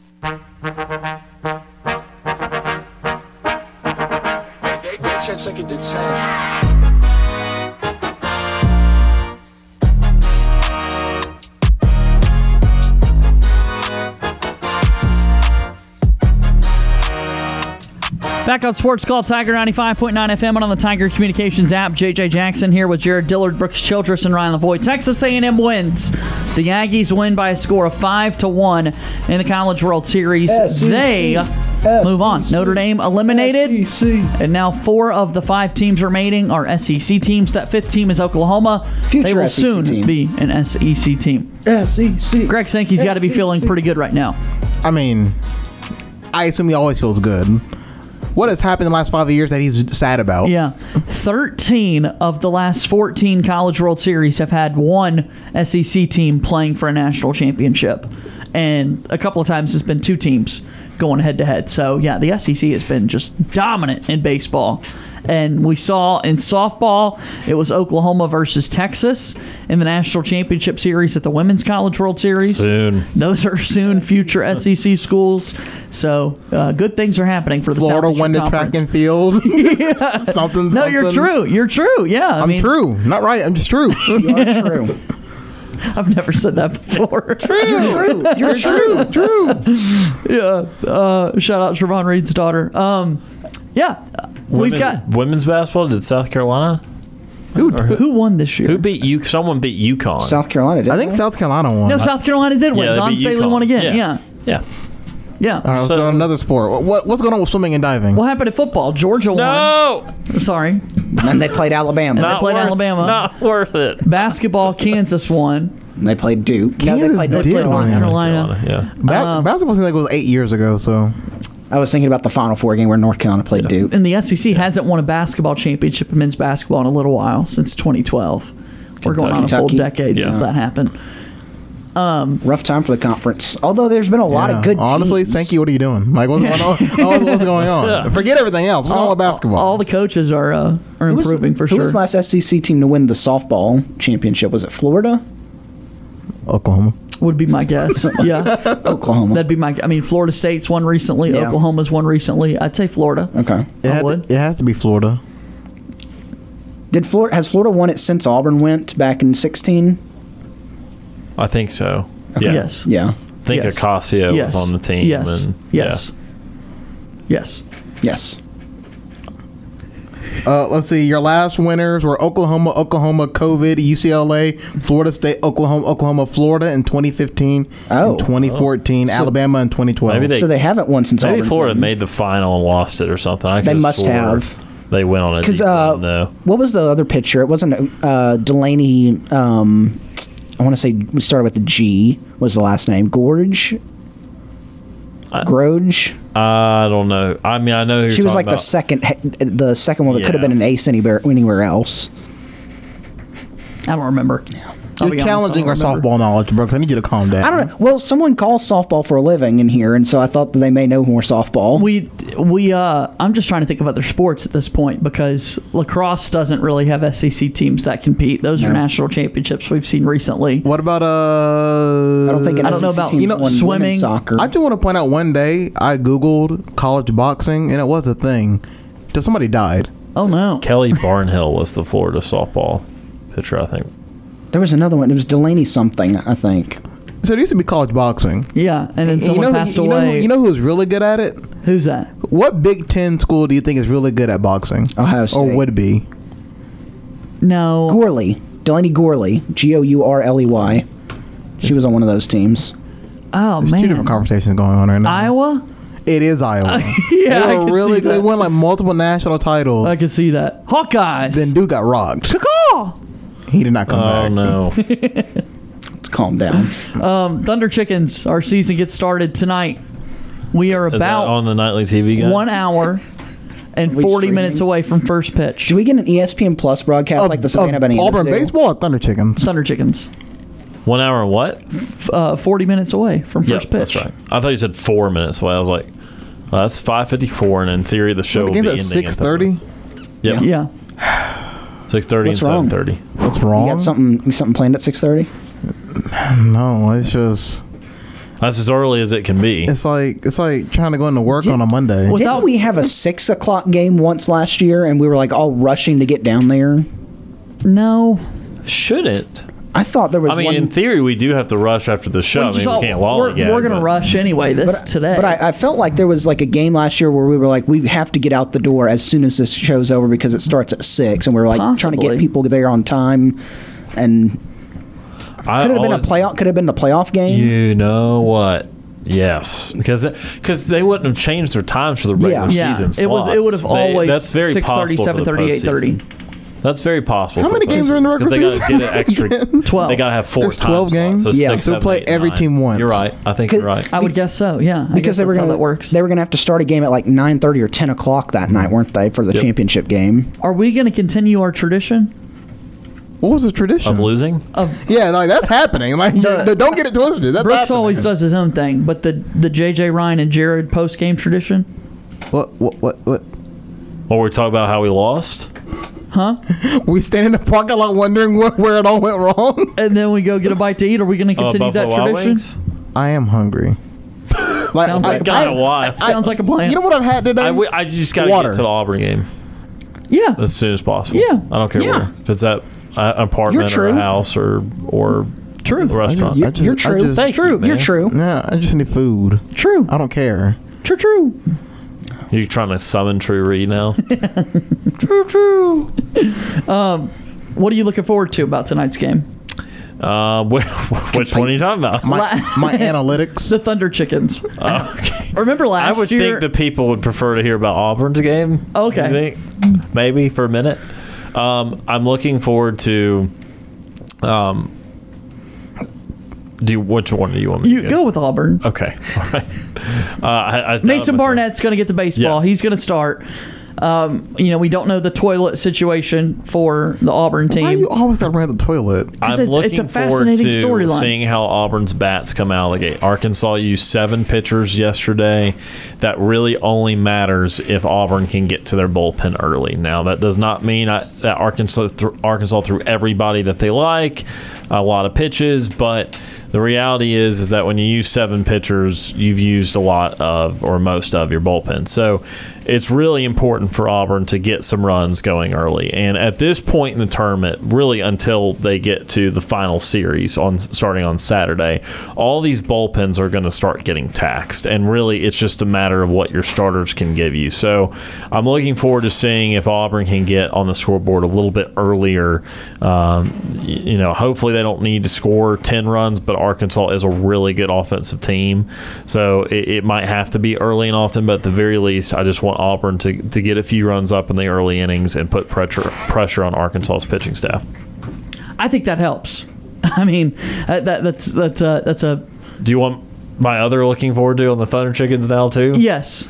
Speaker 1: Back on Sports Call Tiger 95.9 FM and on the Tiger Communications app. JJ Jackson here with Jared Dillard, Brooks Childress, and Ryan Lavoie. Texas A&M wins. The Aggies win by a score of five to one in the College World Series.
Speaker 10: E
Speaker 15: SEC.
Speaker 1: They move on. Notre Dame eliminated,
Speaker 10: E
Speaker 1: and now four of the five teams remaining are SEC teams. That fifth team is Oklahoma. they
Speaker 10: Future
Speaker 1: will
Speaker 10: SEC
Speaker 1: soon
Speaker 10: team.
Speaker 1: be an SEC E team.
Speaker 10: SEC.
Speaker 1: Greg Sankey's got to
Speaker 10: E
Speaker 1: be feeling pretty good right now.
Speaker 3: I mean, I assume he always feels good. What has happened in the last five years that he's sad about?
Speaker 1: Yeah. 13 of the last 14 College World Series have had one SEC team playing for a national championship. And a couple of times it's been two teams going head to head. So, yeah, the SEC has been just dominant in baseball. And we saw in softball, it was Oklahoma versus Texas in the national championship series at the Women's College World Series.
Speaker 2: Soon.
Speaker 1: Those are soon future SEC schools. So, uh, good things are happening for the
Speaker 3: Florida
Speaker 1: Southeastern
Speaker 3: won the
Speaker 1: Conference.
Speaker 3: track and field.
Speaker 1: Yeah.
Speaker 3: something.
Speaker 1: No, you're
Speaker 3: something.
Speaker 1: true. You're true. Yeah, I
Speaker 3: I'm
Speaker 1: mean-
Speaker 3: true. Not right. I'm just true. you
Speaker 10: are true.
Speaker 1: I've never said that before.
Speaker 10: True. You're true.
Speaker 3: True.
Speaker 1: yeah. Uh, shout out Siobhan Reed's daughter. Um, yeah. We've
Speaker 2: Women's,
Speaker 1: got
Speaker 2: women's basketball. Did South Carolina?
Speaker 1: Who, who won this year?
Speaker 2: Who beat you? Someone beat UConn.
Speaker 10: South Carolina did.
Speaker 3: I think South Carolina won.
Speaker 1: no South Carolina did win.
Speaker 2: Yeah, they
Speaker 1: Don
Speaker 2: beat
Speaker 1: Staley
Speaker 2: UConn.
Speaker 1: won again.
Speaker 2: Yeah.
Speaker 1: Yeah.
Speaker 2: Yeah.
Speaker 1: Yeah.
Speaker 3: All right, Uh, so, another sport. What- What, what's going on with swimming and diving?
Speaker 1: What happened to football? Georgia
Speaker 2: No.
Speaker 1: won. Sorry.
Speaker 10: And then they played Alabama.
Speaker 1: And they played Alabama.
Speaker 2: Not worth it.
Speaker 1: Basketball, Kansas won.
Speaker 10: And they played Duke. No, they
Speaker 3: Kansas
Speaker 10: played
Speaker 3: did
Speaker 10: North
Speaker 3: win.
Speaker 10: Carolina.
Speaker 1: Carolina.
Speaker 2: Yeah.
Speaker 1: Um,
Speaker 3: Ba- basketball seems like it was eight years ago. So
Speaker 10: I was thinking about the Final Four game where North Carolina played Duke.
Speaker 1: And the SEC hasn't won a basketball championship in men's basketball in a little while since 2012. We're going on a full
Speaker 10: Kentucky.
Speaker 1: decade since
Speaker 10: Yeah.
Speaker 1: that happened. Um,
Speaker 10: Rough time for the conference. Although there's been a lot
Speaker 3: Yeah.
Speaker 10: of good.
Speaker 3: Honestly,
Speaker 10: teams.
Speaker 3: Sankey, what are you doing? Like, what's going on? what's, what's going on?
Speaker 10: Yeah.
Speaker 3: Forget everything else. What's going on with basketball?
Speaker 1: All the coaches are uh, are
Speaker 10: Who was-
Speaker 1: improving for
Speaker 10: Who
Speaker 1: sure.
Speaker 10: was the last SEC team to win the softball championship? Was it Florida?
Speaker 3: Oklahoma.
Speaker 1: Would be my guess. Yeah,
Speaker 10: Oklahoma.
Speaker 1: That'd be my. I mean, Florida State's won recently.
Speaker 10: Yeah.
Speaker 1: Oklahoma's won recently. I'd say Florida.
Speaker 10: Okay.
Speaker 3: It, had to, it has to be Florida.
Speaker 10: Did Florida has Florida won it since Auburn went back in sixteen?
Speaker 2: I think so. Yeah.
Speaker 1: Yes.
Speaker 10: Yeah.
Speaker 2: I think
Speaker 1: Yes.
Speaker 2: Acacio
Speaker 1: Yes.
Speaker 2: was on the team.
Speaker 1: Yes.
Speaker 2: And,
Speaker 1: Yes. Yes.
Speaker 10: Yes.
Speaker 3: Uh, let's see. Your last winners were Oklahoma, Oklahoma, COVID, UCLA, Florida State, Oklahoma, Oklahoma, Florida in 2015, oh, 2014,
Speaker 10: So-
Speaker 3: Alabama in 2012.
Speaker 2: Maybe they- So they
Speaker 10: haven't won
Speaker 2: Maybe Florida made the final and lost it or something. I
Speaker 10: They
Speaker 2: could've
Speaker 10: must
Speaker 2: swore
Speaker 10: have.
Speaker 2: They went on a
Speaker 10: Because
Speaker 2: deep
Speaker 10: uh,
Speaker 2: run, though.
Speaker 10: what was the other pitcher? It wasn't uh, Delaney. Um, I want to say we started with the G. Was the last name Gorge? Groge.
Speaker 2: I don't know. I mean, I know who
Speaker 10: She
Speaker 2: you're
Speaker 10: was
Speaker 2: talking
Speaker 10: like the
Speaker 2: about.
Speaker 10: second, he- the second one that could have
Speaker 2: Yeah.
Speaker 10: been an ace anywhere anywhere else.
Speaker 1: I don't remember.
Speaker 10: I'll
Speaker 3: You're
Speaker 10: be honest, I
Speaker 3: challenging
Speaker 10: don't
Speaker 3: our softball knowledge, Brooks. I need you to calm down.
Speaker 10: I don't know. Well, someone calls softball for a living in here, and so I thought that they may know more softball.
Speaker 1: We we uh, I'm just trying to think of other sports at this point because lacrosse doesn't really have SEC teams that compete. Those are national championships we've seen recently.
Speaker 3: What about uh? I
Speaker 10: don't think an
Speaker 1: I don't know
Speaker 10: SEC
Speaker 1: about
Speaker 10: team's won women's
Speaker 1: swimming.
Speaker 10: soccer.
Speaker 3: I just want to point out one day I googled college boxing and it was a thing. Till somebody died.
Speaker 1: Oh no!
Speaker 2: Kelly Barnhill was the Florida softball pitcher, I think.
Speaker 10: There was another one. It was Delaney something, I think.
Speaker 3: So there used to be college boxing.
Speaker 1: Yeah, and then
Speaker 3: You
Speaker 1: someone
Speaker 3: know who-
Speaker 1: passed
Speaker 3: you know who-
Speaker 1: away.
Speaker 3: you know who's really good at it?
Speaker 1: Who's that?
Speaker 3: What Big Ten school do you think is really good at boxing?
Speaker 10: Ohio State.
Speaker 3: Or would be?
Speaker 1: No.
Speaker 10: Gorley. Delaney Gorley. G O U R L E Y. She was on one of those teams.
Speaker 1: Oh
Speaker 3: There's
Speaker 1: man,
Speaker 3: two different conversations going on right now.
Speaker 1: Iowa.
Speaker 3: It is Iowa.
Speaker 1: yeah, I
Speaker 3: they
Speaker 1: can
Speaker 3: were
Speaker 1: see
Speaker 3: really good. They
Speaker 1: that.
Speaker 3: won like multiple national titles.
Speaker 1: I can see that. Hawkeyes.
Speaker 3: Then dude got rocked.
Speaker 1: Caw-caw.
Speaker 3: He did not come back.
Speaker 2: Oh no!
Speaker 10: Let's calm down.
Speaker 1: Um, Thunder Chickens. Our season gets started tonight. We are
Speaker 2: Is that
Speaker 1: about
Speaker 2: on the nightly TV guy?
Speaker 1: one hour and
Speaker 10: we
Speaker 1: forty minutes away from first pitch.
Speaker 10: Do we get an E ESPN Plus broadcast like the Savannah Bananas?
Speaker 3: Uh, Auburn
Speaker 10: do?
Speaker 3: baseball or Thunder Chickens?
Speaker 1: Thunder Chickens.
Speaker 2: One hour and what?
Speaker 1: F- Uh, forty minutes away from
Speaker 2: Yeah,
Speaker 1: first pitch.
Speaker 2: That's right. I thought you said four minutes away. I was like, Uh, that's five fifty four, and in theory, the show
Speaker 3: the
Speaker 2: will be
Speaker 3: game's
Speaker 2: ending at
Speaker 3: at six thirty.
Speaker 2: Yep.
Speaker 1: Yeah.
Speaker 2: Six thirty and
Speaker 10: What's
Speaker 2: seven
Speaker 10: wrong?
Speaker 2: thirty.
Speaker 3: What's wrong?
Speaker 10: You got something something planned at six thirty?
Speaker 3: No, it's just
Speaker 2: That's as early as it can be.
Speaker 3: it's like it's like trying to go into work on a Monday.
Speaker 2: Oh,
Speaker 10: Didn't we have a six o'clock game once last year, and we were like all rushing to get down there?
Speaker 1: No,
Speaker 2: Shouldn't.
Speaker 10: I thought there was.
Speaker 2: I mean,
Speaker 10: one
Speaker 2: in theory, we do have to rush after the show.
Speaker 10: Well,
Speaker 2: I
Speaker 10: you
Speaker 2: mean,
Speaker 10: saw-
Speaker 2: we can't
Speaker 10: we're-
Speaker 2: lollygag.
Speaker 10: we're gonna
Speaker 2: but-
Speaker 1: rush anyway. This today.
Speaker 10: But I, I felt like there was like a game last year where we were like, we have to get out the door as soon as this show's over because it starts at six, and we were like trying to get
Speaker 2: Possibly.
Speaker 10: people there on time. And
Speaker 2: I
Speaker 10: could have been a
Speaker 2: always-
Speaker 10: playoff. Could have been the playoff game.
Speaker 2: You know what? Yes, because because they wouldn't have changed their times for the regular
Speaker 1: Yeah.
Speaker 2: season.
Speaker 1: It was- it would have
Speaker 2: slots.
Speaker 1: always
Speaker 2: that's very
Speaker 1: 6:30,
Speaker 2: possible for the
Speaker 1: 7:30,
Speaker 2: postseason. That's very possible.
Speaker 3: How
Speaker 2: for
Speaker 3: many
Speaker 2: the
Speaker 3: games are in the
Speaker 2: postseason, 'cause
Speaker 3: regular
Speaker 2: They got to
Speaker 3: season?
Speaker 2: get an extra.
Speaker 1: Twelve.
Speaker 2: They got to have four.
Speaker 3: There's
Speaker 2: time
Speaker 3: 12 games?
Speaker 2: Slots, so
Speaker 3: Yeah.
Speaker 2: six,
Speaker 3: So
Speaker 2: seven,
Speaker 3: play
Speaker 2: eight,
Speaker 3: every
Speaker 2: nine.
Speaker 3: team once.
Speaker 2: You're right. I think you're right.
Speaker 1: I would guess so. Yeah, I
Speaker 10: because
Speaker 1: guess
Speaker 10: they were
Speaker 1: that's how
Speaker 10: going
Speaker 1: that works.
Speaker 10: to they were going to have to start a game at like nine thirty or ten o'clock that night, weren't they, for the championship game?
Speaker 1: Are we going to continue our tradition?
Speaker 3: What was the tradition
Speaker 2: of losing?
Speaker 1: Of
Speaker 3: yeah, like that's happening. Like you- don't get it twisted. That's
Speaker 1: Brooks
Speaker 3: happening.
Speaker 1: always does his own thing, but the the JJ Ryan and Jared post game tradition,
Speaker 3: What what what what?
Speaker 2: Or we talk about how we lost.
Speaker 1: huh?
Speaker 3: we stand in the parking lot wondering what, where it all went wrong,
Speaker 1: and then we go get a bite to eat. Are we going to
Speaker 2: Oh,
Speaker 1: continue that
Speaker 2: Buffalo Wild
Speaker 1: tradition?
Speaker 2: Wings?
Speaker 3: I am hungry. Like,
Speaker 1: Sounds like-
Speaker 2: God, why?
Speaker 1: Sounds like a plan.
Speaker 3: You know what I've had today?
Speaker 2: I, w- I just got to
Speaker 3: Water.
Speaker 2: get to the Auburn game.
Speaker 1: Yeah.
Speaker 2: As soon as possible.
Speaker 3: Yeah.
Speaker 2: I don't care
Speaker 3: Yeah.
Speaker 2: where. If it's at a- an apartment or
Speaker 3: true.
Speaker 2: a house or or
Speaker 3: True.
Speaker 2: a restaurant. Thank you, man.
Speaker 3: Yeah, I just need food.
Speaker 1: True.
Speaker 3: I don't care.
Speaker 1: True. True.
Speaker 2: You trying to summon True Reed now?
Speaker 1: True. True. um, what are you looking forward to about tonight's game?
Speaker 2: Uh, which, which one are you talking about?
Speaker 3: analytics.
Speaker 1: The Thunder Chickens.
Speaker 2: Oh, okay.
Speaker 1: Remember last
Speaker 2: I would
Speaker 1: year?
Speaker 2: think the people would prefer to hear about Auburn's game.
Speaker 1: Okay.
Speaker 2: You think? Maybe for a minute. Um, I'm looking forward to. Um, do you, which one do you want me
Speaker 1: you
Speaker 2: to
Speaker 1: go with Auburn.
Speaker 2: Okay. All right. Uh, I, I
Speaker 1: Mason Barnett's going to get the baseball. He's going to start. Um, you know, we don't know the toilet situation for the Auburn team.
Speaker 3: Why you always got around the toilet?
Speaker 2: I'm
Speaker 1: it's-
Speaker 2: looking
Speaker 1: it's a
Speaker 2: forward
Speaker 1: fascinating
Speaker 2: to
Speaker 1: storyline.
Speaker 2: seeing how Auburn's bats come out of the gate. Arkansas used seven pitchers yesterday. That really only matters if Auburn can get to their bullpen early. Now, that does not mean I, that Arkansas th- Arkansas threw everybody that they like, a lot of pitches, but the reality is is that when you use seven pitchers, you've used a lot of or most of your bullpen. So it's really important for Auburn to get some runs going early. And at this point in the tournament, really until they get to the final series on starting on Saturday, all these bullpens are going to start getting taxed. And really, it's just a matter of what your starters can give you. So I'm looking forward to seeing if Auburn can get on the scoreboard a little bit earlier. Um, y- you know, hopefully they don't need to score 10 runs, but Arkansas is a really good offensive team. So it, it might have to be early and often, but at the very least, I just want Auburn to, to get a few runs up in the early innings and put pressure, pressure on Arkansas's pitching staff.
Speaker 1: I think that helps. I mean, uh, that that's that's uh, that's a
Speaker 2: Do you want my other looking forward to on the Thunder Chickens now, too?
Speaker 1: yes.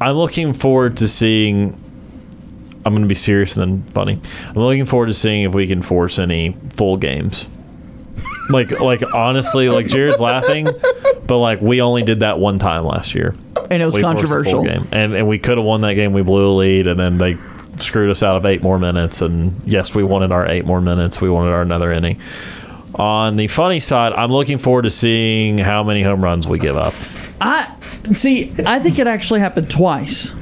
Speaker 2: I'm looking forward to seeing. I'm going to be serious and then funny. I'm looking forward to seeing if we can force any full games. Like, like honestly, like Jared's laughing, but like we only did that one time last year,
Speaker 1: And it was
Speaker 2: We forced a full
Speaker 1: controversial.
Speaker 2: game, and and we could have won that game. We blew a lead, and then they screwed us out of eight more minutes. And yes, we wanted our eight more minutes. We wanted our another inning. On the funny side, I'm looking forward to seeing how many home runs we give up.
Speaker 1: I see. I think it actually happened twice.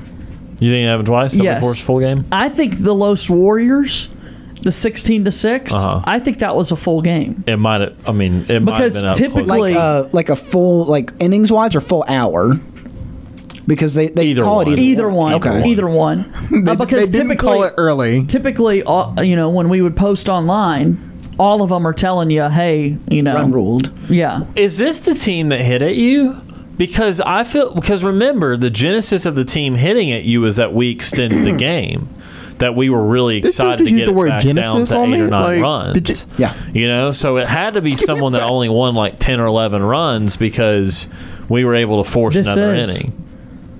Speaker 2: You think it happened twice? Somebody
Speaker 1: Yes.
Speaker 2: forced a full game.
Speaker 1: I think the Los Warriors, the sixteen to 6
Speaker 2: Uh-huh.
Speaker 1: I think that was a full game.
Speaker 2: It might have. I mean, it might have
Speaker 1: Because
Speaker 2: been up close.
Speaker 10: like, uh, like a full like innings wise or full hour, because they they call it either,
Speaker 1: Either one,
Speaker 10: Okay.
Speaker 1: either one. Uh, because
Speaker 3: they didn't
Speaker 1: typically,
Speaker 3: call it early.
Speaker 1: Typically, all, you know, when we would post online, all of them are telling you, "Hey, you know,
Speaker 10: Run ruled."
Speaker 1: Yeah,
Speaker 2: Is this the team that hit at you? Because I feel because remember the genesis of the team hitting at you is that we extended the game, that we were really
Speaker 3: This dude
Speaker 2: excited
Speaker 3: just
Speaker 2: to
Speaker 3: used
Speaker 2: get
Speaker 3: the
Speaker 2: it
Speaker 3: word
Speaker 2: back down
Speaker 3: Genesis
Speaker 2: to
Speaker 3: on
Speaker 2: eight
Speaker 3: me?
Speaker 2: or nine
Speaker 3: Like, did you-
Speaker 2: runs.
Speaker 10: yeah,
Speaker 2: you know, so it had to be someone that only won like ten or eleven runs because we were able to force
Speaker 1: This
Speaker 2: another
Speaker 1: is-
Speaker 2: inning.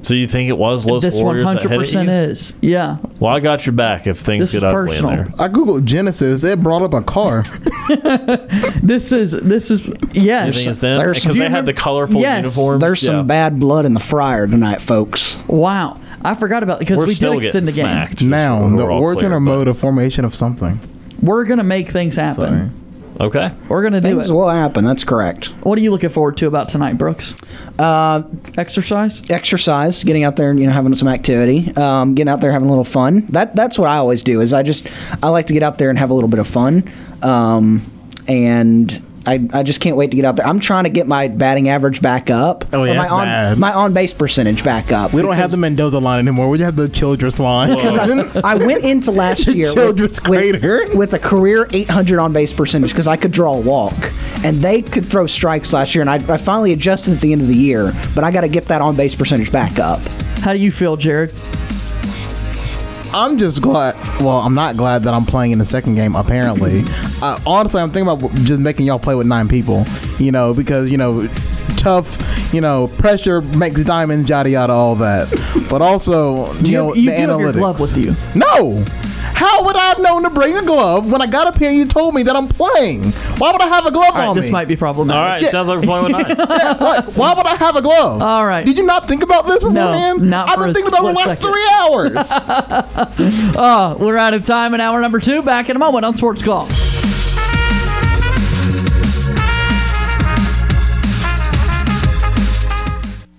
Speaker 2: So you think it was Los
Speaker 1: this
Speaker 2: Warriors that hit
Speaker 1: 100%
Speaker 2: you?
Speaker 1: is. Yeah.
Speaker 2: Well, I got your back if things
Speaker 1: This
Speaker 2: get
Speaker 1: is
Speaker 2: ugly
Speaker 1: personal.
Speaker 2: in there.
Speaker 3: I googled Genesis. It brought up a car.
Speaker 1: this is this is yes.
Speaker 2: You think it's them? Because they had the colorful uniforms.
Speaker 10: There's
Speaker 2: Yeah.
Speaker 10: some bad blood in the fryer tonight, folks.
Speaker 1: Wow, I forgot about because
Speaker 10: We're
Speaker 1: we
Speaker 10: still
Speaker 1: did extend the
Speaker 10: getting
Speaker 1: game.
Speaker 10: smacked.
Speaker 3: Now,
Speaker 10: we're
Speaker 3: the
Speaker 10: all
Speaker 3: origin
Speaker 10: clear,
Speaker 3: or mode of formation of something.
Speaker 1: We're gonna make things happen.
Speaker 2: Okay.
Speaker 1: We're gonna do
Speaker 10: Things
Speaker 1: it.
Speaker 10: will happen. That's correct.
Speaker 1: What are you looking forward to about tonight, Brooks?
Speaker 10: Uh,
Speaker 1: exercise,
Speaker 10: exercise, getting out there, and you know, having some activity, um, getting out there, having a little fun. That that's what I always do. Is I just I like to get out there and have a little bit of fun, um, and. I, I just can't wait to get out there. I'm trying to get my batting average back up.
Speaker 3: Oh,
Speaker 10: or
Speaker 3: yeah,
Speaker 10: my
Speaker 3: that's
Speaker 10: on
Speaker 3: bad.
Speaker 10: my on base percentage back up.
Speaker 3: We don't have
Speaker 10: because-
Speaker 3: the Mendoza line anymore. We have the Childress line.
Speaker 10: because I, I went into last year
Speaker 3: Children's
Speaker 10: with, with, with a career 800 on base percentage because I could draw a walk, and they could throw strikes last year, and I, I finally adjusted at the end of the year, but I got to get that on base percentage back up.
Speaker 1: How do you feel, Jared?
Speaker 3: I'm just glad. Well, I'm not glad that I'm playing in the second game. Apparently, uh, honestly, I'm thinking about just making y'all play with nine people. You know, because you know, tough. You know, pressure makes diamonds. Yada yada, all that. But also, you,
Speaker 1: Do you-
Speaker 3: know,
Speaker 1: you
Speaker 3: the
Speaker 1: do have
Speaker 3: analytics.
Speaker 1: your glove with you?
Speaker 3: No. How would I have known to bring a glove when I got up here and you told me that I'm playing? Why would I have a glove
Speaker 1: All right,
Speaker 3: on
Speaker 1: this
Speaker 3: me?
Speaker 1: might be problematic.
Speaker 2: All right, sounds like we're playing with knives.
Speaker 3: Yeah, like, why would I have a glove?
Speaker 1: All right.
Speaker 3: Did you not think about this beforehand?
Speaker 1: not
Speaker 3: I've
Speaker 1: for
Speaker 3: been
Speaker 1: a
Speaker 3: thinking about it the
Speaker 1: split
Speaker 3: last three hours.
Speaker 1: Oh, we're out of time in hour number two. Back in a moment on Sports Call.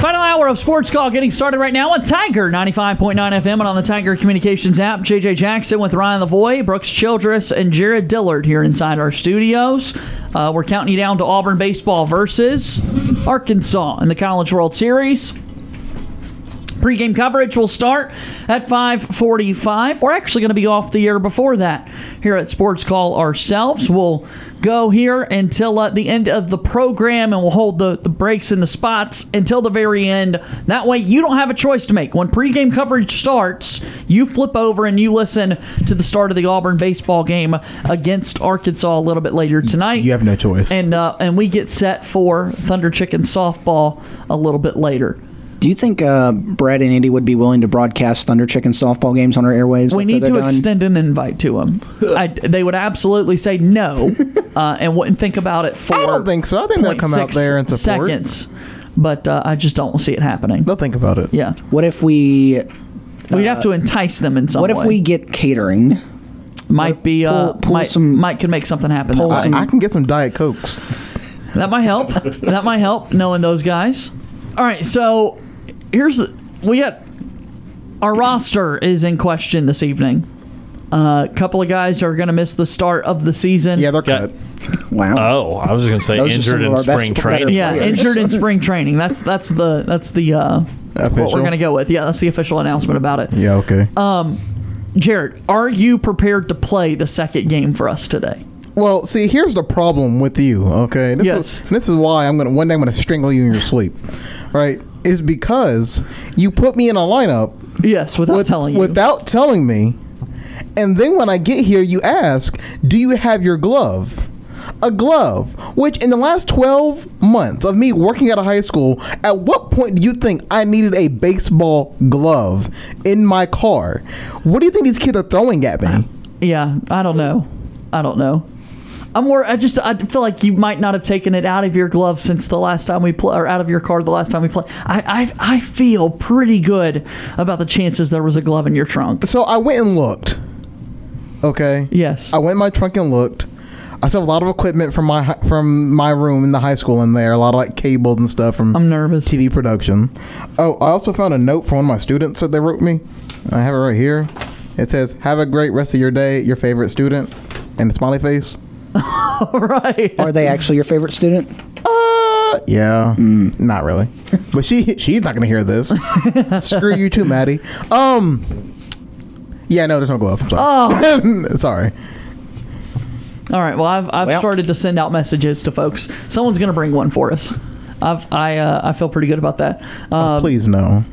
Speaker 1: Final hour of Sports Call getting started right now on Tiger 95.9 FM and on the Tiger Communications app. JJ Jackson with Ryan Lavoy, Brooks Childress, and Jared Dillard here inside our studios. Uh, we're counting you down to Auburn Baseball versus Arkansas in the College World Series. Pre-game coverage will start at 5:45. We're actually going to be off the air before that here at Sports Call ourselves. We'll go here until uh, the end of the program, and we'll hold the, the breaks and the spots until the very end. That way, you don't have a choice to make. When pre-game coverage starts, you flip over and you listen to the start of the Auburn baseball game against Arkansas a little bit later tonight.
Speaker 3: You have no choice.
Speaker 1: and uh, and we get set for Thunder Chicken softball a little bit later.
Speaker 10: Do you think uh, Brad and Andy would be willing to broadcast Thunder Chicken softball games on our airwaves?
Speaker 1: We
Speaker 10: after
Speaker 1: need
Speaker 10: they're
Speaker 1: to
Speaker 10: done?
Speaker 1: extend an invite to them. I, they would absolutely say no uh, and wouldn't think about it for. I don't
Speaker 3: think so. I think they'll come out there and support.
Speaker 1: seconds, but uh, I just don't see it happening.
Speaker 3: They'll think about it.
Speaker 1: Yeah,
Speaker 10: What if we? uh,
Speaker 1: we'd have to entice them in some
Speaker 10: What if
Speaker 1: way.
Speaker 10: we get catering?
Speaker 1: might be uh, might, might could make something happen. That,
Speaker 3: I,
Speaker 1: way.
Speaker 3: I can get some Diet Cokes.
Speaker 1: that might help. that might help knowing those guys. All right, so here's the, we got our roster is in question this evening. A couple of guys are going to miss the start of the season. Yeah,
Speaker 3: they're
Speaker 2: cut.
Speaker 10: Wow.
Speaker 2: Oh, I was just gonna say
Speaker 1: Those are
Speaker 2: injured
Speaker 1: some of
Speaker 2: in
Speaker 1: our best-
Speaker 2: spring training.
Speaker 1: Yeah, injured in spring training. That's that's the that's the uh, what
Speaker 3: Official?
Speaker 1: we're gonna go with. Yeah, that's the official announcement about it.
Speaker 3: Yeah, okay.
Speaker 1: Um, Jared, are you prepared to play the second game for us today?
Speaker 3: Well, see, here's the problem with you. Okay, this
Speaker 1: Yes.
Speaker 3: Is, this is why I'm gonna one day I'm gonna strangle you in your sleep, right? Is because you put me in a lineup.
Speaker 1: Yes, without telling you.
Speaker 3: Without telling me, and then when I get here, you ask, "Do you have your glove?" A glove, which in the last 12 months of me working out of high school, at what point do you think I needed a baseball glove in my car? What do you think these kids are throwing at me?
Speaker 1: Yeah, I don't know. I don't know. I'm more. I just. I feel like you might not have taken it out of your glove since the last time we play, or out of your car the last time we played. I, I, I feel pretty good about the chances there was a glove in your trunk.
Speaker 3: So I went and looked. Okay.
Speaker 1: Yes.
Speaker 3: I went in my trunk and looked. I still have a lot of equipment from my hi- from my room in the high school in there. A lot of like cables and stuff from I'm
Speaker 1: nervous.
Speaker 3: TV production. Oh, I also found a note from one of my students that they wrote me. I have it right here. It says, "Have a great rest of your day, your favorite student," and a smiley face.
Speaker 1: right.
Speaker 10: Are they actually your favorite student?
Speaker 3: Uh, yeah, not really. But she she's not gonna hear this. Screw you too, Maddie. Um, yeah, no, there's no glove. I'm sorry.
Speaker 1: Oh.
Speaker 3: sorry.
Speaker 1: All right. Well, I've, I've started to send out messages to folks. Someone's going to bring one for us. I've, I uh, I feel pretty good about that. Um,
Speaker 3: Oh, Please no.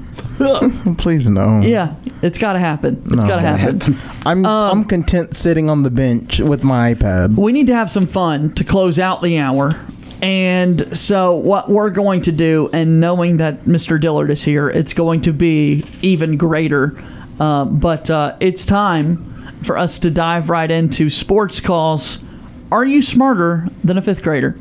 Speaker 3: Please no.
Speaker 1: Yeah, it's got to happen. It's
Speaker 3: No.
Speaker 1: got to happen. Um,
Speaker 3: I'm I'm content sitting on the bench with my iPad.
Speaker 1: We need to have some fun to close out the hour. And so, what we're going to do, and knowing that Mr. Dillard is here, it's going to be even greater. Uh, but uh, it's time for us to dive right into sports calls. Are you smarter than a fifth grader?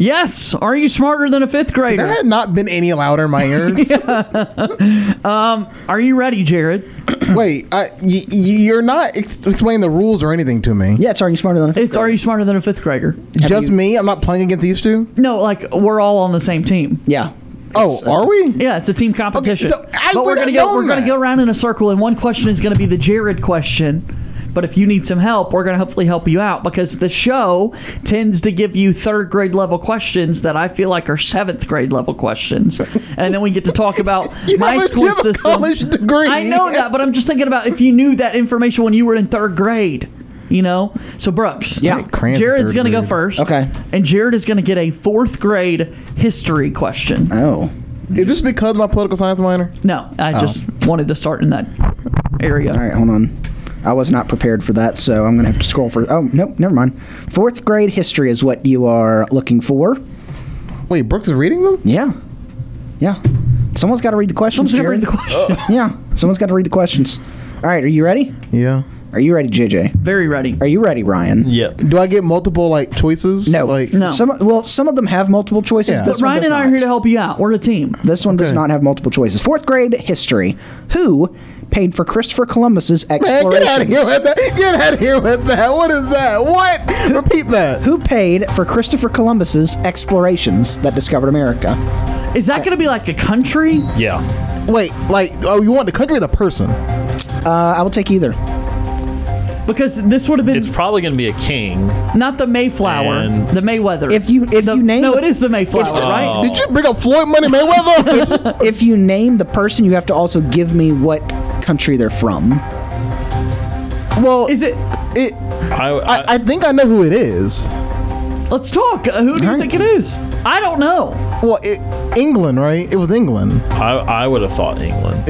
Speaker 1: Yes. Are you smarter than a fifth grader?
Speaker 3: That had not been any louder in my ears.
Speaker 1: um, are you ready, Jared?
Speaker 3: Wait, I, y- y- you're not ex- explaining the rules or anything to me.
Speaker 10: Yeah, it's Are You Smarter Than a Fifth
Speaker 1: It's Are You Smarter Than a Fifth Grader?
Speaker 3: Just me? I'm not playing against these two?
Speaker 1: No, like we're all on the same team.
Speaker 10: Yeah.
Speaker 3: Oh, are we?
Speaker 1: Yeah, it's a team competition.
Speaker 3: so I
Speaker 1: but we're
Speaker 3: would
Speaker 1: gonna
Speaker 3: have
Speaker 1: go.
Speaker 3: known
Speaker 1: We're gonna
Speaker 3: that.
Speaker 1: go around in a circle, and one question is gonna be the Jared question. But if you need some help, we're gonna hopefully help you out because the show tends to give you third grade level questions that I feel like are seventh grade level questions, and then we get to talk about my
Speaker 3: have a-
Speaker 1: school
Speaker 3: you have a
Speaker 1: system.
Speaker 3: college degree.
Speaker 1: I know that, but I'm just thinking about if you knew that information when you were in third grade. You know, so Brooks,
Speaker 10: Yeah. Crammed
Speaker 1: Jared's
Speaker 10: third
Speaker 1: gonna go
Speaker 10: grade.
Speaker 1: first.
Speaker 10: Okay.
Speaker 1: and Jared is gonna get a fourth grade history question.
Speaker 10: Oh,
Speaker 3: Is this because of my political science minor?
Speaker 1: No, I
Speaker 10: Oh.
Speaker 1: just wanted to start in that area.
Speaker 10: All right, hold on. I was not prepared for that, so I'm gonna have to scroll for. Oh nope, never mind. Fourth grade history is what you are looking for.
Speaker 3: Wait, Brooks is reading them?
Speaker 10: Yeah, yeah. Someone's got to read the questions.
Speaker 1: Someone's gotta read
Speaker 10: Jared.
Speaker 1: the questions.
Speaker 10: yeah, someone's got to read the questions. All right, are you ready?
Speaker 3: Yeah.
Speaker 10: Are you ready, JJ?
Speaker 1: Very ready.
Speaker 10: Are you ready, Ryan?
Speaker 2: Yep.
Speaker 3: Do I get multiple like choices? No. Like
Speaker 1: No.
Speaker 10: Some well, some of them have multiple choices.
Speaker 3: Yeah.
Speaker 10: This
Speaker 1: But
Speaker 10: one
Speaker 1: Ryan
Speaker 10: does
Speaker 1: and I
Speaker 10: not.
Speaker 1: are here to help you out. We're a team.
Speaker 10: This one does not have multiple choices. Fourth grade history. Who paid for Christopher Columbus's
Speaker 3: Man,
Speaker 10: explorations?
Speaker 3: get out of here with that. Get out of here with that. What is that? What? Repeat that.
Speaker 10: Who paid for Christopher Columbus's explorations that discovered America?
Speaker 1: Is that going to be like a country?
Speaker 2: Yeah.
Speaker 3: Wait, like oh, you want the country or the person?
Speaker 10: Uh, I will take either.
Speaker 1: Because this would have been
Speaker 2: It's probably going to be a king.
Speaker 1: not the Mayflower,
Speaker 2: And-
Speaker 1: the Mayweather.
Speaker 10: If you if you name
Speaker 1: no,
Speaker 10: the-
Speaker 1: it is the Mayflower, right?
Speaker 2: Oh.
Speaker 3: Did you bring up Floyd Money Mayweather?
Speaker 10: if you name the person, you have to also give me what country they're from.
Speaker 3: well,
Speaker 1: Is it?
Speaker 3: it.
Speaker 2: I, I,
Speaker 3: I, I think I know who it is.
Speaker 1: Let's talk. Uh, Who do you
Speaker 10: Alright.
Speaker 1: think it is? I don't know.
Speaker 3: Well, it, England, right? It was England.
Speaker 2: I, I would have thought England.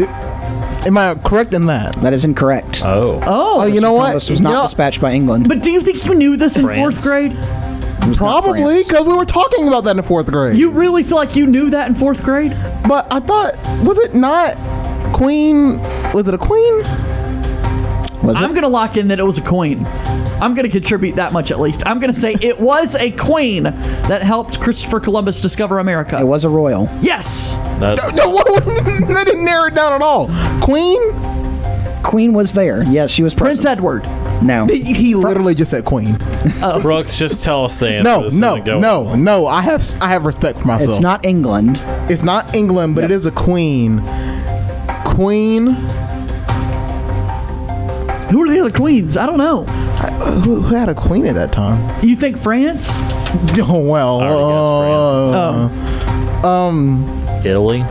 Speaker 3: Am I correct in that?
Speaker 10: That is incorrect.
Speaker 2: Oh.
Speaker 1: Oh,
Speaker 3: Oh, you know what?
Speaker 10: Columbus was
Speaker 3: You
Speaker 10: not
Speaker 3: know-
Speaker 10: dispatched by England.
Speaker 1: but do you think you knew this in fourth
Speaker 2: France.
Speaker 1: grade?
Speaker 10: It was not
Speaker 3: probably
Speaker 10: France.
Speaker 3: because we were talking about that in fourth grade.
Speaker 1: You really feel like you knew that in fourth grade?
Speaker 3: but I thought was it not Queen? Was it a Queen?
Speaker 10: Was
Speaker 1: I'm
Speaker 10: it?
Speaker 1: going to lock in that it was a queen. I'm going to contribute that much at least. I'm going to say it was a queen that helped Christopher Columbus discover America.
Speaker 10: It was a royal.
Speaker 1: Yes.
Speaker 2: That's,
Speaker 3: No, what, what, that didn't narrow it down at all. Queen?
Speaker 10: Queen was there. Yeah, she was
Speaker 1: Prince
Speaker 10: present.
Speaker 1: Edward.
Speaker 10: No.
Speaker 3: He, he literally just said Queen.
Speaker 1: Oh.
Speaker 2: Brooks, just tell us the answer.
Speaker 3: No,
Speaker 2: This
Speaker 3: no,
Speaker 2: isn't going
Speaker 3: no,
Speaker 2: well.
Speaker 3: no. I have s- I have respect for myself.
Speaker 10: It's not England.
Speaker 3: It's not England, but it is a Queen. Queen.
Speaker 1: Who are the other queens? I don't know.
Speaker 3: uh, Who, who had a queen at that time?
Speaker 1: You think France?
Speaker 3: Oh well.
Speaker 2: I already guessed
Speaker 3: uh,
Speaker 1: Oh,
Speaker 3: um,
Speaker 2: Italy.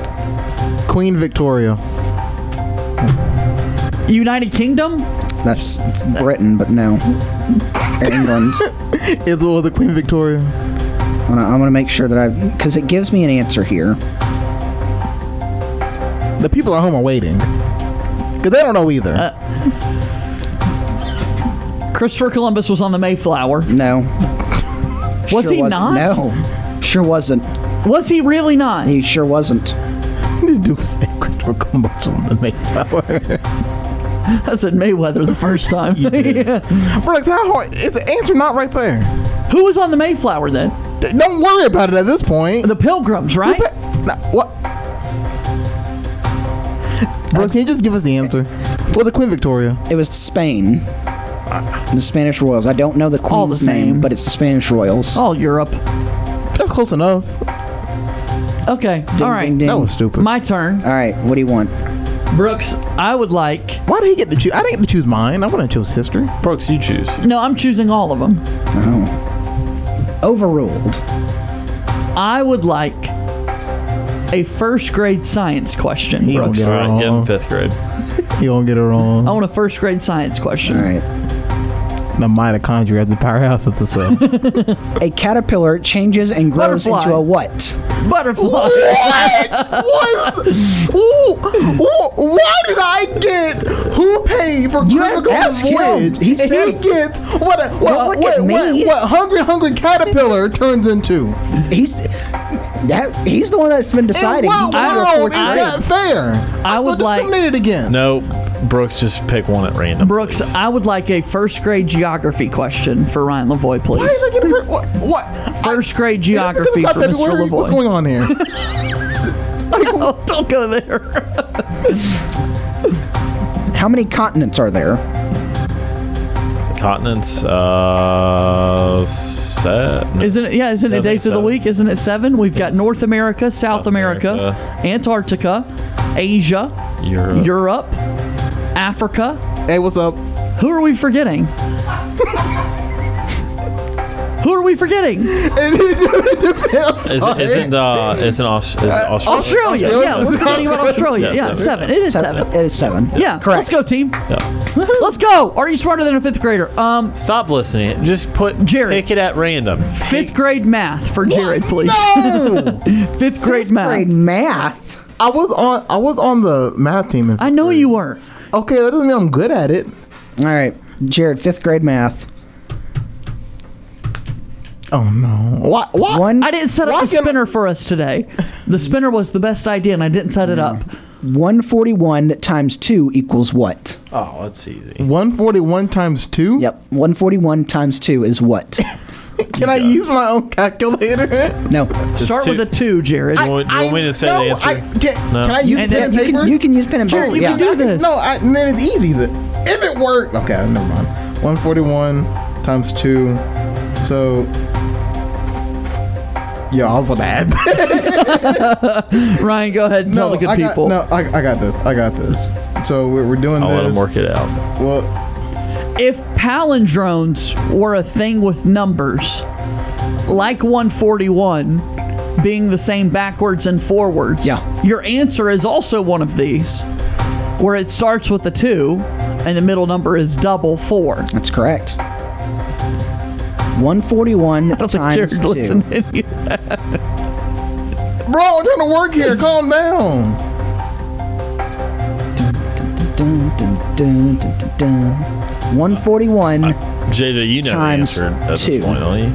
Speaker 3: Queen Victoria.
Speaker 1: United Kingdom?
Speaker 10: That's Britain, but no. Or England.
Speaker 3: Is it the Queen Victoria?
Speaker 10: I want to make sure that I. Because it gives me an answer here.
Speaker 3: The people at home are waiting. Because they don't know either.
Speaker 1: Uh, Christopher Columbus was on the Mayflower.
Speaker 10: No.
Speaker 1: Was
Speaker 10: Sure
Speaker 1: he
Speaker 10: wasn't.
Speaker 1: not?
Speaker 10: No. Sure wasn't.
Speaker 1: Was he really not?
Speaker 10: He sure wasn't.
Speaker 3: Did Duke say Christopher Columbus on the Mayflower?
Speaker 1: I said Mayweather the first time.
Speaker 3: Bro, like, how hard? Is the answer not right there?
Speaker 1: Who was on the Mayflower then?
Speaker 3: Don't worry about it at this point.
Speaker 1: The Pilgrims, right?
Speaker 3: Nah, what? Bro, can you just give us the answer? Well, the Queen Victoria.
Speaker 10: It was Spain. The Spanish royals. I don't know the queen's
Speaker 1: All the same.
Speaker 10: name, but it's the Spanish royals.
Speaker 1: All Europe.
Speaker 3: That's close enough.
Speaker 1: Okay. All right.
Speaker 10: ding, ding. That was
Speaker 3: stupid.
Speaker 1: My turn.
Speaker 10: All right. What do you want?
Speaker 1: Brooks, I would like.
Speaker 3: Why did he get to choose? I didn't get to choose mine. I want to choose history.
Speaker 2: Brooks, you choose.
Speaker 1: No, I'm choosing all of them.
Speaker 10: Oh. Overruled.
Speaker 1: I would like a first grade science question,
Speaker 3: He don't
Speaker 1: Brooks.
Speaker 3: get it wrong.
Speaker 2: fifth grade.
Speaker 3: He won't get it wrong.
Speaker 1: I want a first grade science question.
Speaker 10: All right.
Speaker 3: The mitochondria at the powerhouse at the cell.
Speaker 10: A caterpillar changes and grows
Speaker 1: Butterfly.
Speaker 10: into a what?
Speaker 1: Butterfly.
Speaker 3: what? Ooh, wh- why did I get who paid for
Speaker 10: You had
Speaker 3: Critical
Speaker 10: asked him.
Speaker 3: Voyage?
Speaker 10: He
Speaker 3: He, he
Speaker 10: said-
Speaker 3: gets what a, what,
Speaker 10: Don't
Speaker 3: what,
Speaker 10: look at
Speaker 3: what,
Speaker 10: me.
Speaker 3: what, hungry hungry caterpillar turns into.
Speaker 10: He's that he's the one that's been deciding.
Speaker 3: In what
Speaker 10: He-
Speaker 1: either fourth
Speaker 3: world is that fair?
Speaker 1: I would like-
Speaker 3: Committed again.
Speaker 2: No, Brooks, just pick one at random.
Speaker 1: Brooks,
Speaker 2: please.
Speaker 1: I would like a first grade geography question for Ryan Lavoy, please.
Speaker 3: Why did I get it for, what? what?
Speaker 1: First grade
Speaker 3: I- is this
Speaker 1: geography
Speaker 3: not
Speaker 1: for Mr.
Speaker 3: February?
Speaker 1: Lavoy.
Speaker 3: What's going on here?
Speaker 1: No, don't go there.
Speaker 10: How many continents are there?
Speaker 2: Continents, uh, set.
Speaker 1: Isn't it? Yeah, isn't
Speaker 2: I
Speaker 1: it
Speaker 2: think
Speaker 1: days of the
Speaker 2: so.
Speaker 1: week? Isn't it seven? We've got
Speaker 2: It's
Speaker 1: North America, South, America,
Speaker 2: America.
Speaker 1: Antarctica, Asia,
Speaker 2: Europe.
Speaker 1: Europe, Africa.
Speaker 3: hey, what's up?
Speaker 1: Who are we forgetting? Who are we forgetting?
Speaker 3: And he depends.
Speaker 2: Is,
Speaker 3: on
Speaker 2: isn't uh, isn't Aus- is it Australia?
Speaker 1: Australia.
Speaker 3: Australia.
Speaker 1: Yeah, we're forgetting about Australia.
Speaker 2: Yes,
Speaker 1: Yeah,
Speaker 2: yes.
Speaker 1: seven. It is
Speaker 10: Seven.
Speaker 1: seven.
Speaker 10: It is seven.
Speaker 1: Yeah,
Speaker 10: Correct.
Speaker 1: Let's go, team.
Speaker 2: Yeah.
Speaker 1: Let's go. Are you smarter than a fifth grader? Um,
Speaker 2: Stop listening. Just put
Speaker 1: Jerry.
Speaker 2: Pick it at random.
Speaker 1: fifth grade math for Jared, please.
Speaker 3: No!
Speaker 1: Fifth grade math.
Speaker 10: Grade math.
Speaker 3: I was on. I was on the math team.
Speaker 1: I know you weren't.
Speaker 3: Okay, that doesn't mean I'm good at it.
Speaker 10: All right, Jared, fifth grade math.
Speaker 3: Oh no! Why? Why?
Speaker 10: One
Speaker 1: I didn't set up
Speaker 3: Why
Speaker 1: the
Speaker 3: can't I-
Speaker 1: spinner for us today. The spinner was the best idea, and I didn't set it up.
Speaker 10: one forty one times two equals what?
Speaker 2: Oh, that's easy.
Speaker 3: 141 times 2?
Speaker 10: Yep, one forty one times two is what?
Speaker 3: Can I use my own calculator?
Speaker 10: no,
Speaker 1: Start
Speaker 2: two-
Speaker 1: with a two, Jared.
Speaker 2: You want, you want me to say
Speaker 3: no,
Speaker 2: the answer?
Speaker 3: I, can,
Speaker 2: No.
Speaker 3: can I use
Speaker 1: And
Speaker 3: pen
Speaker 1: then
Speaker 3: and
Speaker 10: you
Speaker 3: paper?
Speaker 10: can you can use pen and
Speaker 3: Sure,
Speaker 10: paper.
Speaker 3: you
Speaker 10: yeah.
Speaker 3: can do
Speaker 1: I can-
Speaker 3: this. No, I, and then it's easy. Then. If it worked. Okay, never mind. 141 times 2. So. Yeah, I'll put that.
Speaker 1: Ryan, go ahead and tell the good
Speaker 3: I got,
Speaker 1: people.
Speaker 3: No, I, I got this. I got this. So we're, we're doing
Speaker 2: I'll
Speaker 3: this.
Speaker 2: let him work it out.
Speaker 3: Well,
Speaker 1: If palindromes were a thing with numbers, like 141 being the same backwards and forwards,
Speaker 10: Yeah.
Speaker 1: your answer is also one of these, where it starts with a two and the middle number is double four.
Speaker 10: That's correct. One forty one
Speaker 1: I don't think
Speaker 10: times
Speaker 1: Jared
Speaker 10: two.
Speaker 1: listened to you.
Speaker 3: bro, I'm trying to work here. Calm down.
Speaker 10: One forty one.
Speaker 2: JJ, you know the
Speaker 10: Times
Speaker 2: answer at this
Speaker 10: two.
Speaker 2: point, don't you?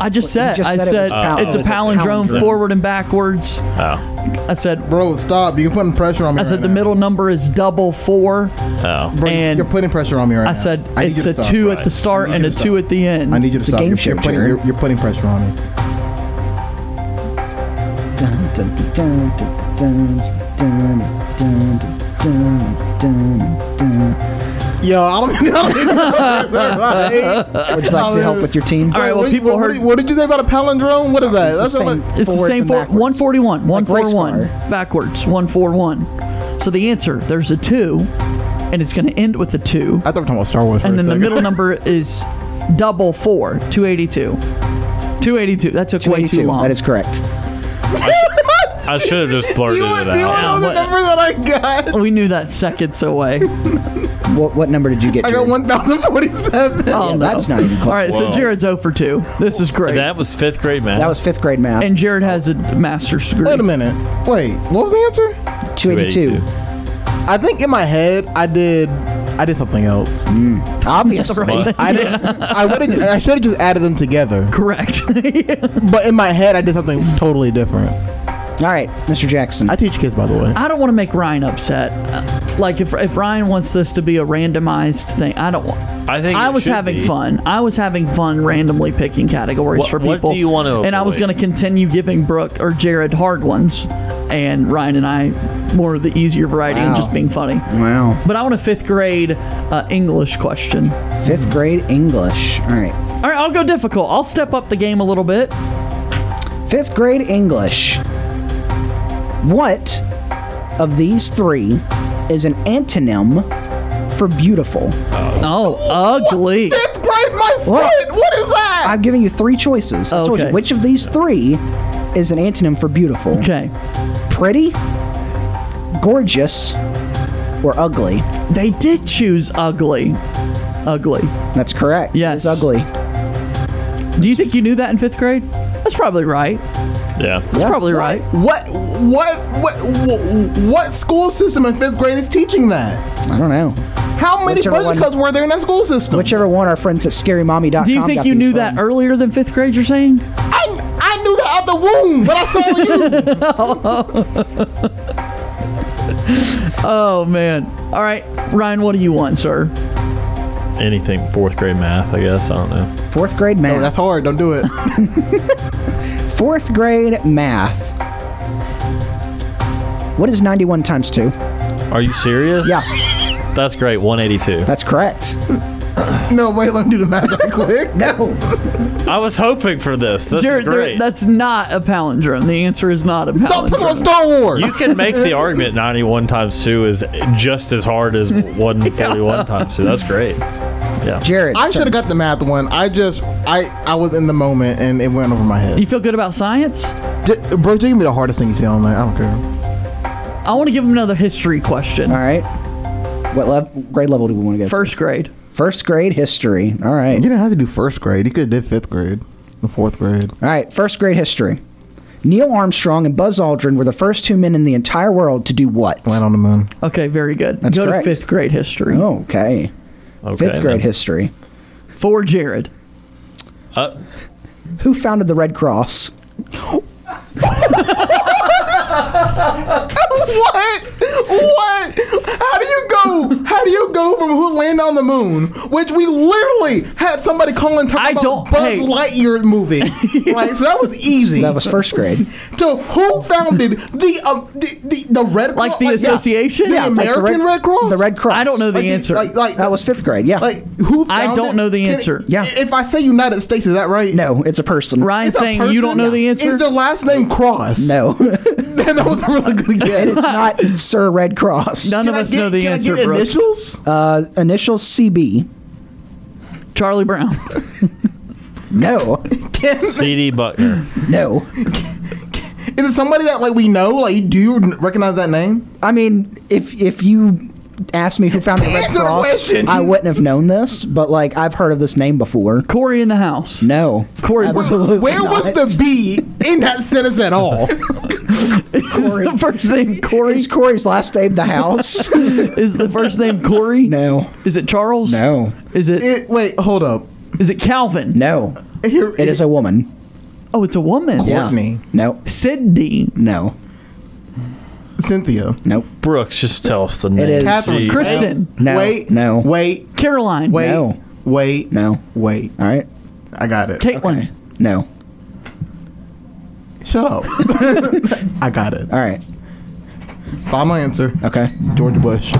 Speaker 1: I just
Speaker 10: Well,
Speaker 1: said,
Speaker 10: you just
Speaker 1: I
Speaker 10: said it
Speaker 1: said,
Speaker 10: was pal-
Speaker 1: it's a
Speaker 10: it was a
Speaker 1: palindrome,
Speaker 10: palindrome.
Speaker 1: forward and backwards.
Speaker 2: Oh,
Speaker 1: I said,
Speaker 3: Bro, stop. You're putting pressure on me.
Speaker 1: I
Speaker 3: right
Speaker 1: said the
Speaker 3: now.
Speaker 1: middle number is double four.
Speaker 2: oh.
Speaker 3: Bro,
Speaker 1: and-
Speaker 3: you're putting pressure on me right now.
Speaker 1: I said it's
Speaker 3: need you to
Speaker 1: a
Speaker 3: stop.
Speaker 1: two at
Speaker 2: Right.
Speaker 1: the start
Speaker 3: I need
Speaker 1: and
Speaker 3: you
Speaker 1: a
Speaker 3: to
Speaker 1: two
Speaker 3: stop.
Speaker 1: at the end.
Speaker 3: I need you to
Speaker 10: a
Speaker 3: stop.
Speaker 10: game
Speaker 3: you're,
Speaker 10: show,
Speaker 3: you're putting,
Speaker 10: Jared.
Speaker 3: you're, you're putting pressure on me.
Speaker 10: Dun, dun, dun, dun, dun, dun, dun, dun, dun, dun.
Speaker 3: Yo, I don't even know.
Speaker 10: Would you like to help with your team?
Speaker 1: All right, well,
Speaker 3: what,
Speaker 1: people
Speaker 3: what,
Speaker 1: heard-
Speaker 3: what did you say about a palindrome? What is that?
Speaker 10: It's the
Speaker 3: That's
Speaker 10: same.
Speaker 3: like-
Speaker 1: it's the
Speaker 10: forwards
Speaker 1: same
Speaker 10: and
Speaker 1: for
Speaker 10: backwards.
Speaker 1: 141,
Speaker 10: Like race
Speaker 1: 141, backwards, 141. So the answer, there's a two, and it's going to end with a two.
Speaker 3: I thought we were talking about Star Wars. for
Speaker 1: And
Speaker 3: a
Speaker 1: then the
Speaker 3: second.
Speaker 1: middle number is double four, 282. 282. That took way
Speaker 10: 22.
Speaker 1: too long.
Speaker 10: That is correct.
Speaker 2: I should have just blurted
Speaker 3: You
Speaker 2: it
Speaker 3: would- you would know
Speaker 2: out.
Speaker 3: the number that my god.
Speaker 1: We knew that seconds away.
Speaker 10: what what number did you get?
Speaker 3: I got
Speaker 10: Jared?
Speaker 3: 1,047.
Speaker 1: Oh,
Speaker 10: Yeah,
Speaker 1: no.
Speaker 10: that's not even close.
Speaker 1: All right, so
Speaker 10: Whoa.
Speaker 1: Jared's 0 for 2. This is great.
Speaker 2: That was fifth grade math.
Speaker 10: That was fifth grade math.
Speaker 1: And Jared has a master's degree.
Speaker 3: Wait a minute. Wait, what was the answer?
Speaker 10: 282.
Speaker 3: I think in my head I did I did something else.
Speaker 10: Mm. obviously. Right.
Speaker 3: I did, I would have I should have just added them together.
Speaker 1: Correct.
Speaker 3: but in my head I did something totally different.
Speaker 10: All right, Mr. Jackson.
Speaker 3: I teach kids by the way.
Speaker 1: I don't want to make Ryan upset. Uh, Like if, if Ryan wants this to be a randomized thing, I don't. want.
Speaker 2: I think
Speaker 1: I
Speaker 2: it
Speaker 1: was
Speaker 2: should
Speaker 1: having
Speaker 2: be.
Speaker 1: fun. I was having fun randomly picking categories
Speaker 2: What-
Speaker 1: for people.
Speaker 2: what do you wanna
Speaker 1: And I was
Speaker 2: avoid?
Speaker 1: going to continue giving Brooke or Jared hard ones, and Ryan and I more of the easier variety and
Speaker 10: Wow.
Speaker 1: just being funny.
Speaker 10: Wow.
Speaker 1: But I want a fifth grade uh, English question.
Speaker 10: Fifth grade English. All right.
Speaker 1: All right, I'll go difficult. I'll step up the game a little bit.
Speaker 10: Fifth grade English. What of these three is an antonym for beautiful?
Speaker 1: Oh, ugly.
Speaker 3: Fifth grade, my
Speaker 1: Oh,
Speaker 3: friend. What is that?
Speaker 10: I'm giving you three choices. I told you,
Speaker 1: Okay.
Speaker 10: which of these three is an antonym for beautiful?
Speaker 1: Okay.
Speaker 10: Pretty, gorgeous, or ugly?
Speaker 1: They did choose ugly. Ugly.
Speaker 10: That's correct.
Speaker 1: Yes.
Speaker 10: It's ugly.
Speaker 1: Do you think you knew that in fifth grade? That's probably right.
Speaker 2: Yeah.
Speaker 1: That's probably right.
Speaker 3: What what what what, what school system in 5th grade is teaching that?
Speaker 10: I don't know.
Speaker 3: How many
Speaker 10: Whichever one-
Speaker 3: buzzcuts were there in that school system?
Speaker 10: Whichever one our friends at scarymommy.com
Speaker 1: Do you think
Speaker 10: got
Speaker 1: you
Speaker 10: these
Speaker 1: knew
Speaker 10: from.
Speaker 1: that earlier than fifth grade? You're saying?
Speaker 3: I, I knew that out the womb when I saw you.
Speaker 1: Oh man! All right, Ryan, what do you want, sir?
Speaker 2: Anything fourth grade math, I guess. I don't know.
Speaker 10: Fourth grade math.
Speaker 3: No, that's hard. Don't do it.
Speaker 10: Fourth grade math. What is 91 times 2?
Speaker 2: Are you serious?
Speaker 10: Yeah.
Speaker 2: That's great. 182.
Speaker 10: That's correct.
Speaker 3: no, wait, let me do the math right quick.
Speaker 10: No.
Speaker 2: I was hoping for this. This
Speaker 1: Jared,
Speaker 2: is
Speaker 1: there-
Speaker 2: great.
Speaker 1: that's not a palindrome. The answer is not a palindrome.
Speaker 3: Stop talking about Star Wars.
Speaker 2: You can make the argument 91 times 2 is just as hard as 141 times 2. That's great. Yeah.
Speaker 10: Jared.
Speaker 3: I should have got the math one. I just I I was in the moment and it went over my head.
Speaker 1: You feel good about science?
Speaker 3: J- bro, just give me the hardest thing you see on there. I don't care.
Speaker 1: I want to give him another history question.
Speaker 10: All right. What level, grade level do we want to go? to?
Speaker 1: First grade.
Speaker 10: First grade history. All right.
Speaker 3: You didn't have to do first grade. You could have did fifth grade, the fourth grade.
Speaker 10: All right. First grade history. Neil Armstrong and Buzz Aldrin were the first two men in the entire world to do what?
Speaker 3: Land on the moon.
Speaker 1: Okay, very good.
Speaker 10: That's
Speaker 1: Go
Speaker 10: correct. Oh,
Speaker 1: to fifth grade history
Speaker 10: okay.
Speaker 2: Okay,
Speaker 10: Fifth grade
Speaker 2: then.
Speaker 10: history.
Speaker 1: for Jared.
Speaker 2: Uh,
Speaker 10: Who founded the Red Cross?
Speaker 3: What? What? How do you go? How do you go from who land on the moon, which we literally had somebody calling talking
Speaker 1: I
Speaker 3: about
Speaker 1: don't- hey.
Speaker 3: Buzz Lightyear movie, like so that was easy.
Speaker 10: That was first grade.
Speaker 3: So who founded the um, the, the the Red Cross?
Speaker 1: Like the
Speaker 3: yeah.
Speaker 1: association?
Speaker 3: the
Speaker 1: Yeah, like the
Speaker 3: American
Speaker 10: Red-
Speaker 3: Red, Cross,
Speaker 10: the Red Cross.
Speaker 1: I don't know the
Speaker 3: Like
Speaker 1: answer.
Speaker 3: like, like,
Speaker 10: That was fifth grade. Yeah.
Speaker 3: like who?
Speaker 1: I
Speaker 3: founded-
Speaker 1: don't know the
Speaker 3: Can-
Speaker 1: answer.
Speaker 10: Yeah.
Speaker 3: If I say United States, is that right?
Speaker 10: no, it's a person.
Speaker 1: Ryan's
Speaker 3: It's a
Speaker 1: saying you don't
Speaker 3: person?
Speaker 1: know the answer.
Speaker 3: Is their last name Cross?
Speaker 10: No.
Speaker 3: that was a really good
Speaker 10: it
Speaker 3: guess.
Speaker 10: is not Sir Red Cross.
Speaker 1: None of
Speaker 3: I
Speaker 1: us
Speaker 3: get-
Speaker 1: know the
Speaker 3: can
Speaker 1: answer,
Speaker 3: I get
Speaker 1: Brooks.
Speaker 3: initials?
Speaker 10: Uh, initial CB.
Speaker 1: Charlie Brown.
Speaker 10: No.
Speaker 2: CD Buckner.
Speaker 10: No.
Speaker 3: Is it somebody that like we know? Like, do you recognize that name?
Speaker 10: I mean, if if you asked me who founded the Red
Speaker 3: Answer the
Speaker 10: Cross,
Speaker 3: question.
Speaker 10: I wouldn't have known this. But like, I've heard of this name before.
Speaker 1: Corey in the house.
Speaker 10: No,
Speaker 1: Corey,
Speaker 10: absolutely
Speaker 3: Where
Speaker 10: not.
Speaker 3: was the B in that sentence at all?
Speaker 10: Corey?
Speaker 1: The first name Corey
Speaker 10: Is Corey's last name the house?
Speaker 1: is the first name Corey.
Speaker 10: no,
Speaker 1: Is it Charles?
Speaker 10: no,
Speaker 1: Is it
Speaker 3: It- wait, hold up.
Speaker 1: is it Calvin?
Speaker 10: no.
Speaker 3: Here
Speaker 10: It is a woman.
Speaker 1: Oh, it's a woman.
Speaker 10: Yeah.
Speaker 3: Courtney.
Speaker 10: No,
Speaker 1: Sydney.
Speaker 10: no,
Speaker 3: Cynthia.
Speaker 10: nope.
Speaker 2: Brooks, just tell us the name.
Speaker 10: is-
Speaker 3: Catherine.
Speaker 2: Gee.
Speaker 1: Kristen.
Speaker 10: No,
Speaker 3: Wait.
Speaker 10: no.
Speaker 3: Wait.
Speaker 1: Caroline.
Speaker 3: Wait.
Speaker 10: No.
Speaker 3: Wait.
Speaker 10: No.
Speaker 3: Wait.
Speaker 10: All right.
Speaker 3: I got it.
Speaker 1: Caitlin.
Speaker 10: No.
Speaker 3: Shut up. I got it.
Speaker 10: All right.
Speaker 3: Final answer.
Speaker 10: Okay.
Speaker 3: George Bush.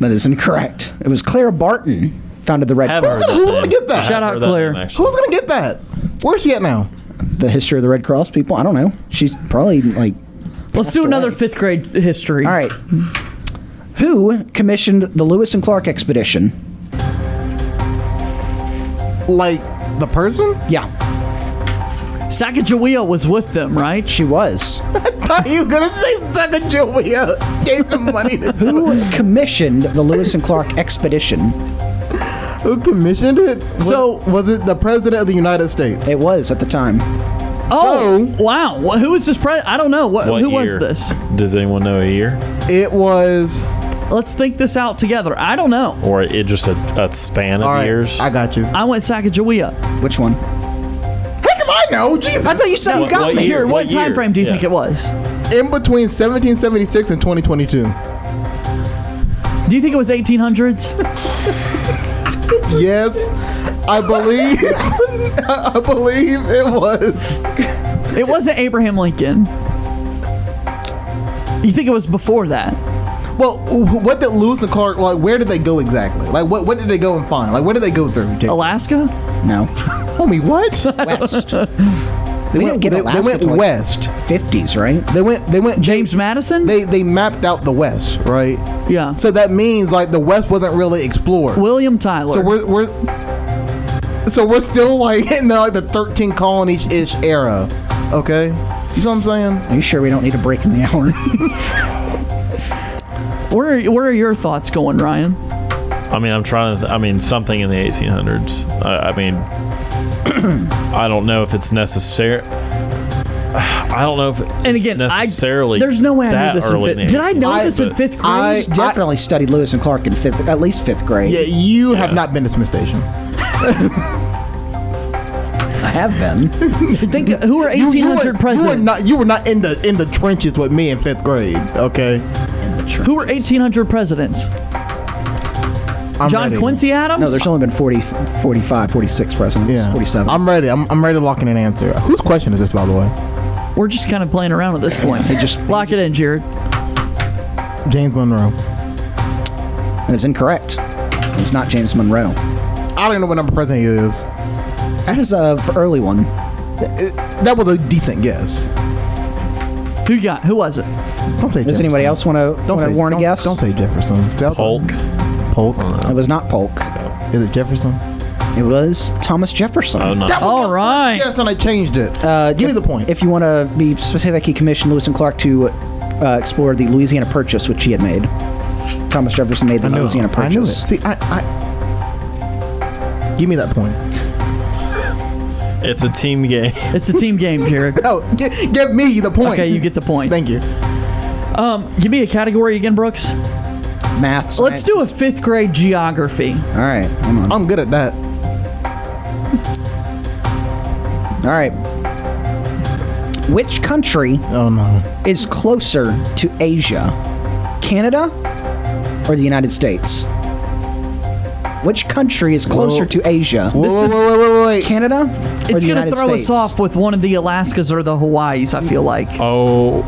Speaker 10: That is incorrect. It was Claire Barton founded the Red
Speaker 2: Have
Speaker 10: Cross.
Speaker 2: heard that
Speaker 3: Who's gonna
Speaker 2: name.
Speaker 3: get that?
Speaker 2: I have
Speaker 1: Shout out
Speaker 2: heard that
Speaker 1: Claire.
Speaker 2: name, actually.
Speaker 3: Who's gonna get that? Where's she at now?
Speaker 10: The history of the Red Cross people. I don't know. She's probably like
Speaker 1: Let's do another fifth grade history.
Speaker 10: All right. Who commissioned the Lewis and Clark expedition?
Speaker 3: Like the person?
Speaker 10: Yeah,
Speaker 1: Sacagawea was with them, right?
Speaker 10: she was.
Speaker 3: thought you were gonna say Sucker Julia gave him money to
Speaker 10: Who commissioned the Lewis and Clark expedition?
Speaker 3: Who commissioned it? So was it the president of the United States? It
Speaker 10: was at the time.
Speaker 1: Oh wow! Wh- Who is this? Pre- I don't know. What,
Speaker 2: What
Speaker 1: who
Speaker 2: year?
Speaker 1: was this?
Speaker 2: Does anyone know a year
Speaker 3: It was.
Speaker 1: Let's think this out together. I don't know.
Speaker 2: or it just a, a span of years?
Speaker 3: I got you.
Speaker 1: I went Sacagawea.
Speaker 10: Which one?
Speaker 3: I know. Jesus,
Speaker 1: I thought you said
Speaker 3: No,
Speaker 1: you got
Speaker 3: what
Speaker 1: me.
Speaker 3: year?
Speaker 1: Here, what,
Speaker 3: What
Speaker 1: time
Speaker 3: year?
Speaker 1: frame do you
Speaker 3: Yeah.
Speaker 1: think it was?
Speaker 3: in between 1776 and 2022.
Speaker 1: Do you think it was 1800s?
Speaker 3: yes, I believe. I believe it was.
Speaker 1: It wasn't Abraham Lincoln. You think it was before that?
Speaker 3: Well, wh- what did Lewis and Clark like? Where did they go exactly? Like, what what did they go and find? Like, where did they go through? Jake?
Speaker 1: Alaska?
Speaker 10: No.
Speaker 3: Homie, what?
Speaker 10: West.
Speaker 3: They
Speaker 10: We
Speaker 3: went,
Speaker 10: didn't get
Speaker 3: they, they
Speaker 10: Alaska
Speaker 3: went
Speaker 10: till, like,
Speaker 3: west.
Speaker 10: 50s, right?
Speaker 3: They went. They went.
Speaker 1: James Madison.
Speaker 3: They they mapped out the west, right?
Speaker 1: Yeah.
Speaker 3: So that means like the west wasn't really explored.
Speaker 1: William Tyler.
Speaker 3: So we're we're so we're still like in the, like the thirteen colonies ish era. Okay, you know what I'm saying?
Speaker 10: Are you sure we don't need a break in the hour?
Speaker 1: Where are, where are your thoughts going, Ryan?
Speaker 2: I mean, I'm trying to. Th- I mean, something in the 1800s. I, I mean, I don't know if it's necessary. I don't know if it's
Speaker 1: And again, I-
Speaker 2: necessarily.
Speaker 1: there's no way I knew
Speaker 2: that
Speaker 1: this in
Speaker 2: early
Speaker 1: fifth-
Speaker 2: the
Speaker 1: did I know
Speaker 2: 1800s,
Speaker 1: this in
Speaker 2: but-
Speaker 1: fifth grade?
Speaker 10: I
Speaker 1: I-
Speaker 10: definitely studied Lewis and Clark in fifth, at least fifth grade.
Speaker 3: Yeah, you have not been to Smith Station.
Speaker 10: I have been.
Speaker 1: Think who were 1800
Speaker 3: You- you were- You were
Speaker 1: presidents?
Speaker 3: not. You were not in the in the trenches with me in fifth grade. Okay.
Speaker 1: who were 1800 presidents?
Speaker 3: I'm
Speaker 1: John
Speaker 3: ready.
Speaker 1: Quincy Adams.
Speaker 10: No, there's only been 40, 45, 46 presidents.
Speaker 3: Yeah.
Speaker 10: 47.
Speaker 3: I'm ready. I'm, I'm ready to lock in an answer. Whose question is this, by the way?
Speaker 1: We're just kind of playing around at this point.
Speaker 10: They just-
Speaker 1: lock it in, Jared.
Speaker 3: James Monroe.
Speaker 10: And it's incorrect. It's not James Monroe.
Speaker 3: I don't know what number president he is.
Speaker 10: That is a early one.
Speaker 3: That was a decent guess.
Speaker 1: Who you got? Who was it?
Speaker 3: Don't say.
Speaker 10: Does
Speaker 3: Jefferson.
Speaker 10: anybody else want to
Speaker 3: Don't
Speaker 10: want
Speaker 3: say.
Speaker 10: to warn a
Speaker 3: don't-
Speaker 10: guess?
Speaker 3: Don't say Jefferson. That was-
Speaker 2: Polk.
Speaker 3: Polk.
Speaker 10: It was not Polk.
Speaker 3: Oh, Is it Jefferson?
Speaker 10: It was Thomas Jefferson.
Speaker 2: Oh, no.
Speaker 3: That was
Speaker 1: All right.
Speaker 3: Yes, and I changed it.
Speaker 10: Uh,
Speaker 3: Give
Speaker 10: if,
Speaker 3: me the point.
Speaker 10: If you want to be specific, he commissioned Lewis and Clark to uh, explore the Louisiana Purchase, which he had made. Thomas Jefferson made the Louisiana
Speaker 3: I knew it.
Speaker 10: Purchase.
Speaker 3: See, I, I. Give me that point.
Speaker 2: It's a team game.
Speaker 1: It's a team game, Jared.
Speaker 3: No, gi- give me the point.
Speaker 1: Okay, you get the point.
Speaker 3: Thank you.
Speaker 1: Um, give me a category again, Brooks.
Speaker 10: Math.
Speaker 1: Let's do a fifth grade geography.
Speaker 10: All right. Hold on.
Speaker 3: I'm good at that.
Speaker 10: All right. Which country
Speaker 3: Oh no.
Speaker 10: is closer to Asia, Canada or the United States? Which country is closer to Asia,
Speaker 3: Whoa, whoa, whoa, whoa, whoa, wait.
Speaker 10: Canada or
Speaker 1: It's
Speaker 10: the
Speaker 1: going
Speaker 10: United
Speaker 1: to throw
Speaker 10: States?
Speaker 1: us off with one of the Alaskas or the Hawaiis, I feel like.
Speaker 2: Oh,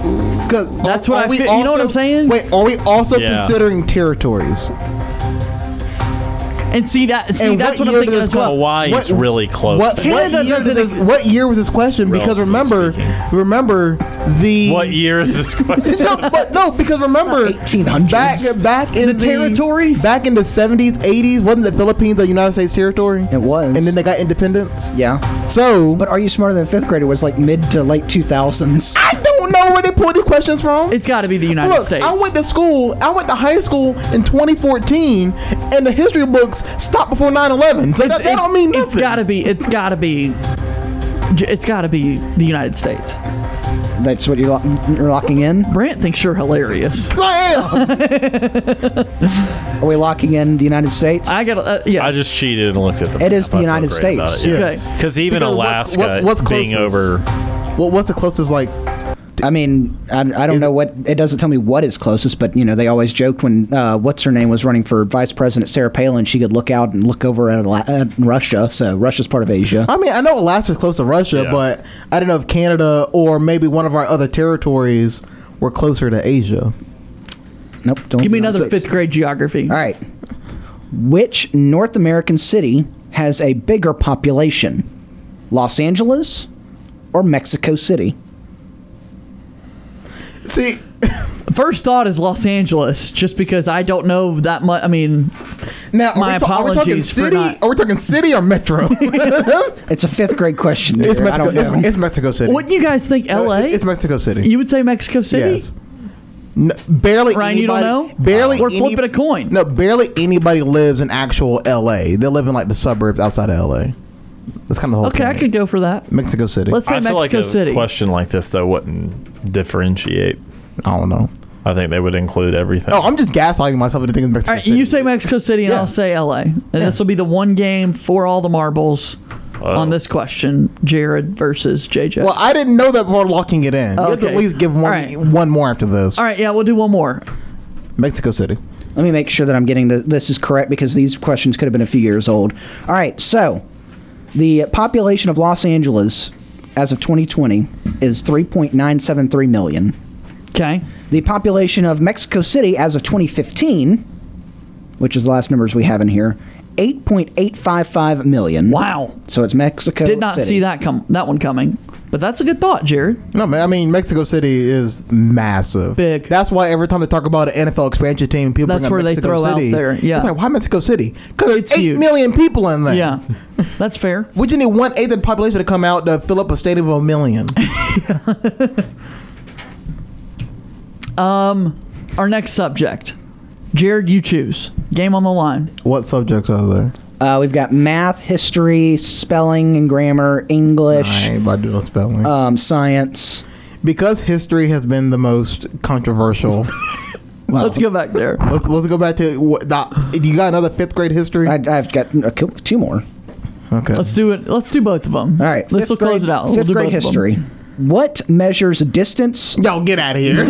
Speaker 1: That's what I
Speaker 3: we
Speaker 1: fe- you know what I'm saying?
Speaker 3: Wait, are we also
Speaker 2: Yeah.
Speaker 3: considering territories?
Speaker 1: And see that see
Speaker 3: And
Speaker 1: that's
Speaker 3: what
Speaker 1: what I'm
Speaker 3: year
Speaker 1: thinking
Speaker 3: does
Speaker 1: as
Speaker 3: this
Speaker 1: well.
Speaker 2: Hawaii is
Speaker 3: What-
Speaker 2: really close.
Speaker 3: What, what,
Speaker 1: Canada
Speaker 3: year
Speaker 1: doesn't
Speaker 3: did this,
Speaker 1: ex-
Speaker 3: what year was this question? Because
Speaker 2: Relatively
Speaker 3: remember,
Speaker 2: speaking.
Speaker 3: remember the
Speaker 2: What year is this question?
Speaker 3: no, but no, because remember,
Speaker 10: 1800s.
Speaker 3: back back in
Speaker 1: The territories?
Speaker 3: back in the seventies, eighties, wasn't the Philippines a United States territory?
Speaker 10: It was.
Speaker 3: And then they got independence.
Speaker 10: yeah.
Speaker 3: So,
Speaker 10: But are you smarter than a fifth grader? Was like mid to late 2000s.
Speaker 3: I don't know where they pulled these questions from.
Speaker 1: It's got to be the United
Speaker 3: Look,
Speaker 1: States.
Speaker 3: I went to school. I went to high school in 2014, and the history books stopped before 9/11. So that, that don't mean nothing.
Speaker 1: It's got to be it's got to be j- it's got to be the United States.
Speaker 10: That's what you're, lo- you're locking in.
Speaker 1: Brant thinks you're hilarious.
Speaker 3: I am.
Speaker 10: Are we locking in the United States?
Speaker 1: I got uh, yeah.
Speaker 2: I just cheated and looked at the.
Speaker 10: It is the United States.
Speaker 1: Okay.
Speaker 2: Because even
Speaker 3: Because what's-
Speaker 2: Alaska
Speaker 3: what- what's
Speaker 2: being
Speaker 3: closest?
Speaker 2: over.
Speaker 3: Well, what's the closest like?
Speaker 10: I mean, I, I don't know what it doesn't tell me what is closest, but you know, they always joked when uh, what's her name was running for vice president Sarah Palin, she could look out and look over at, Ala- at Russia. So Russia's part of Asia.
Speaker 3: I mean, I know Alaska's close to Russia,
Speaker 2: Yeah.
Speaker 3: but I don't know if Canada or maybe one of our other territories were closer to Asia.
Speaker 10: Nope. Don't
Speaker 1: Give me another fifth grade geography.
Speaker 10: All right. Which North American city has a bigger population, Los Angeles or Mexico City?
Speaker 3: See,
Speaker 1: First thought is Los Angeles, just because I don't know that much. I mean,
Speaker 3: Now, are,
Speaker 1: My
Speaker 3: we, ta- are we talking
Speaker 1: apologies for
Speaker 3: city?
Speaker 1: not-
Speaker 3: Are we talking city or metro?
Speaker 10: it's a fifth grade question.
Speaker 3: It's
Speaker 10: Peter. I
Speaker 3: Mexico,
Speaker 10: don't know.
Speaker 3: it's, it's Mexico City.
Speaker 1: Wouldn't you guys think LA?
Speaker 3: Uh, It's Mexico City.
Speaker 1: you would say Mexico City?
Speaker 3: Yes. No, barely
Speaker 1: Ryan,
Speaker 3: anybody.
Speaker 1: you don't know?
Speaker 3: Barely.
Speaker 1: We're
Speaker 3: any-
Speaker 1: flipping a coin.
Speaker 3: No, barely anybody lives in actual LA. They live in like the suburbs outside of LA. That's kind of the whole.
Speaker 1: Okay, I
Speaker 3: point.
Speaker 1: could go for that.
Speaker 3: Mexico City.
Speaker 1: Let's say
Speaker 2: I feel
Speaker 1: Mexico
Speaker 2: like a
Speaker 1: City.
Speaker 2: question like this though wouldn't differentiate.
Speaker 3: I don't know.
Speaker 2: I think they would include everything.
Speaker 3: Oh, I'm just gaslighting myself into thinking Mexico
Speaker 1: All right,
Speaker 3: City.
Speaker 1: you say Mexico City, and
Speaker 3: Yeah.
Speaker 1: I'll say LA. And this will be the one game for all the marbles on this question: Jared versus JJ.
Speaker 3: well, I didn't know that before locking it in. You have to at
Speaker 1: Okay.
Speaker 3: least give one,
Speaker 1: All right.
Speaker 3: one more after this.
Speaker 1: all right, yeah, we'll do one more.
Speaker 3: Mexico City.
Speaker 10: Let me make sure that I'm getting the, this is correct because these questions could have been a few years old. All right, so the population of Los Angeles as of 2020 is 3.973 million.
Speaker 1: Okay.
Speaker 10: The population of Mexico City as of 2015, which is the last numbers we have in here, 8.855 million.
Speaker 1: Wow.
Speaker 10: So it's Mexico
Speaker 1: Did not
Speaker 10: City.
Speaker 1: see that come that one coming, but that's a good thought, Jared.
Speaker 3: No, man. I mean, Mexico City is massive. Big. That's why every time they talk about an NFL expansion team, people
Speaker 1: That's
Speaker 3: bring up
Speaker 1: where they
Speaker 3: Mexico
Speaker 1: throw out
Speaker 3: City.
Speaker 1: there, yeah.
Speaker 3: It's like, why Mexico City? Because there's eight million people in there.
Speaker 1: Yeah, that's fair.
Speaker 3: Would you need one eighth of the population to come out to fill up a stadium of a million?
Speaker 1: Um, our next subject, Jared, you choose. Game on the line.
Speaker 3: what subjects are there?
Speaker 10: Uh, we've got math, history, spelling and grammar, English,
Speaker 3: I ain't about to do no spelling.
Speaker 10: um, science.
Speaker 3: Because history has been the most controversial.
Speaker 1: Let's go back there.
Speaker 3: Let's, let's go back to what the, you got another fifth grade history. I,
Speaker 10: I've got a cou- two more.
Speaker 3: Okay.
Speaker 1: Let's do it. Let's do both of them.
Speaker 10: All right.
Speaker 1: This will close
Speaker 10: fifth grade-
Speaker 1: it out. We'll
Speaker 10: Fifth
Speaker 1: do
Speaker 10: grade
Speaker 1: both of them.
Speaker 10: history. What measures distance?
Speaker 3: No, get out of here.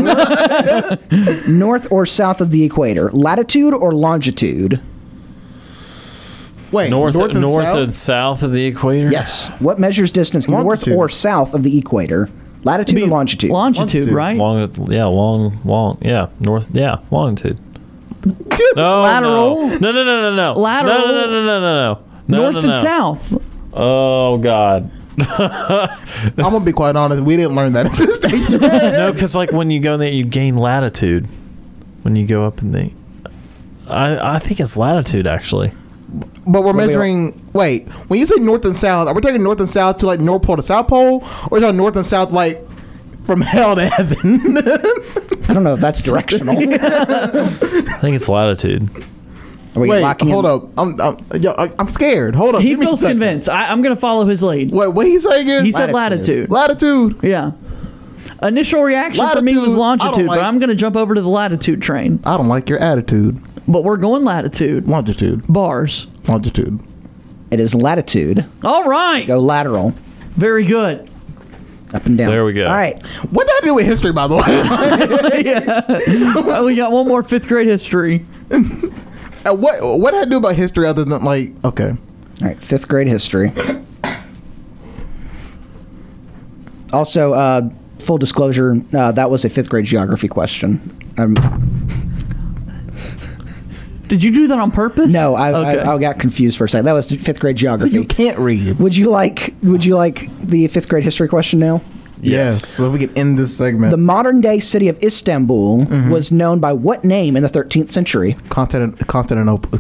Speaker 10: north or south of the equator? Latitude or longitude?
Speaker 3: Wait,
Speaker 2: north, north, and, south? of the equator.
Speaker 10: Yes. What measures distance north or south of the equator? Latitude or longitude?
Speaker 1: Longitude, right?
Speaker 2: Long, yeah, long, long, yeah, north, yeah, longitude. Oh, No,
Speaker 1: Lateral.
Speaker 2: No, no, no, no, no, no.
Speaker 1: Lateral.
Speaker 2: No, no, no, no, no, no, no.
Speaker 1: North
Speaker 2: no,
Speaker 1: and
Speaker 2: no.
Speaker 1: south.
Speaker 2: Oh God.
Speaker 3: I'm gonna be quite honest. We didn't learn that at this station.
Speaker 2: no, because like when you go in there, you gain latitude when you go up in the. I I think it's latitude actually.
Speaker 3: But we're measuring. Wait, when you say north and south, are we talking north and south to like North Pole to South Pole, or is it north and south like from hell to heaven?
Speaker 10: I don't know if that's directional.
Speaker 2: I think it's latitude.
Speaker 10: Are we
Speaker 3: wait,
Speaker 10: locking
Speaker 3: hold
Speaker 10: in-
Speaker 3: up. I'm, I'm, yo, I- I'm scared. Hold up.
Speaker 1: He
Speaker 3: give me a
Speaker 1: feels
Speaker 3: second.
Speaker 1: convinced. I, I'm going to follow his lead.
Speaker 3: Wait, what he say again?
Speaker 1: He said latitude.
Speaker 3: Latitude.
Speaker 1: Yeah. Initial reaction for me was
Speaker 3: Latitude, I don't
Speaker 1: longitude,
Speaker 3: like-
Speaker 1: but I'm going to jump over to the latitude train.
Speaker 3: I don't like your attitude.
Speaker 1: But we're going latitude.
Speaker 3: Longitude.
Speaker 1: Bars.
Speaker 3: Longitude.
Speaker 10: It is latitude.
Speaker 1: All right.
Speaker 10: Go lateral,
Speaker 1: Very good.
Speaker 10: up and down.
Speaker 2: There we go.
Speaker 10: All right.
Speaker 3: What did I do with history, by the way?
Speaker 1: Well, Uh, we got one more fifth grade history.
Speaker 3: Uh, what What did I do about history other than like okay?
Speaker 10: All right. Fifth grade history. Also, uh, full disclosure, uh, that was a fifth grade geography question. Um,
Speaker 1: Did you do that on purpose?
Speaker 10: no, I,
Speaker 1: Okay.
Speaker 10: I, I got confused for a second. That was fifth grade
Speaker 3: So
Speaker 10: geography.
Speaker 3: you can't read.
Speaker 10: Would you like Would you like the fifth grade history question now?
Speaker 3: Yes. So if we can end this segment.
Speaker 10: The modern day city of Istanbul
Speaker 3: Mm-hmm.
Speaker 10: was known by what name in the 13th century?
Speaker 3: Constant, Constantinople.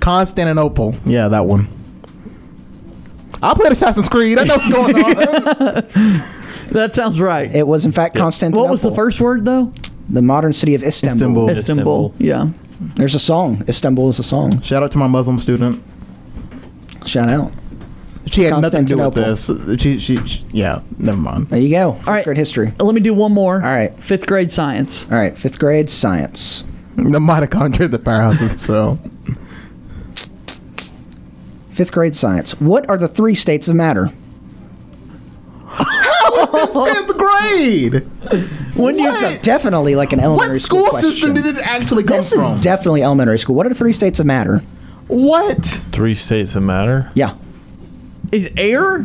Speaker 3: Constantinople. Yeah, that one. I played Assassin's Creed. I know what's going on.
Speaker 1: that sounds right.
Speaker 10: It was in fact Constantinople.
Speaker 1: What was the first word, though?
Speaker 10: The modern city of Istanbul.
Speaker 3: Istanbul.
Speaker 1: Istanbul. Yeah.
Speaker 10: There's a song. Istanbul is a song.
Speaker 3: Shout out to my Muslim student.
Speaker 10: Shout out.
Speaker 3: She had nothing to do with this.
Speaker 10: Constantinople.
Speaker 3: She, she, she- yeah. Never mind.
Speaker 10: There you go. Fifth
Speaker 1: right.
Speaker 10: grade history.
Speaker 1: Let me do one more.
Speaker 10: All right.
Speaker 1: Fifth grade science.
Speaker 10: All right. Fifth grade science.
Speaker 3: The mitochondria is the powerhouse of the cell.
Speaker 10: Fifth grade science. What are the three states of matter?
Speaker 3: Fifth grade.
Speaker 1: When do you
Speaker 3: What?
Speaker 10: It's definitely like an
Speaker 3: What
Speaker 10: elementary
Speaker 3: school
Speaker 10: question.
Speaker 3: system did this actually come
Speaker 10: This
Speaker 3: from?
Speaker 10: is definitely elementary school. What are the three states of matter?
Speaker 3: what?
Speaker 2: Three states that matter.
Speaker 10: Yeah.
Speaker 1: is air?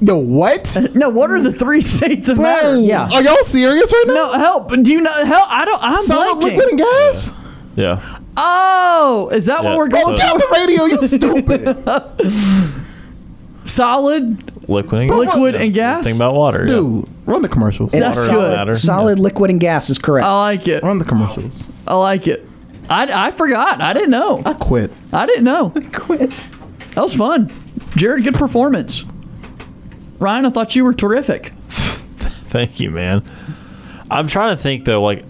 Speaker 3: The what?
Speaker 1: No. What are the three states of matter?
Speaker 10: Yeah.
Speaker 3: Are y'all serious right now?
Speaker 1: No help. Do you know help? I don't. I'm
Speaker 3: Solid
Speaker 1: blanking.
Speaker 3: liquid and gas?
Speaker 2: Yeah.
Speaker 1: Oh, is that
Speaker 2: Yeah,
Speaker 1: what we're
Speaker 2: so-
Speaker 1: going
Speaker 3: Get off
Speaker 1: for?
Speaker 3: the radio, you stupid.
Speaker 1: Solid,
Speaker 2: Liquid. And
Speaker 1: liquid, and gas.
Speaker 2: Think about water. yeah.
Speaker 3: Dude, run the commercials.
Speaker 10: It
Speaker 2: Water
Speaker 10: is
Speaker 2: doesn't
Speaker 10: solid,
Speaker 2: matter.
Speaker 10: solid liquid, and gas is correct.
Speaker 1: I like it.
Speaker 3: Run the commercials.
Speaker 1: I like it. I, I forgot. I didn't know. I
Speaker 3: quit.
Speaker 1: I didn't know. I quit. That was fun. Jared, good performance. Ryan, I thought you were terrific.
Speaker 2: Thank you, man. I'm trying to think though, like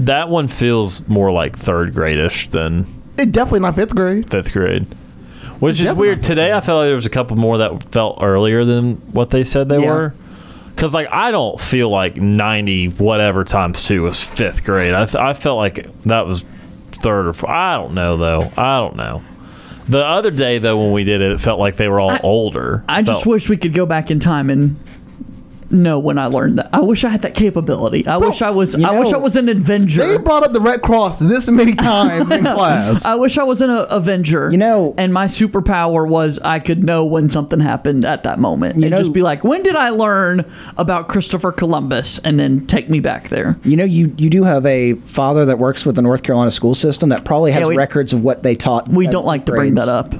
Speaker 2: that one feels more like third gradish than
Speaker 3: It definitely not fifth grade.
Speaker 2: fifth grade, which is weird. Today, I felt like there was a couple more that felt earlier than what they said they
Speaker 3: Yeah.
Speaker 2: were. Because like I don't feel like ninety whatever times two was fifth grade. I, th- I felt like that was third or fourth. I don't know though. I don't know. The other day though when we did it, it felt like they were all older.
Speaker 1: I just
Speaker 2: Felt-
Speaker 1: wish we could go back in time and know when I learned that. I wish I had that capability. I wish I was. I wish I was an Avenger.
Speaker 3: They brought up the Red Cross this many times in class.
Speaker 1: I wish I was an a- Avenger. You know, and my superpower was I could know when something happened at that moment, and just be like, "When did I learn about Christopher Columbus?" And then take me back there.
Speaker 10: You know, you, you do have a father that works with the North Carolina school system that probably has
Speaker 1: Yeah, we-
Speaker 10: records of what they taught.
Speaker 1: We
Speaker 10: at
Speaker 1: don't like to bring
Speaker 10: grades.
Speaker 1: that up.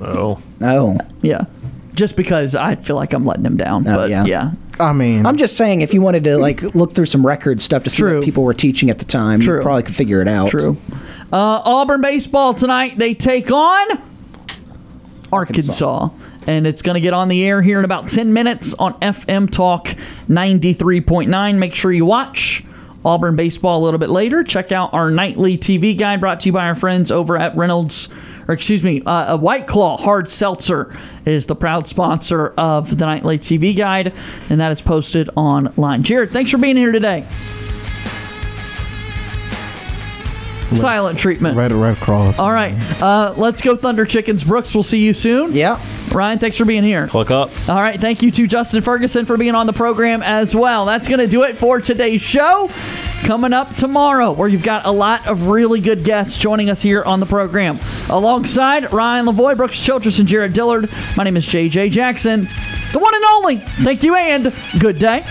Speaker 2: Oh.
Speaker 10: No.
Speaker 1: Yeah, just because I feel like I'm letting him down. but Oh, yeah.
Speaker 3: I mean,
Speaker 10: I'm just saying if you wanted to like look through some record stuff to see what people were teaching at the time,
Speaker 1: True.
Speaker 10: you probably could figure it out.
Speaker 1: True. Uh, Auburn baseball tonight. They take on Arkansas. And it's going to get on the air here in about 10 minutes on FM Talk 93.9. Make sure you watch Auburn baseball a little bit later. Check out our nightly TV guide brought to you by our friends over at Reynolds, or excuse me, uh, White Claw Hard Seltzer is the proud sponsor of the nightly TV guide, and that is posted online. Jared, thanks for being here today. Silent treatment.
Speaker 3: Red Red Cross.
Speaker 1: All right. Uh, let's go, Thunder Chickens. Brooks, we'll see you soon.
Speaker 10: Yeah.
Speaker 1: Ryan, thanks for being here.
Speaker 2: Click up.
Speaker 1: All right. Thank you to Justin Ferguson for being on the program as well. That's going to do it for today's show. Coming up tomorrow, where you've got a lot of really good guests joining us here on the program. Alongside Ryan Lavoy, Brooks Childress, and Jared Dillard, my name is JJ Jackson, the one and only. Thank you and good day.